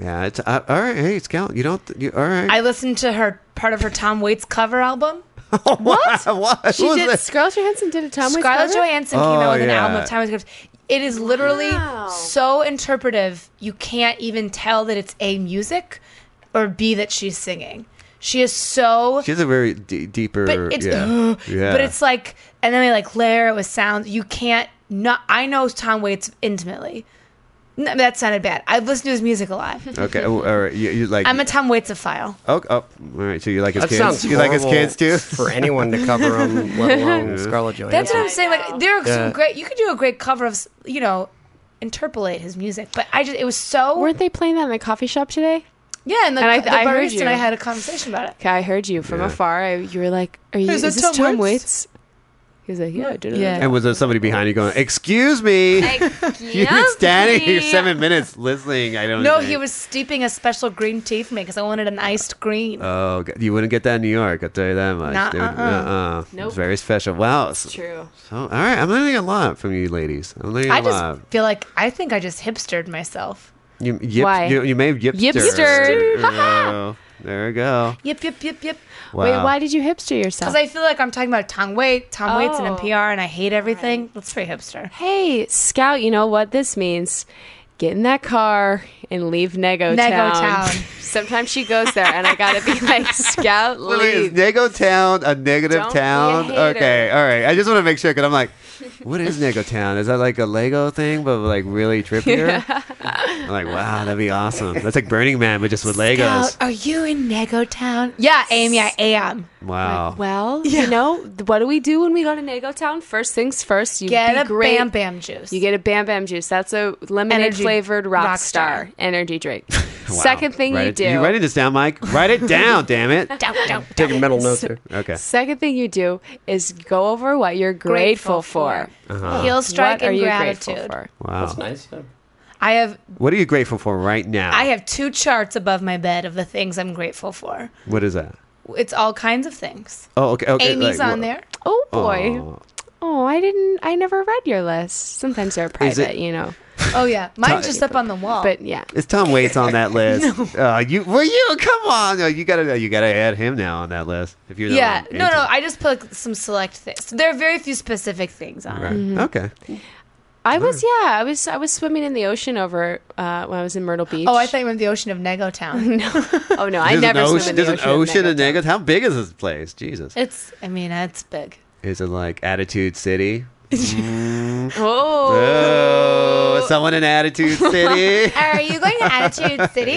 S1: Yeah. It's uh, all right. Hey, Scout, you don't. You, all right.
S3: I listened to her part of her Tom Waits cover album.
S1: what? what?
S3: She
S1: Who is
S3: did-
S1: this?
S2: Scarlett Johansson did a Tom Waits
S3: Scarlett
S2: cover?
S3: Johansson came
S1: Oh,
S3: out with an
S1: yeah.
S3: album of Tom Waits covers. It is literally so interpretive. You can't even tell that it's a music or b that she's singing. She is so.
S1: She has a very d- deeper.
S3: but it's
S1: yeah. yeah.
S3: but it's like and then they like layer it with sounds you can't not i know tom waits intimately no, that sounded bad i've listened to his music a lot
S1: Okay, oh, all right. You, you like?
S3: i'm a tom waitsophile
S1: oh, oh, all right. So you like his
S4: That
S1: kids?
S4: sounds
S1: you like his
S4: horrible
S1: kids too?
S4: for anyone to cover 'em, let alone Scarlett Johansson.
S3: that's what i'm saying like there are
S4: Yeah.
S3: some great you could do a great cover of you know interpolate his music but i just it was so
S2: Weren't they playing that in the coffee shop today?
S3: yeah and the,
S2: And I-
S3: the
S2: I heard
S3: barista and i
S2: you.
S3: had a conversation about it
S2: Okay, I heard you from
S1: Yeah.
S2: afar. I, you were like, "Are you?
S3: Is
S2: Is,
S3: it
S2: this
S3: Tom
S2: Tom, Waits? He was like, "Yeah, I did it."
S3: Yeah.
S1: And was there somebody behind you going, "Excuse me, you've been standing here seven minutes listening"? I don't.
S3: no
S1: think.
S3: he was steeping a special green tea for me because i wanted an iced green
S1: Oh, God. you wouldn't get that in New York. I'll tell you that much.
S3: Nah,
S1: They would-
S3: uh-uh.
S1: uh-uh.
S3: Nope.
S1: It's very special. Wow.
S3: It's true.
S1: So, all right, I'm learning a lot from you, ladies. I'm learning a
S3: i just
S1: lot.
S3: feel like i think i just hipstered myself
S1: You, yip,
S3: Why?
S1: You, you may have yipster.
S3: Yipstered.
S1: Oh, there we go.
S3: Yep, yep, yep, yep.
S1: Wow. Wait, why
S2: did you hipster yourself?
S3: Because I feel like I'm talking about Tom Waits, Tom Waits, and
S2: Oh.
S3: NPR, and I hate everything. That's pretty hipster.
S2: Hey, Scout, you know what this means? Get in that car and leave Nego,
S3: Nego Town.
S2: Sometimes she goes there, and I gotta be like, Scout,
S1: Wait, wait, is
S2: leave.
S1: Nego Town a negative
S2: Don't be a
S1: town?
S2: hater.
S1: okay, all right. I just want to make sure because I'm like, what is Nego Town? Is that like a Lego thing, but like really trippier? I'm like, wow, that'd be awesome. That's like Burning Man, but just with Legos.
S3: are you in Nego Town? Yeah, Amy, I am.
S1: Wow.
S2: Well, you know, th- what do we do when we go to Nego Town? First things first, you
S3: Get
S2: be
S3: a
S2: great.
S3: Bam Bam juice.
S2: You get a Bam Bam juice. That's a lemonade
S3: Energy
S2: flavored rock,
S3: rock
S2: star.
S3: star.
S2: energy drink.
S1: Wow.
S2: Second thing
S1: Write
S2: you
S1: it-
S2: do.
S1: You writing this down, Mike? Write it down, damn it.
S4: Taking mental notes there.
S1: Okay.
S2: Second thing you do is go over what you're grateful,
S3: Grateful
S2: for.
S1: Uh-huh.
S3: Heel strike
S2: What are
S3: and
S2: you
S3: gratitude.
S2: grateful for?
S1: Wow. That's
S4: nice.
S3: I have
S1: What are you grateful for right now?
S3: I have two charts above my bed of the things I'm grateful for.
S1: what is that?
S3: It's all kinds of things.
S1: Oh, okay. okay
S3: Amy's
S1: like,
S3: on
S1: wha-
S3: there.
S2: Oh boy.
S1: Aw.
S2: Oh, I didn't. I never read your list. Sometimes they're
S1: Is it-
S2: private, you know.
S3: Oh yeah, mine's
S1: Ti-
S3: just up on the wall.
S2: But yeah,
S1: Is Tom Waits on that list? uh, you were you? Come on, No, you gotta you gotta add him now on that list. If you're the
S3: yeah,
S1: one
S3: no,
S1: into-
S3: no, I just put like, some select things. there are very few specific things on
S1: Right.
S3: it.
S2: Mm-hmm.
S1: Okay.
S2: I was. Yeah, I was. I was swimming in the ocean over uh, when I was in Myrtle Beach.
S3: Oh, I thought you meant the ocean of Nego Town.
S2: no, oh no, I
S1: There's
S2: never
S1: an
S2: swim
S1: ocean,
S2: in the
S1: there's
S2: ocean.
S1: an ocean in Vegas. How big is this place? Jesus.
S3: It's, I mean, it's big.
S1: Is it like Attitude City? Mm.
S2: Oh.
S1: oh, someone in Attitude City.
S3: Are you going to Attitude City?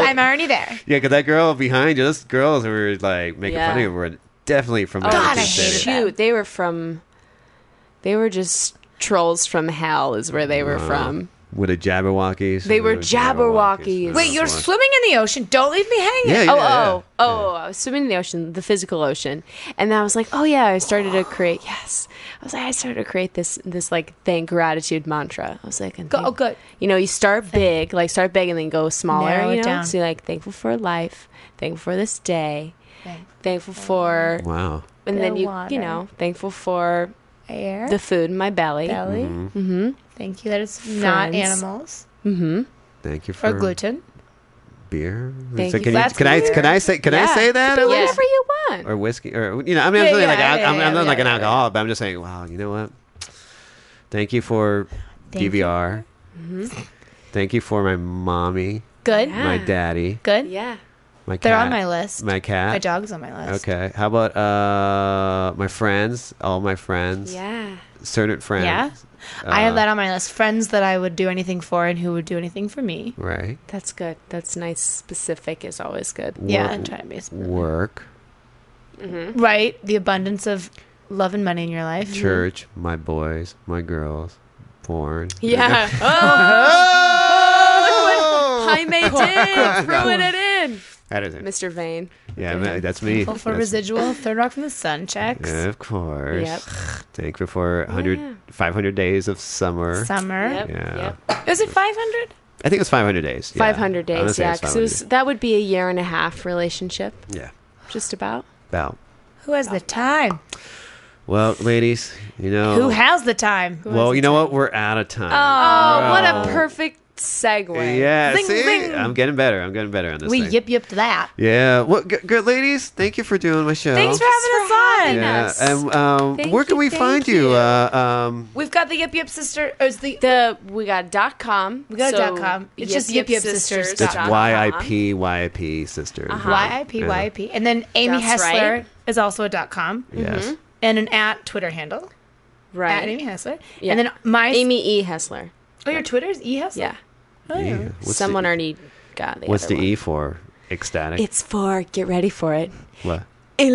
S1: No.
S3: I'm already there.
S1: yeah, because that girl behind you, those girls who were like making
S2: Yeah.
S1: fun of you were definitely from
S2: Oh,
S1: Attitude City.
S2: shoot, they were from. They were just trolls from hell. Is where they were
S1: Wow.
S2: from.
S1: With the Jabberwockies.
S2: They were Jabberwockies.
S3: Wait, you're swimming in the ocean. Don't leave me hanging.
S2: oh, oh, oh, I was swimming in the ocean, the physical ocean. And then I was like, oh yeah, I started to create, yes. I was like, I started to create this, this like thank gratitude mantra. I was like, and
S3: Go,
S2: thank-
S3: oh, good.
S2: You know, you start big, like start big and then go smaller,
S3: Narrow
S2: you
S3: it
S2: know?
S3: down.
S2: So you're like thankful for life, thankful for this day, thankful for,
S1: Wow.
S2: and then
S3: The
S2: you,
S3: water.
S2: you know, thankful for
S3: Air.
S2: the food in my belly.
S3: Belly.
S2: Mm-hmm.
S3: Thank you that it's not
S2: Friends.
S3: animals
S2: Mm-hmm.
S1: Thank you for
S3: or gluten.
S1: beer.
S2: Thank
S1: So
S2: you.
S1: can
S2: That's
S1: can I
S2: beer.
S1: can I say can I
S2: Yeah.
S1: say that? at
S2: Whatever
S1: least?
S2: you want.
S1: Or whiskey or you know, I mean I'm
S2: Yeah,
S1: saying like
S2: yeah,
S1: I,
S2: yeah,
S1: I'm, I'm
S2: yeah,
S1: not like an
S2: yeah,
S1: alcoholic, but I'm just saying, wow, you know what? Thank you for
S3: Thank you.
S1: DVR.
S2: Mm-hmm.
S1: Thank you for my mommy.
S3: Good.
S1: My daddy.
S3: Good.
S2: Yeah.
S1: My
S3: Ah. They're on
S1: cat-
S3: my list.
S1: My cat.
S3: My dog's on my list.
S1: Okay. How about uh my friends? All my friends.
S3: Yeah.
S1: Certain friends.
S3: Yeah. I have
S1: Uh,
S3: that on my list. Friends that I would do anything for and who would do anything for me.
S1: Right.
S2: That's good. That's nice. Specific is always good.
S3: Yeah, I'm trying to be.
S1: Work,
S3: Right? The abundance of love and money in your life.
S1: church, my boys, my girls, porn.
S2: Yeah. oh,
S1: Oh!
S3: Oh!
S2: look what Jaime did. Ruin it in.
S1: That is it.
S2: Mr. Vane.
S1: Yeah, ma- that's me.
S3: Thankful for
S1: That's-
S3: residual third rock from the sun checks.
S1: Yeah, of course.
S3: Yep.
S1: Thank you for 100,
S3: Yeah.
S1: 500 days of summer.
S3: Summer. Yep,
S1: Yeah.
S2: Was it 500?
S1: I think it was 500 days. yeah.
S2: 500
S1: I'm gonna
S2: days,
S1: say
S2: yeah.
S1: it's
S2: Because it was
S1: 500
S2: that would be a year and a half relationship,
S1: days. Yeah.
S2: just about.
S1: About.
S3: Who has the time?
S1: Well, ladies, you know.
S3: Who has the time? Who
S1: Oh. Well,
S3: has
S1: you know what? We're out of
S2: Oh,
S1: time.
S2: what
S1: Wow.
S2: a perfect segue.
S1: Yeah,
S2: Oh, Zing,
S1: see,
S2: zing.
S1: I'm getting better. I'm getting better on this.
S3: we
S1: thing.
S3: yip yipped that.
S1: Yeah. Well, g- good ladies. Thank you for doing my show.
S3: Thanks for having
S1: yeah.
S3: us on.
S1: And um,
S3: Thank
S1: where can
S3: you,
S1: we
S3: thank
S1: find you? Uh, um,
S3: We've got the Yip Yip Sister. Or it's the
S2: the we got dot com.
S3: We got
S2: so
S3: dot com. It's just Yip Yip Sisters.
S1: it's
S2: dot com.
S1: YIP YIP sister.
S3: YIP,
S1: Yeah.
S3: YIP. And then Amy
S2: That's
S3: Hessler
S2: right.
S3: is also a dot com.
S1: Yes. Mhm.
S3: And an at Twitter handle.
S2: Right.
S3: At Amy Hessler.
S2: Yeah.
S3: And then my.
S2: Amy E. Hessler.
S3: Oh, your Twitter's E Hessler?
S2: Yeah.
S3: Oh, yeah.
S1: What's the- E?
S2: Someone already got the
S1: What's
S2: other
S1: the
S2: one.
S1: E for? Ecstatic.
S2: It's for, get ready for it,
S1: what?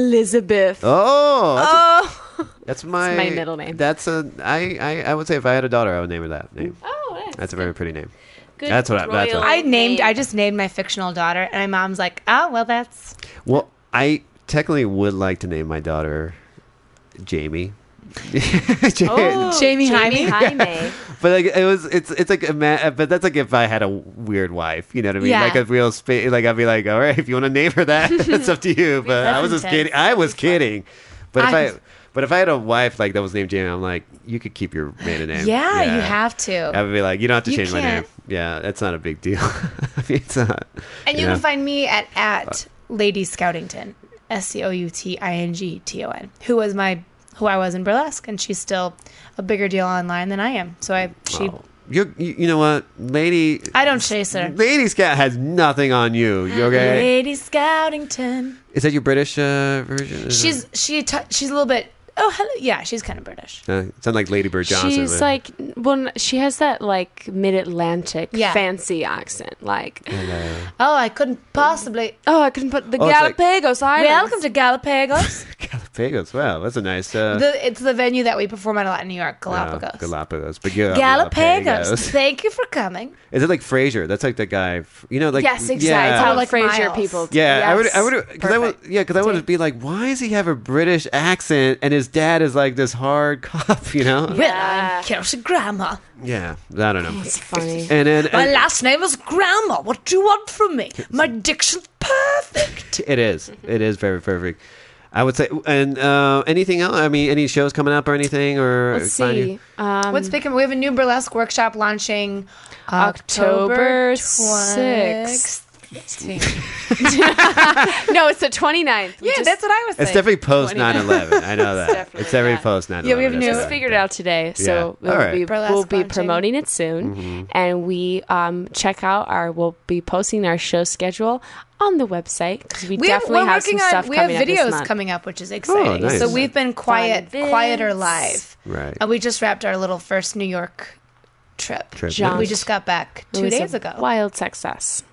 S2: Elizabeth.
S1: Oh, that's, a-
S2: Oh.
S1: that's my
S2: my middle name.
S1: That's a I, I I would say if I had a daughter, I would name her that name.
S2: Oh,
S1: That's a very pretty name.
S2: Good
S1: that's what I. That's what
S3: I named. I just named my fictional daughter, and my mom's like, "Oh, well, that's
S1: Well, I technically would like to name my daughter Jamie. Ja-
S3: Oh, Jamie
S2: Jamie
S3: Jaime.
S2: Jaime.
S1: But like it was, it's it's like a ma- but that's like if I had a weird wife, you know what I mean?
S3: Yeah.
S1: Like a real space. Like I'd be like, all right, if you want to name her that, it's up to you. But
S3: That's
S1: I was just
S3: intense.
S1: kidding. I was kidding. But if I,
S3: I-
S1: but if I had a wife like that was named Jamie, I'm like, you could keep your maiden name.
S3: Yeah, you have to.
S1: I would be like, you don't have to
S3: You
S1: change my name.
S3: can't.
S1: Yeah, that's not a big deal. I mean, it's not.
S3: And you
S1: know?
S3: can find me at at Lady Scoutington, S C O U T I N G T O N, who was my who I was in burlesque, and she's still a bigger deal online than I am. So I she
S1: You're, you, you know what, lady.
S3: I don't chase her.
S1: Lady Scout has nothing on you. You okay?
S3: Lady Scoutington.
S1: Is that your British uh, version?
S3: She's she t- she's a little bit. Oh hello, yeah, she's kind of British.
S1: uh, sound like Lady Bird Johnson.
S2: She's
S1: but-
S2: like, well, n- she has that like mid Atlantic
S3: Yeah.
S2: fancy accent. Like,
S1: Hello.
S3: Oh, I couldn't possibly.
S2: oh, I couldn't put the
S1: Mm. Oh, it's like-
S2: Galapagos Islands.
S3: Welcome to Galapagos.
S1: Galapagos. Wow, that's a nice. Uh,
S3: the, it's the venue that we perform at a lot in New York,
S1: yeah,
S3: Galapagos.
S1: Galapagos. But yeah,
S3: Galapagos. Thank you for coming.
S1: Is it like Frasier? That's like the guy. f- You know, like
S2: yes, exactly.
S1: Yeah.
S2: It's how
S3: Oh, like
S2: like Frasier
S3: Miles.
S2: people.
S1: Yeah, I would,
S2: Yes.
S1: I would, because I would,
S2: Perfect.
S1: yeah, because I would be like, why does he have a British accent and his dad is like this hard cop, you know?
S3: Well, I'm Carol's grandma.
S1: Yeah, I don't know.
S2: It's funny.
S1: And then
S3: My
S1: and-
S3: last name is Grandma. What do you want from me? My diction's perfect.
S1: It is. It is very perfect. I would say, and uh, anything else? I mean, any shows coming up or anything? Or
S2: Let's
S1: find you-
S2: see. Um,
S3: What's picking? We have a new burlesque workshop launching
S2: October
S3: October
S2: 6th.
S3: 6th.
S2: no, it's the 29th. We
S3: Yeah,
S2: just-
S3: that's what I was saying.
S1: It's definitely post 9 11. I know that. It's, definitely post 9 11.
S3: Yeah, we have new-
S2: just figured it out today, so
S1: Yeah.
S2: we'll,
S1: All right. Mm-hmm.
S2: be,
S3: Burlesque
S2: we'll be
S3: launching.
S2: promoting it soon, and we um, check out our. We'll be posting our show schedule on the website because we,
S3: We have,
S2: definitely
S3: we're
S2: have,
S3: working
S2: some stuff
S3: on. We have
S2: coming up this
S3: videos
S2: month. Oh,
S3: coming up, which is exciting.
S1: nice.
S3: So we've been quiet,
S2: Fun vids.
S3: quieter live,
S1: Right.
S3: and we just wrapped our little first New York trip.
S1: Trip.
S2: Jaunt.
S3: We just got back
S2: It
S3: two
S2: was a
S3: days ago.
S2: Wild success.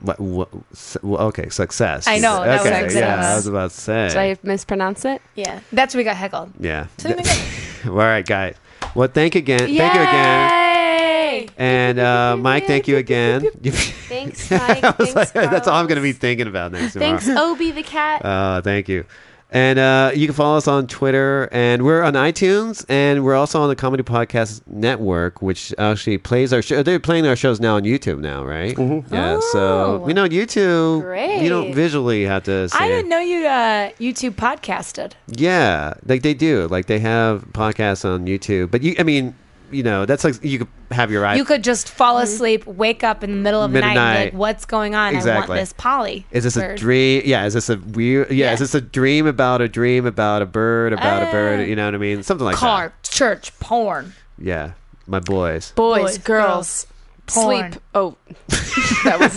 S1: What, what, s- well, okay, success.
S3: I know, that
S1: Okay,
S3: was success.
S1: yeah, I was about to say.
S2: Did I mispronounce it?
S3: Yeah, that's where we got heckled.
S1: yeah.
S3: So we got-
S1: All right, guys. Well, thank again. Thank you again.
S2: Yay!
S1: And uh, Mike, thank you again. Thanks,
S2: Mike. Thanks,
S1: That's all I'm going to be thinking about next tomorrow.
S2: Thanks, Obi the cat.
S1: Uh, thank you. And uh, you can follow us on Twitter, and we're on iTunes, and we're also on the Comedy Podcast Network, which actually plays our show. They're playing our shows now on YouTube now, right? Mm-hmm. Yeah. So
S3: Oh.
S1: you know, YouTube, you don't
S2: Great.
S1: visually have to. See
S3: I
S1: it.
S3: didn't know you uh, YouTube podcasted.
S1: Yeah, like they do. Like they have podcasts on YouTube, but you, I mean, you know, that's like you could have your eye.
S3: you could just fall asleep, wake up in the middle of the night, and be
S1: Mm-hmm. Midnight.
S3: like, "What's going on? I
S1: Exactly.
S3: want this Polly."
S1: Is this a
S3: bird."
S1: dream? Yeah. Is this a weird? Yeah,
S3: Yeah.
S1: Is this a dream about a dream about a bird about a bird? You know what I mean? Something like
S3: Uh. Car,
S1: that.
S3: church, porn,
S1: Yeah. My boys.
S2: Boys,
S3: boys,
S2: girls,
S3: girls, porn.
S2: sleep. Oh,
S1: that was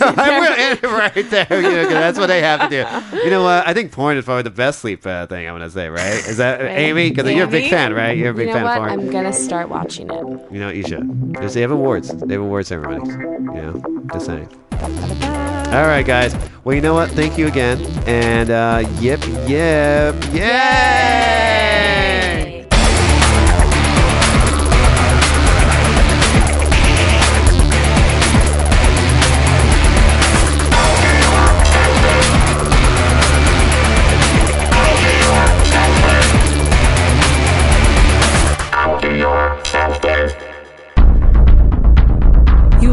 S1: right there. You know, 'cause that's what they have to do. You know what? I think porn is probably the best sleep uh, thing. I'm gonna say, right? Is that Amy? Because you're a big fan, right? You're a big
S2: you know
S1: fan
S2: what?
S1: of porn.
S2: I'm gonna start watching it.
S1: You know, you should. There's, they have awards. They have award ceremonies. You know, just saying. All right, guys. Well, you know what? Thank you again. And uh, yip, yip, yay!
S13: You